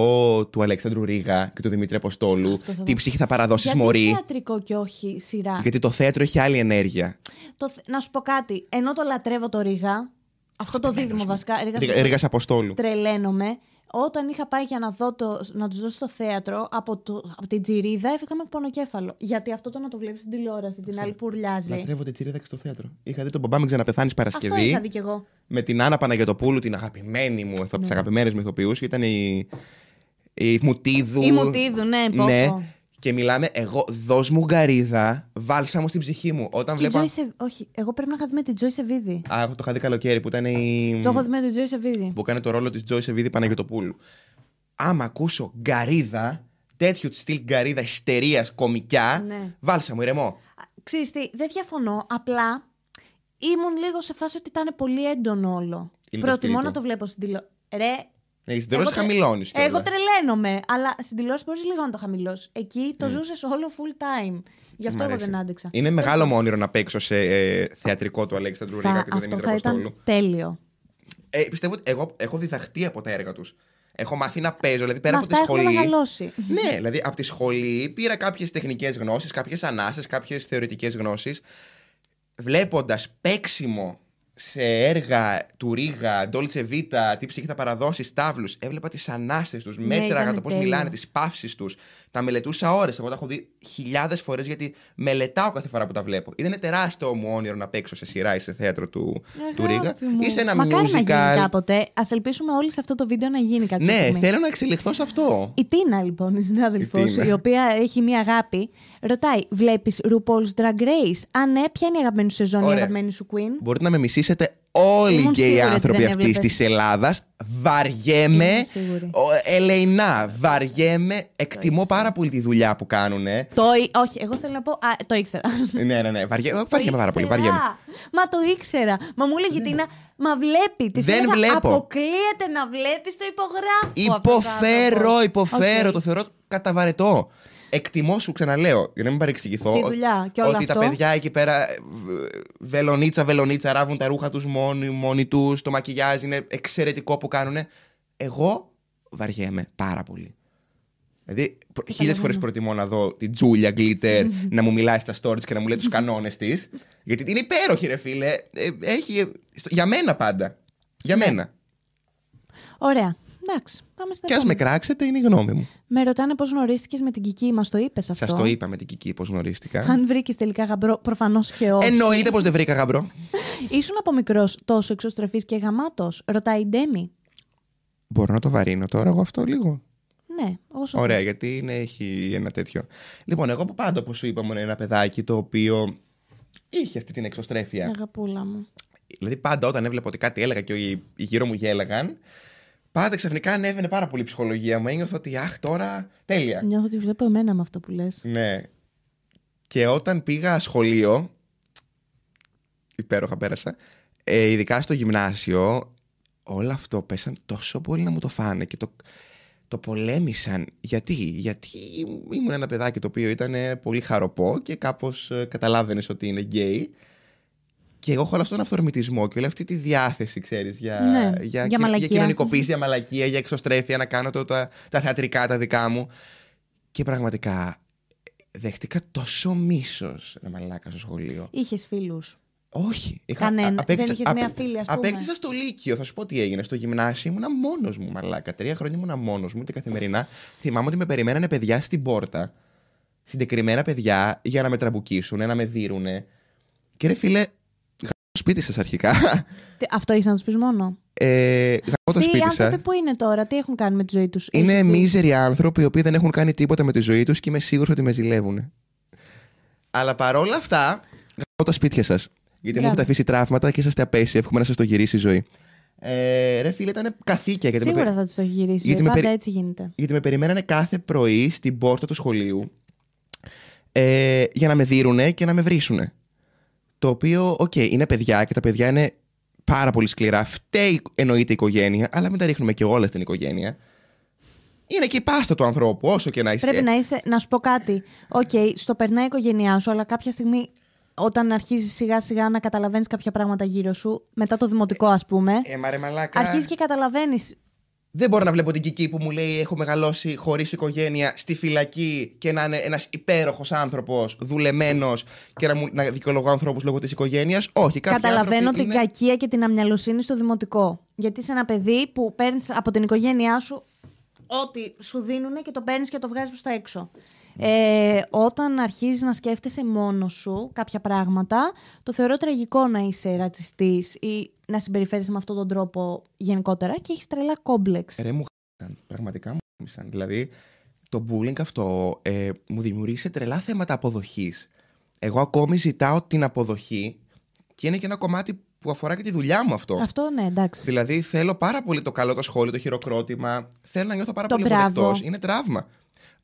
B: του Αλέξανδρου Ρίγα και του Δημήτρη Αποστόλου.
A: Αυτό θα
B: Τι
A: δω.
B: ψυχή θα παραδώσει
A: Γιατί
B: μωρή.
A: θεατρικό και όχι σειρά.
B: Γιατί το θέατρο έχει άλλη ενέργεια.
A: Το θε- Να σου πω κάτι. Ενώ το λατρεύω το Ρίγα, αυτό το δίδυμο βασικά, Ρίγας Αποστόλου,
B: Ρίγας Αποστόλου.
A: τρελαίνομαι. Όταν είχα πάει για να, δω το, να τους δω στο θέατρο, από, το, από την τζιρίδα έφυγα με πονοκέφαλο. Γιατί αυτό το να το βλέπεις στην τηλεόραση, την άλλη που ουρλιάζει.
B: Λατρεύω τη τσιρίδα και στο θέατρο. Είχα δει τον μπαμπά με ξαναπεθάνει
A: Αυτό είχα
B: Παρασκευή
A: δει κι εγώ.
B: με την Άννα Παναγιοτοπούλου, την αγαπημένη μου, από τις
A: Ναι.
B: αγαπημένες μου ηθοποιούς. Ήταν η. Η Μουτίδου.
A: Η Μουτίδου, ναι, πω,
B: Ναι.
A: πω.
B: Και μιλάμε, εγώ δώσ' μου γκαρίδα, βάλσα μου στην ψυχή μου. Όταν
A: Την
B: βλέπω.
A: Joyce Σεβ- όχι, εγώ πρέπει να είχα δει με την Joyce Σεβίδη.
B: Α, εγώ το είχα δει καλοκαίρι που ήταν η.
A: Το έχω δει με την Joyce Σεβίδη.
B: Που κάνει το ρόλο της Τζόι Σεβίδη Παναγιοτοπούλου. Άμα ακούσω γκαρίδα, τέτοιου της στυλ γκαρίδα ιστερίας κομικιά,
A: Ναι.
B: βάλσα μου ηρεμό.
A: Α, Ξέρεις τι, δεν διαφωνώ, απλά ήμουν λίγο σε φάση ότι ήταν πολύ έντονο όλο.
B: Είναι το
A: Προτιμώ
B: σπίτι.
A: να το βλέπω στην τηλεόραση. Ρε,
B: Ναι, στην τελειώσει
A: εγώ τρε- ε,
B: χαμηλώνει.
A: εγώ τρελαίνομαι, αλλά στην τηλεόραση μπορείς λίγο να το χαμηλώσεις. Εκεί το ζούσες όλο full time. Γι' αυτό εγώ δεν άντεξα.
B: Είναι μεγάλο μου όνειρο να παίξω σε ε, θεατρικό του Αλέξανδρου
A: Θα-
B: Ρίγα και του
A: αυτό
B: Δημήτρη
A: θα
B: Αποστόλου.
A: ήταν τέλειο.
B: Ε, πιστεύω ότι εγώ έχω διδαχτεί από τα έργα τους. Έχω μάθει να παίζω, δηλαδή πέρα
A: Με
B: από τη
A: αυτά έχουμε
B: σχολή.
A: μεγαλώσει.
B: Ναι, δηλαδή από τη σχολή πήρα κάποιες τεχνικές γνώσεις, κάποιες ανάσες, κάποιες θεωρητικές γνώσεις. Βλέποντας παίξιμο σε έργα του Ρίγα, Ντόλτσε Βίτα, τι ψυχή θα παραδώσει, τάβλου, έβλεπα τις ανάσε τους,
A: Ναι,
B: μέτραγα
A: ήταν
B: το πώς
A: τέλειο.
B: μιλάνε, τις παύσεις τους. Τα μελετούσα ώρες. Εγώ τα έχω δει χιλιάδες φορές γιατί μελετάω κάθε φορά που τα βλέπω. Ήταν τεράστιο μου όνειρο να παίξω σε σειρά ή σε θέατρο του, του Ρίγα
A: Αγάπη μου.
B: ή σε ένα
A: Μακάρι να γίνει
B: musical.
A: κάποτε. Ας ελπίσουμε όλοι σε αυτό το βίντεο να γίνει κάποια
B: Ναι,
A: στιγμή.
B: θέλω να εξελιχθώ σε αυτό.
A: Η Τίνα, λοιπόν, η συνάδελφο,
B: Η Τίνα.
A: η, οποία έχει μία αγάπη, ρωτάει: Βλέπεις RuPaul's Drag Race. Αν ναι, ποια είναι η αγαπημένη σου σεζόν, η
B: Ωραία.
A: αγαπημένη σου Queen.
B: Μπορείτε να με μισήσετε όλοι
A: Ήμουν
B: και οι
A: σίγουρη ότι
B: άνθρωποι
A: δεν
B: αυτοί
A: έβλεπες.
B: της Ελλάδας. Βαριέμαι.
A: Ήμουν σίγουρη.
B: Ο- Ελεηνά, βαριέμαι. Εκτιμώ πάρα πολύ τη δουλειά που κάνουν. ναι,
A: Το, ή- όχι, εγώ θέλω να πω. Α, το ήξερα.
B: ναι, ναι. Βαριέμαι,
A: Το
B: βαριέμαι πάρα πολύ.
A: ήξερα.
B: Βαριέμαι.
A: Μα το ήξερα. Μα μου έλεγε η Τίνα, μα βλέπει. Της
B: Δεν
A: έλεγα,
B: βλέπω.
A: Αποκλείεται να βλέπεις, το υπογράφω.
B: Υποφέρω, υποφέρω.
A: Οκ.
B: Το θεωρώ καταβαρετό. Εκτιμώ σου, ξαναλέω, για να μην παρεξηγηθώ.
A: Τη
B: ο-
A: δουλειά και όλα
B: Ότι τα
A: αυτό.
B: παιδιά εκεί πέρα ε, βελονίτσα, βελονίτσα, ράβουν τα ρούχα τους μόνοι, μόνοι τους, το μακιγιάζ είναι εξαιρετικό που κάνουν. Εγώ βαριέμαι πάρα πολύ. Δηλαδή, χίλιε φορέ προτιμώ να δω την Τζούλια Γκλίτερ να μου μιλάει στα stories και να μου λέει τους κανόνες της. Γιατί είναι υπέροχη, ρε φίλε. Ε, Έχει. ε, στο- Για μένα πάντα. Για
A: Ναι.
B: μένα.
A: Ωραία. Εντάξει, πάμε στην
B: Και α
A: επόμενη.
B: με κράξετε, είναι η γνώμη μου.
A: Με ρωτάνε πώς γνωρίστηκε με την Κική, μας το είπες αυτό.
B: Σας το είπα με την Κική πώς γνωρίστηκα.
A: Αν βρήκες τελικά γαμπρό, προφανώς και όχι.
B: Εννοείται πως δεν βρήκα γαμπρό.
A: Ήσουν από μικρός τόσο εξωστρεφής και γαμάτος, ρωτάει η Ντέμι.
B: Μπορώ να το βαρύνω τώρα εγώ αυτό λίγο.
A: Ναι, όσο.
B: Ωραία, γιατί είναι, έχει ένα τέτοιο. Λοιπόν, εγώ από πάντα, όπως σου είπα, ήμουν ένα παιδάκι το οποίο είχε αυτή την εξωστρέφεια.
A: Ναι. Αγαπούλα μου.
B: Δηλαδή, πάντα όταν έβλεπα ότι κάτι έλεγα και οι, οι γύρω μου γέλαγαν, πάντα ξαφνικά ανέβαινε πάρα πολύ η ψυχολογία μου. Ένιωθα ότι, αχ, τώρα τέλεια.
A: Νιώθω ότι βλέπω εμένα με αυτό που λες.
B: Ναι. Και όταν πήγα σχολείο. Υπέροχα πέρασα. ε, ειδικά στο γυμνάσιο, όλο αυτό πέσαν τόσο πολύ να μου το φάνε και το, το πολέμησαν. Γιατί, γιατί ήμουν ένα παιδάκι το οποίο ήταν ε, πολύ χαροπό και κάπως ε, καταλάβαινες ότι είναι γκέι. Και εγώ έχω όλο αυτόν τον αυθορμητισμό και όλη αυτή τη διάθεση, ξέρεις, για,
A: Ναι,
B: για,
A: για
B: για
A: μαλακία.
B: κοινωνικοποίηση, για μαλακία, για εξωστρέφεια, να κάνω το, τα, τα θεατρικά τα δικά μου. Και πραγματικά δέχτηκα τόσο μίσος, ρε μαλάκα, στο σχολείο.
A: Είχες φίλους.
B: Όχι. Είχα,
A: Κανένα.
B: α- απέκτησα-
A: Δεν είχες
B: απ-
A: μία φίλη, ας πούμε.
B: Απέκτησα στο Λύκειο. Θα σου πω τι έγινε. Στο γυμνάσιο ήμουνα μόνος μου, μαλάκα. Τρία χρόνια ήμουνα μόνος μου και καθημερινά. Θυμάμαι ότι με περιμένανε παιδιά στην πόρτα. Συγκεκριμένα παιδιά για να με τραμπουκίσουν, να με δίνουνε. Και ρε φίλε, γαμώ το σπίτι σας αρχικά.
A: Αυτό είχε να τους πεις μόνο.
B: Ε, γαμώ το
A: Τι οι
B: σπίτι
A: άνθρωποι
B: σας.
A: που είναι τώρα, τι έχουν κάνει με τη ζωή τους.
B: Είναι μίζεροι άνθρωποι οι οποίοι δεν έχουν κάνει τίποτα με τη ζωή τους και είμαι σίγουρος ότι με ζηλεύουν. Αλλά παρόλα αυτά, γαμώ τα σπίτια σας. Γιατί μου
A: Μπράβο.
B: έχετε αφήσει τραύματα και είσαστε απέσιοι. Εύχομαι να σας το γυρίσει η ζωή. Ε, ρε φίλε, ήταν καθήκια. Γιατί, με,
A: Σίγουρα
B: περι-
A: θα τους το έχει γυρίσει.
B: Γιατί με
A: Πάντα
B: περι-
A: έτσι γίνεται.
B: γιατί με περιμένανε κάθε πρωί στην πόρτα του σχολείου ε, για να με δίνουνε και να με βρίσουνε. Το οποίο, οκ, είναι παιδιά και τα παιδιά είναι πάρα πολύ σκληρά. Φταίει εννοείται η οικογένεια, αλλά μην τα ρίχνουμε και όλα στην οικογένεια. Είναι και η πάστα του ανθρώπου, όσο και να είσαι.
A: Πρέπει να είσαι, να σου πω κάτι. Οκ, στο περνάει η οικογένειά σου, αλλά κάποια στιγμή όταν αρχίζει σιγά σιγά να καταλαβαίνεις κάποια πράγματα γύρω σου, μετά το δημοτικό ας πούμε,
B: Ε, μα ρε μαλάκα.
A: αρχίζεις και καταλαβαίνεις.
B: Δεν μπορώ να βλέπω την Κική που μου λέει Έχω μεγαλώσει χωρίς οικογένεια στη φυλακή και να είναι ένας υπέροχος άνθρωπος, δουλεμένος και να, μου, να δικαιολογώ ανθρώπους λόγω της οικογένειας. Όχι, κάποιοι
A: Καταλαβαίνω
B: άνθρωποι
A: την
B: είναι...
A: κακία και την αμυαλοσύνη στο δημοτικό. Γιατί είσαι ένα παιδί που παίρνεις από την οικογένειά σου ό,τι σου δίνουν και το παίρνεις και το βγάζεις προς τα έξω. Ε, όταν αρχίζεις να σκέφτεσαι μόνος σου κάποια πράγματα, το θεωρώ τραγικό να είσαι ρατσιστής ή να συμπεριφέρεσαι με αυτόν τον τρόπο γενικότερα και έχεις τρελά κόμπλεξ.
B: Ρε μου χ***σαν. Πραγματικά μου χ***σαν. Δηλαδή, το bullying αυτό ε, μου δημιουργήσε τρελά θέματα αποδοχής. Εγώ ακόμη ζητάω την αποδοχή και είναι και ένα κομμάτι που αφορά και τη δουλειά μου αυτό.
A: Αυτό ναι, εντάξει.
B: Δηλαδή, θέλω πάρα πολύ το καλό, το σχόλιο, το χειροκρότημα. Θέλω να νιώθω πάρα
A: Το
B: πολύ
A: μπράβο.
B: αποδεκτό. Είναι τραύμα.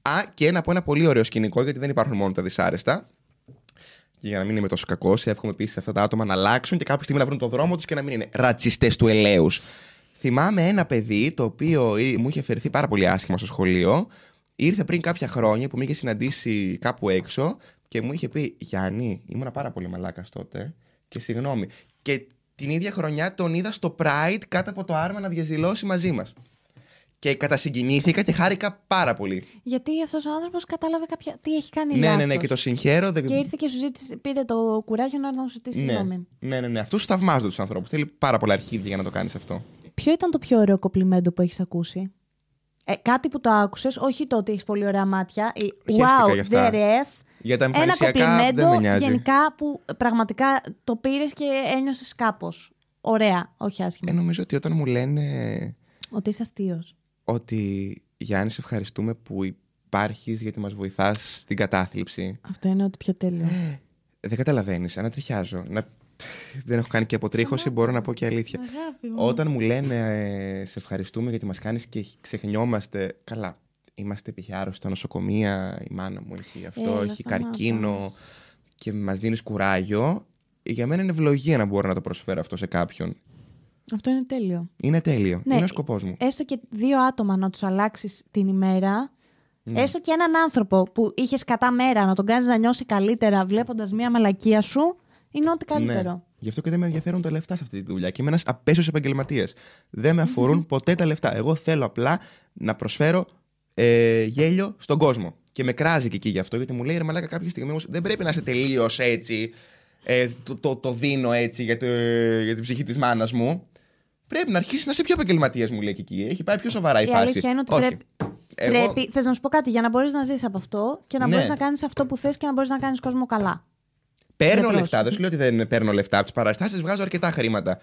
B: Α, και να πω ένα πολύ ωραίο σκηνικό, γιατί δεν υπάρχουν μόνο τα δυσάρεστα. Και για να μην είμαι τόσο κακός, εύχομαι επίσης αυτά τα άτομα να αλλάξουν και κάποια στιγμή να βρουν τον δρόμο τους και να μην είναι ρατσιστές του ελαίους. Θυμάμαι ένα παιδί το οποίο ε, μου είχε φερθεί πάρα πολύ άσχημα στο σχολείο. Ήρθε πριν κάποια χρόνια που με είχε συναντήσει κάπου έξω και μου είχε πει Γιάννη, ήμουνα πάρα πολύ μαλάκας τότε. Και συγγνώμη. Και Την ίδια χρονιά τον είδα στο Pride κάτω από το άρμα να διαδηλώσει μαζί μας. Και κατασυγκινήθηκα και χάρηκα πάρα πολύ.
A: Γιατί αυτός ο άνθρωπος κατάλαβε κάποια... τι έχει κάνει.
B: Ναι, ναι, ναι,
A: λάθος.
B: και το συγχαίρω. δεν-
A: Και ήρθε και σου ζήτησε, πήρε το κουράγιο να έρθει να σου ζητήσει
B: ναι,
A: συγγνώμη.
B: ναι, ναι, ναι. Αυτούς θαυμάζονται τους ανθρώπους. Θέλει πάρα πολλά αρχίδια για να το κάνεις αυτό.
A: Ποιο ήταν το πιο ωραίο κοπλιμέντο που έχεις ακούσει. Ε, κάτι που το άκουσες, όχι το ότι έχεις πολύ ωραία μάτια. ή
B: Χαίστηκα
A: wow,
B: γι' αυτά.
A: there is.
B: Για τα
A: Ένα
B: εμφανισιακά δεν με
A: κοπλιμέντο
B: νοιάζει.
A: γενικά που πραγματικά το πήρες και ένιωσες κάπως. Ωραία, όχι άσχημα.
B: Ε, ναι. νομίζω ότι όταν μου λένε
A: Ότι είσαι αστείος.
B: ότι Γιάννη, σε ευχαριστούμε που υπάρχεις γιατί μας βοηθάς στην κατάθλιψη.
A: Αυτό είναι ότι πιο τέλειο.
B: Ε, Δεν καταλαβαίνεις, ανατριχιάζω. Να... Δεν έχω κάνει και αποτρίχωση, μπορώ να πω και αλήθεια.
A: Αγάπη μου.
B: Όταν μου λένε ε, σε ευχαριστούμε γιατί μας κάνεις και ξεχνιόμαστε, καλά, είμαστε π.χ. άρρωστοι στα νοσοκομεία, η μάνα μου έχει αυτό,
A: Έλα,
B: έχει
A: σταμάτα.
B: καρκίνο και μας δίνεις κουράγιο. Για μένα είναι ευλογία να μπορώ να το προσφέρω αυτό σε κάποιον.
A: Αυτό είναι τέλειο.
B: Είναι τέλειο.
A: Ναι.
B: Είναι ο σκοπός μου.
A: Έστω και δύο άτομα να τους αλλάξεις την ημέρα.
B: Ναι.
A: Έστω και έναν άνθρωπο που είχες κατά μέρα να τον κάνεις να νιώσει καλύτερα βλέποντας μία μαλακία σου, είναι ό,τι καλύτερο.
B: Ναι. Γι' αυτό και δεν με ενδιαφέρουν τα λεφτά σε αυτή τη δουλειά. Και είμαι ένας απέσιος επαγγελματίας. Δεν με αφορούν ποτέ τα λεφτά. Εγώ θέλω απλά να προσφέρω ε, γέλιο στον κόσμο. Και με κράζει και εκεί γι' αυτό, γιατί μου λέει ρε Μαλάκα, κάποια στιγμή όμως δεν πρέπει να είσαι τελείως έτσι. Ε, το, το, το δίνω έτσι για, το, για την ψυχή της μάνας μου. Πρέπει να αρχίσει να είσαι πιο επαγγελματίας, μου λέει και εκεί. Έχει πάει πιο σοβαρά η,
A: Η
B: φάση.
A: αλήθεια είναι ότι
B: Όχι.
A: πρέπει-
B: Εγώ-
A: Πρέπει, θες να σου πω κάτι, για να μπορείς να ζήσει από αυτό και να
B: Ναι.
A: μπορείς μπορεί να κάνεις αυτό που θες και να μπορείς να κάνεις κόσμο καλά.
B: Παίρνω
A: Γιατρός.
B: λεφτά. Δεν σου λέω ότι δεν παίρνω λεφτά. Από τις παραστάσεις βγάζω αρκετά χρήματα.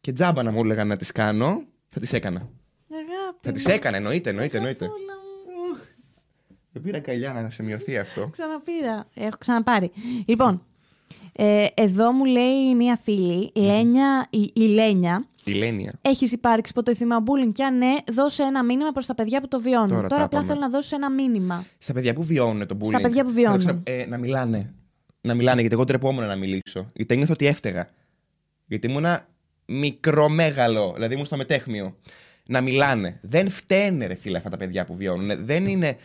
B: Και τζάμπα να μου έλεγαν να τις κάνω, θα τις έκανα.
A: Αγάπη.
B: Θα τις έκανα, εννοείται, εννοείται, εννοείται. Δεν πήρα καλιά να σημειωθεί αυτό.
A: Ξαναπήρα. Έχω ξαναπάρει. Λοιπόν, ε, εδώ μου λέει μία φίλη, Λένια, η, η Λένια.
B: Η Λένια.
A: Έχεις υπάρξει ποτέ θύμα bullying και αν ναι, δώσε ένα μήνυμα προς τα παιδιά που το βιώνουν.
B: Τώρα
A: Τώρα,
B: τα
A: απλά
B: είπαμε.
A: θέλω να δώσω ένα μήνυμα.
B: Στα παιδιά που βιώνουν τον bullying.
A: Στα παιδιά που βιώνουν.
B: Να, το ξα- ε, να μιλάνε. Να μιλάνε, γιατί εγώ τρεπόμουν να μιλήσω. Γιατί ένιωθα ότι έφταιγα. Γιατί ήμουνα μικρομέγαλο, δηλαδή ήμουν στο μετέχμιο. Να μιλάνε. Δεν φταίνε, ρε φίλε, αυτά τα παιδιά που βιώνουν. Δεν είναι.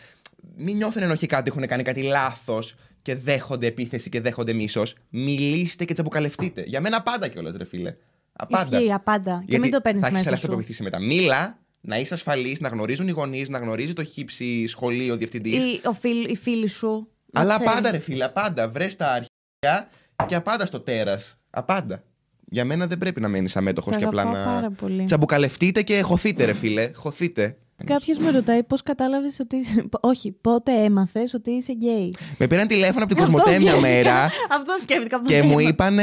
B: Μην νιώθουν ενοχικά ότι έχουν κάνει κάτι λάθος και δέχονται επίθεση και δέχονται μίσος. Μιλήστε και τσαμπουκαλευτείτε. Για μένα πάντα κιόλας, ρε φίλε. Απάντα.
A: Ισχύει, απάντα. και μην το παίρνεις
B: θα έχεις
A: μέσα
B: αλλάξει
A: σου.
B: το βοηθήσει μετά. Μίλα, να είσαι ασφαλής, να γνωρίζουν οι γονείς, να γνωρίζει το χύψη σχολείο, διευθυντής.
A: Ή ο φίλ, η φίλη σου. να
B: Αλλά
A: ξέρει.
B: πάντα ρε φίλε, πάντα. Βρες τα αρχαία και απάντα στο τέρας. Απάντα. Για μένα δεν πρέπει να μένεις αμέτωχος
A: Σ'
B: και απλά
A: αγαπάω πάρα
B: να.
A: πολύ.
B: Τσαμπουκαλευτείτε και χωθείτε, ρε φίλε. Χωθείτε.
A: Κάποιος με ρωτάει πώς κατάλαβες ότι. είσαι- Όχι, πότε έμαθες ότι είσαι γκέι.
B: Με πήραν τηλέφωνο από την Κοσμοτέ μια μέρα
A: Αυτό σκέφτηκα.
B: και μου είπαν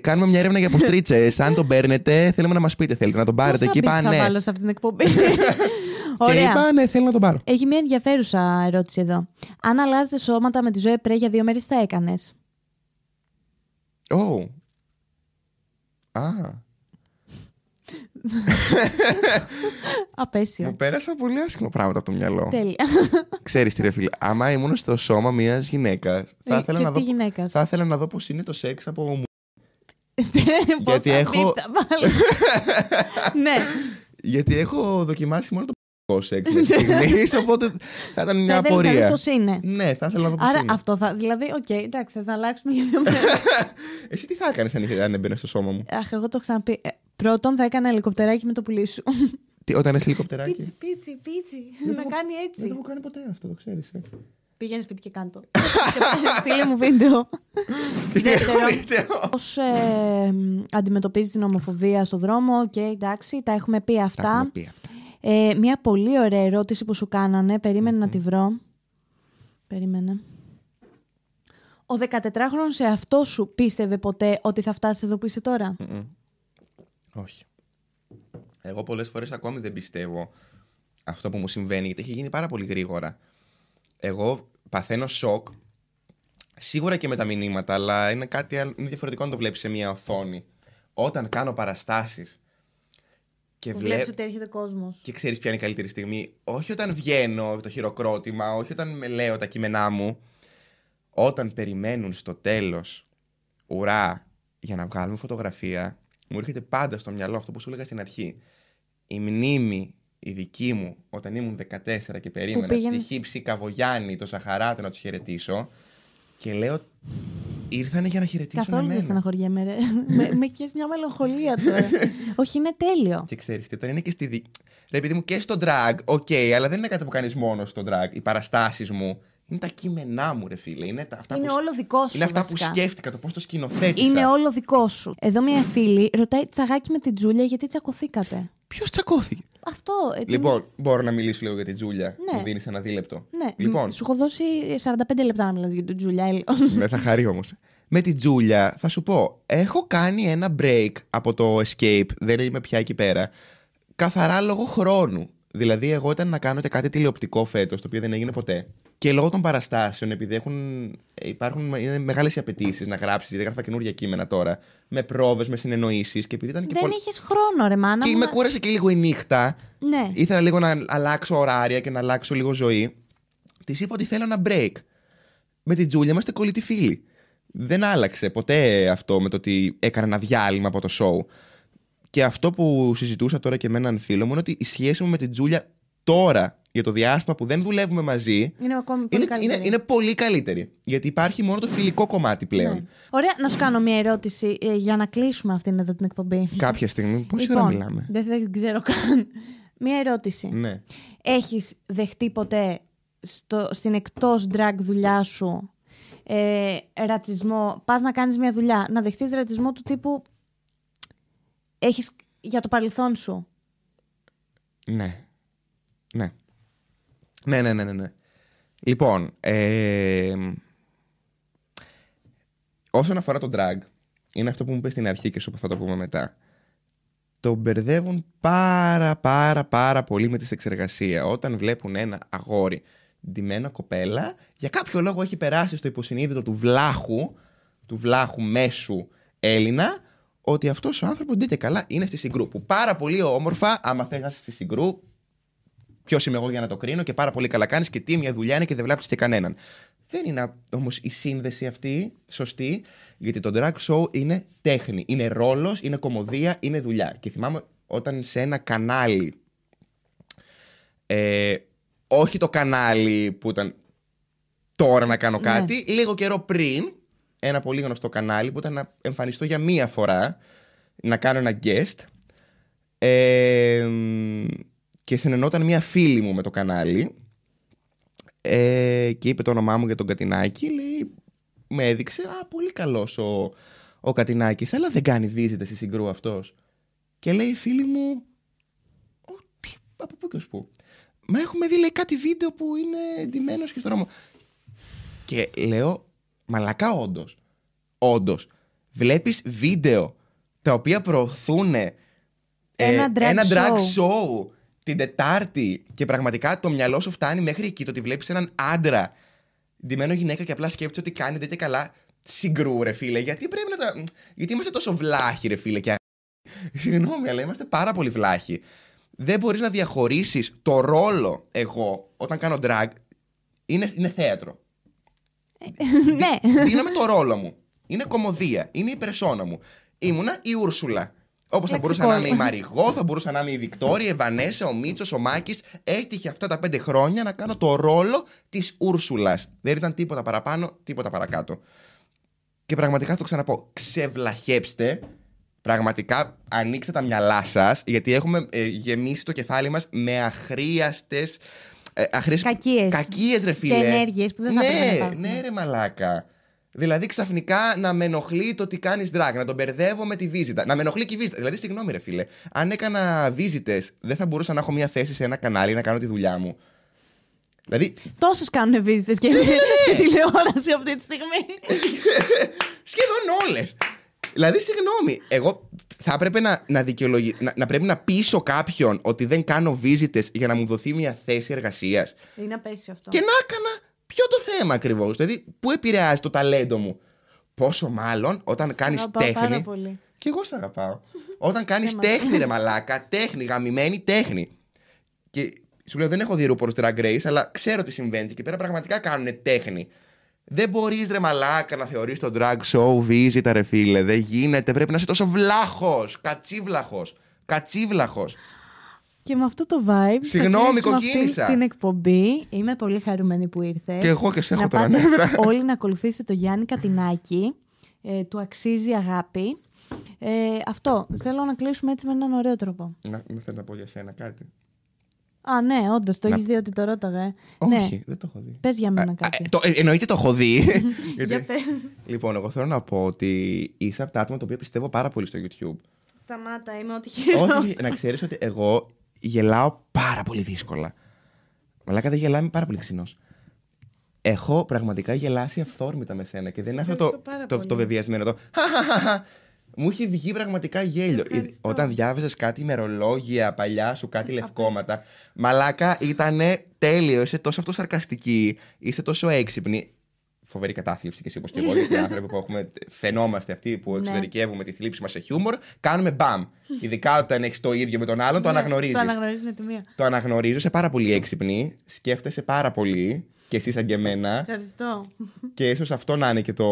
B: Κάνουμε μια έρευνα για αποστρίτσε. Αν τον παίρνετε, θέλουμε να μας πείτε. Θέλετε να τον πάρετε. Και είπα
A: Θα
B: ναι.
A: βάλω σε αυτήν την εκπομπή.
B: Και
A: Ωραία.
B: είπα ναι, θέλω να τον πάρω.
A: Έχει μια ενδιαφέρουσα ερώτηση εδώ. Αν αλλάζετε σώματα με τη ζωή πρέ για δύο μέρες, θα έκανες.
B: Oh. Α. Μου
A: Απέσιο.
B: πέρασαν πολύ άσχημα πράγματα από το μυαλό.
A: Τέλεια.
B: Ξέρεις τι, ρε φίλε. Άμα ήμουν στο σώμα μιας γυναίκας, θα, ήθελα
A: Ε, και
B: να
A: τι
B: δω...
A: γυναίκας.
B: θα ήθελα να δω πώς είναι το σεξ από μου. Γιατί έχω-
A: ναι.
B: Γιατί έχω δοκιμάσει μόνο το π***κο σεξ μέχρι στιγμής, οπότε θα ήταν μια
A: Θα ήθελα να
B: απορία.
A: δεις πώς είναι.
B: Ναι, θα ήθελα να δω πώς
A: Άρα
B: είναι.
A: αυτό θα. Δηλαδή, οκ, εντάξει, θες να αλλάξουμε για δύο μέρε.
B: Εσύ τι θα έκανες αν, είχε- αν έμπαινε στο σώμα μου.
A: Αχ, εγώ το έχω ξαναπεί. Ε, Πρώτον, θα έκανα ελικοπτεράκι με το πουλί σου.
B: Τι, όταν είσαι ελικοπτεράκι.
A: Πίτσι, πίτσι, πίτσι.
B: Δεν
A: Να
B: το-
A: κάνει
B: Δεν το
A: έτσι.
B: έχω κάνει ποτέ αυτό, το ξέρεις. Ε.
A: Πήγαινε σπίτι και κάντο. Φίλε μου βίντεο.
B: Και στη
A: Δεύτερο.
B: έχω βίντεο.
A: Πώς αντιμετωπίζεις την ομοφοβία στον δρόμο, και εντάξει, τα έχουμε πει
B: Τα έχουμε
A: αυτά.
B: πει αυτά.
A: Ε, μια πολύ ωραία ερώτηση που σου κάνανε. περιμενα να τη βρω. Περίμενε. Ο 14χρονος σε αυτό σου πίστευε ποτέ ότι θα φτάσει εδώ που είσαι τώρα.
B: Όχι. Εγώ πολλές φορές ακόμη δεν πιστεύω αυτό που μου συμβαίνει, γιατί έχει γίνει πάρα πολύ γρήγορα. Εγώ παθαίνω σοκ, σίγουρα και με τα μηνύματα, αλλά είναι κάτι άλλο- είναι διαφορετικό να το βλέπεις σε μια οθόνη. Όταν κάνω παραστάσεις και
A: Που βλέπει
B: βλέπω...
A: ότι έρχεται κόσμος.
B: Και ξέρεις ποια είναι η καλύτερη στιγμή. Όχι όταν βγαίνω το χειροκρότημα, όχι όταν με λέω τα κείμενά μου. Όταν περιμένουν στο τέλος ουρά για να βγάλουμε φωτογραφία, μου έρχεται πάντα στο μυαλό αυτό που σου έλεγα στην αρχή. Η μνήμη η δική μου όταν ήμουν 14 και περίμενα
A: πήγαινες-
B: τη χύψη Καβογιάννη, το Σαχαράτο να τους χαιρετήσω. Και λέω Ήρθανε για να χαιρετήσουν
A: Καθόλου δεν
B: εμένα.
A: στεναχωριέμαι, ρε. με, με πιέζει μια μελαγχολία τώρα. Όχι, είναι τέλειο.
B: Και ξέρεις τι, όταν είναι και στη. Δι... Ρε, παιδί μου, και στο drag, οκ, αλλά δεν είναι κάτι που κάνεις μόνος στο drag. Οι παραστάσεις μου είναι τα κείμενά μου, ρε φίλε. Είναι τα, αυτά
A: είναι
B: που...
A: όλο δικό σου.
B: είναι αυτά
A: βασικά.
B: που σκέφτηκα, το πώς το σκηνοθέτησα.
A: Είναι όλο δικό σου. Εδώ μια φίλη ρωτάει τσαγάκι με την Τζούλια γιατί τσακωθήκατε.
B: Ποιος τσακώθηκε.
A: Αυτό. ε, τι-
B: Λοιπόν, μπορώ να μιλήσω λίγο για την Τζούλια.
A: Ναι.
B: Μου δίνεις ένα δίλεπτο.
A: Ναι,
B: Λοιπόν,
A: Μ, σου έχω δώσει 45 λεπτά να μιλάς για την Τζούλια. έλεος.
B: ναι, θα χαρεί όμως. Με την Τζούλια θα σου πω, έχω κάνει ένα break από το Escape, δεν είμαι πια εκεί πέρα, καθαρά λόγω χρόνου. Δηλαδή, εγώ ήταν να κάνω και κάτι τηλεοπτικό φέτος, το οποίο δεν έγινε ποτέ. Και λόγω των παραστάσεων, επειδή έχουν, ε, υπάρχουν μεγάλε απαιτήσεις να γράψεις, γιατί έγραφα καινούργια κείμενα τώρα, με πρόβες, με συνεννοήσεις, και επειδή ήταν και
A: Δεν
B: πολλ-
A: είχες χρόνο, ρε μάνα.
B: Και
A: μου,
B: με
A: να-
B: κούρασε και λίγο η νύχτα.
A: Ναι.
B: Ε. Ήθελα λίγο να αλλάξω ωράρια και να αλλάξω λίγο ζωή. Της είπα ότι θέλω ένα break. Με την Τζούλια είμαστε κολλητοί φίλοι. Δεν άλλαξε ποτέ αυτό με το ότι έκανα ένα διάλειμμα από το show. Και αυτό που συζητούσα τώρα και με έναν φίλο μου είναι ότι η σχέση μου με την Τζούλια τώρα, για το διάστημα που δεν δουλεύουμε μαζί,
A: Είναι ακόμη πολύ
B: είναι,
A: καλύτερη.
B: είναι, είναι πολύ καλύτερη. Γιατί υπάρχει μόνο το φιλικό κομμάτι πλέον.
A: Ναι. Ωραία, να σου κάνω μια ερώτηση ε, για να κλείσουμε αυτήν εδώ την εκπομπή.
B: Κάποια στιγμή. Πόση
A: Λοιπόν,
B: ώρα μιλάμε.
A: Δεν, δεν ξέρω καν. Μια ερώτηση.
B: Ναι.
A: Έχεις δεχτεί ποτέ στο, στην εκτός drag δουλειά σου ε, ρατσισμό, πας να κάνεις μια δουλειά, να δεχτείς ρατσισμό του τύπου έχεις για το παρελθόν σου.
B: Ναι. Ναι. Ναι, ναι, ναι, ναι. ναι. Λοιπόν, ε, όσον αφορά το drag, είναι αυτό που μου πες στην αρχή και σου που θα το πούμε μετά. Το μπερδεύουν πάρα πάρα πάρα πολύ με τη σεξεργασία. Όταν βλέπουν ένα αγόρι ντυμένα κοπέλα, για κάποιο λόγο έχει περάσει στο υποσυνείδητο του βλάχου, του βλάχου μέσου Έλληνα, ότι αυτός ο άνθρωπος, δείτε καλά, είναι στη συγκρού. Που πάρα πολύ όμορφα, άμα θες να είσαι στη συγκρού, ποιος είμαι εγώ για να το κρίνω και πάρα πολύ καλά κάνεις και τι μια δουλειά είναι και δεν βλάπτεις και κανέναν. Δεν είναι όμως η σύνδεση αυτή σωστή, γιατί το drag show είναι τέχνη. Είναι ρόλος, είναι κομμωδία, είναι δουλειά. Και θυμάμαι όταν σε ένα κανάλι. Ε, όχι το κανάλι που ήταν τώρα να κάνω
A: Ναι.
B: κάτι, λίγο καιρό πριν, ένα πολύ γνωστό κανάλι που ήταν να εμφανιστώ για μία φορά, να κάνω ένα guest. Ε, μ, και συνεννόταν μια φίλη μου με το κανάλι ε, και είπε το όνομά μου για τον Κατινάκη. Λέει, με έδειξε, α, πολύ καλός ο, ο Κατινάκης, αλλά δεν κάνει visitors στη συγκρού αυτός. Και λέει η φίλη μου, «Ο, τι, από πού και ως πού. Μα έχουμε δει λέει κάτι βίντεο που είναι ντυμένος και στον δρόμο. Και λέω, μαλακά όντως. Όντως. Βλέπεις βίντεο τα οποία προωθούν
A: Ένα drag
B: ένα drag
A: show.
B: show την Τετάρτη και πραγματικά το μυαλό σου φτάνει μέχρι εκεί. Το ότι βλέπεις έναν άντρα ντυμένο γυναίκα και απλά σκέφτεσαι ότι κάνει δεν και καλά συγκρού, ρε φίλε. Γιατί πρέπει να τα. Γιατί είμαστε τόσο βλάχοι, ρε φίλε. Και... α- Συγγνώμη, αλλά είμαστε πάρα πολύ βλάχοι. Δεν μπορείς να διαχωρίσεις το ρόλο εγώ όταν κάνω drag. Είναι, είναι θέατρο.
A: ναι.
B: Δίναμε το ρόλο μου. Είναι κομμωδία. Είναι η περσόνα μου. Ήμουνα η Ούρσουλα. Όπως θα μπορούσα να είμαι η
A: Λεξικό.
B: Μαριγό, θα μπορούσα να είμαι η Βικτόρια, η Βανέσα, ο Μίτσος, ο Μάκης. Έτυχε αυτά τα πέντε χρόνια να κάνω το ρόλο της Ούρσουλας. Δεν ήταν τίποτα παραπάνω, τίποτα παρακάτω. Και πραγματικά θα το ξαναπώ. Ξεβλαχέψτε. Πραγματικά ανοίξτε τα μυαλά σας, γιατί έχουμε ε, γεμίσει το κεφάλι μας με αχρίαστες. Ε, αχρίαστες-
A: Κακίες.
B: Κακίες, ρε φίλε.
A: ενέργειες που δεν θα
B: ναι,
A: έπρεπε να υπάρχουν.
B: Ναι, ρε μαλάκα. Δηλαδή ξαφνικά να με ενοχλεί το ότι κάνεις drag, να τον μπερδεύω με τη βίζιτα. Να με ενοχλεί και η βίζιτα. Δηλαδή, συγγνώμη, ρε φίλε. Αν έκανα βίζιτε, δεν θα μπορούσα να έχω μια θέση σε ένα κανάλι να κάνω τη δουλειά μου. Δηλαδή,
A: Τόσες κάνουν visitors και, και τηλεόραση αυτή τη στιγμή.
B: σχεδόν όλες. Δηλαδή, συγγνώμη, εγώ θα έπρεπε να, να, δικαιολογη- να, να πρέπει να πείσω κάποιον ότι δεν κάνω βίζιτε για να μου δοθεί μια θέση εργασίας.
A: Είναι απέσιο αυτό.
B: Και να έκανα ποιο το θέμα ακριβώς. Δηλαδή, πού επηρεάζει το ταλέντο μου. Πόσο μάλλον όταν κάνεις
A: αγαπάω
B: τέχνη.
A: πάρα πολύ.
B: Και εγώ σε αγαπάω. Όταν κάνει
A: Σε
B: τέχνη, ρε μαλάκα, τέχνη, γαμημένη τέχνη. Και σου λέω, δεν έχω δει RuPaul's Drag Race, αλλά ξέρω τι συμβαίνει. Και εκεί πέρα πραγματικά κάνουν τέχνη. Δεν μπορείς, ρε μαλάκα, να θεωρείς το drag show βίζιτα, ρε φίλε. Δεν γίνεται. Πρέπει να είσαι τόσο βλάχος. Κατσίβλαχος. Κατσίβλαχος.
A: Και με αυτό το vibe. θα
B: Συγγνώμη,
A: κλείσουμε αυτή
B: κοκκίνησα.
A: Την εκπομπή. Είμαι πολύ χαρούμενη που ήρθες.
B: Και εγώ και σε έχω
A: να
B: τώρα ναι,
A: πάτε
B: νεύρα.
A: Όλοι να ακολουθήσετε το Γιάννη Κατινάκη. ε, του αξίζει αγάπη. Ε, αυτό. Θέλω να κλείσουμε έτσι με έναν ωραίο τρόπο.
B: Να, να θέλω να πω για σένα κάτι.
A: Α, ναι, όντως το
B: Να-
A: έχεις δει ότι το ρώταγα. ε. Ναι.
B: Όχι, δεν το έχω δει.
A: Πες για
B: Α,
A: μένα
B: α,
A: κάτι.
B: ε, το- ε, εννοείται το έχω δει. Γιατί-
A: Για πες.
B: Λοιπόν, εγώ θέλω να πω ότι είσαι από τα άτομα τα οποία πιστεύω πάρα πολύ στο YouTube.
A: Σταμάτα, είμαι ό,τι χειρότερο.
B: Όχι, να ξέρεις ότι εγώ γελάω πάρα πολύ δύσκολα. Μαλάκα δεν γελάμε πάρα πολύ ξινός. Έχω πραγματικά γελάσει αυθόρμητα με σένα και δεν
A: Σε
B: είναι αυτό το,
A: ευχαριστώ πάρα
B: το,
A: πολύ.
B: το βεβαιασμένο. Το, «Χαχαχαχα». μου έχει βγει πραγματικά γέλιο. Ε,
A: Ευχαριστώ.
B: Όταν διάβαζες κάτι ημερολόγια παλιά σου, κάτι λευκόματα. Μαλάκα ήταν τέλειο. Είσαι τόσο αυτοσαρκαστική, είσαι τόσο έξυπνη. Φοβερή κατάθλιψη και εσύ όπως και εγώ, γιατί οι άνθρωποι που έχουμε φαινόμαστε αυτοί που
A: Ναι.
B: εξωτερικεύουμε τη θλίψη μας σε χιούμορ, κάνουμε μπαμ. Ειδικά όταν έχεις το ίδιο με τον άλλον, το
A: Ναι,
B: αναγνωρίζει.
A: Το αναγνωρίζεις με τη μία.
B: Το αναγνωρίζω, είσαι πάρα πολύ έξυπνη, σκέφτεσαι πάρα πολύ και εσύ σαν και εμένα.
A: Ευχαριστώ.
B: και ίσως αυτό να είναι και το.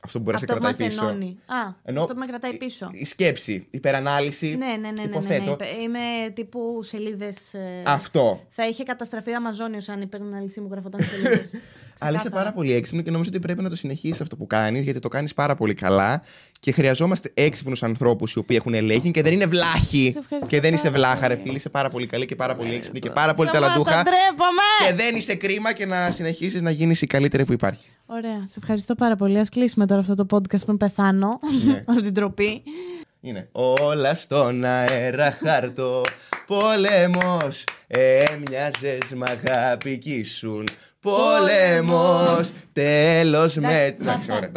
B: Αυτό που μπορεί να σε
A: Αυτό που μα
B: κρατάει πίσω.
A: ενώνει. Α,
B: Ενώ-
A: αυτό που με κρατάει πίσω.
B: Η σκέψη, υπερανάλυση.
A: Ναι, ναι, ναι, ναι, ναι, ναι,
B: υποθέτω.
A: Υπε- Είμαι τύπου ε, σελίδε.
B: Αυτό.
A: Θα είχε καταστραφεί ο Αμαζόνιο αν η περναλυσή μου γραφόταν σελίδε.
B: Αλλά είσαι πάρα πολύ έξυπνο και νομίζω ότι πρέπει να το συνεχίσεις αυτό που κάνεις, γιατί το κάνεις πάρα πολύ καλά. Και χρειαζόμαστε έξυπνους ανθρώπους οι οποίοι έχουν ελέγχει και δεν είναι βλάχοι.
A: Σε ευχαριστώ
B: Και δεν είσαι
A: πάρα
B: βλάχα, ρε
A: πολύ.
B: φίλη. Είσαι πάρα πολύ καλή και πάρα πολύ έξυπνη και πάρα πολύ ταλαντούχα. Και δεν είσαι κρίμα και να συνεχίσεις να γίνεις η καλύτερη που υπάρχει.
A: Ωραία, σε ευχαριστώ πάρα πολύ. Ας κλείσουμε τώρα αυτό το podcast πριν πεθάνω
B: Ναι.
A: από την τροπή.
B: Είναι. Όλα στον αέρα χάρτο. Πόλεμο. Έμοιαζες μ' αγάπη κι ήσουν. Πόλεμο. Τέλος με.
A: Εντάξει,
B: Εντάξει,
A: basta.
B: ωραία.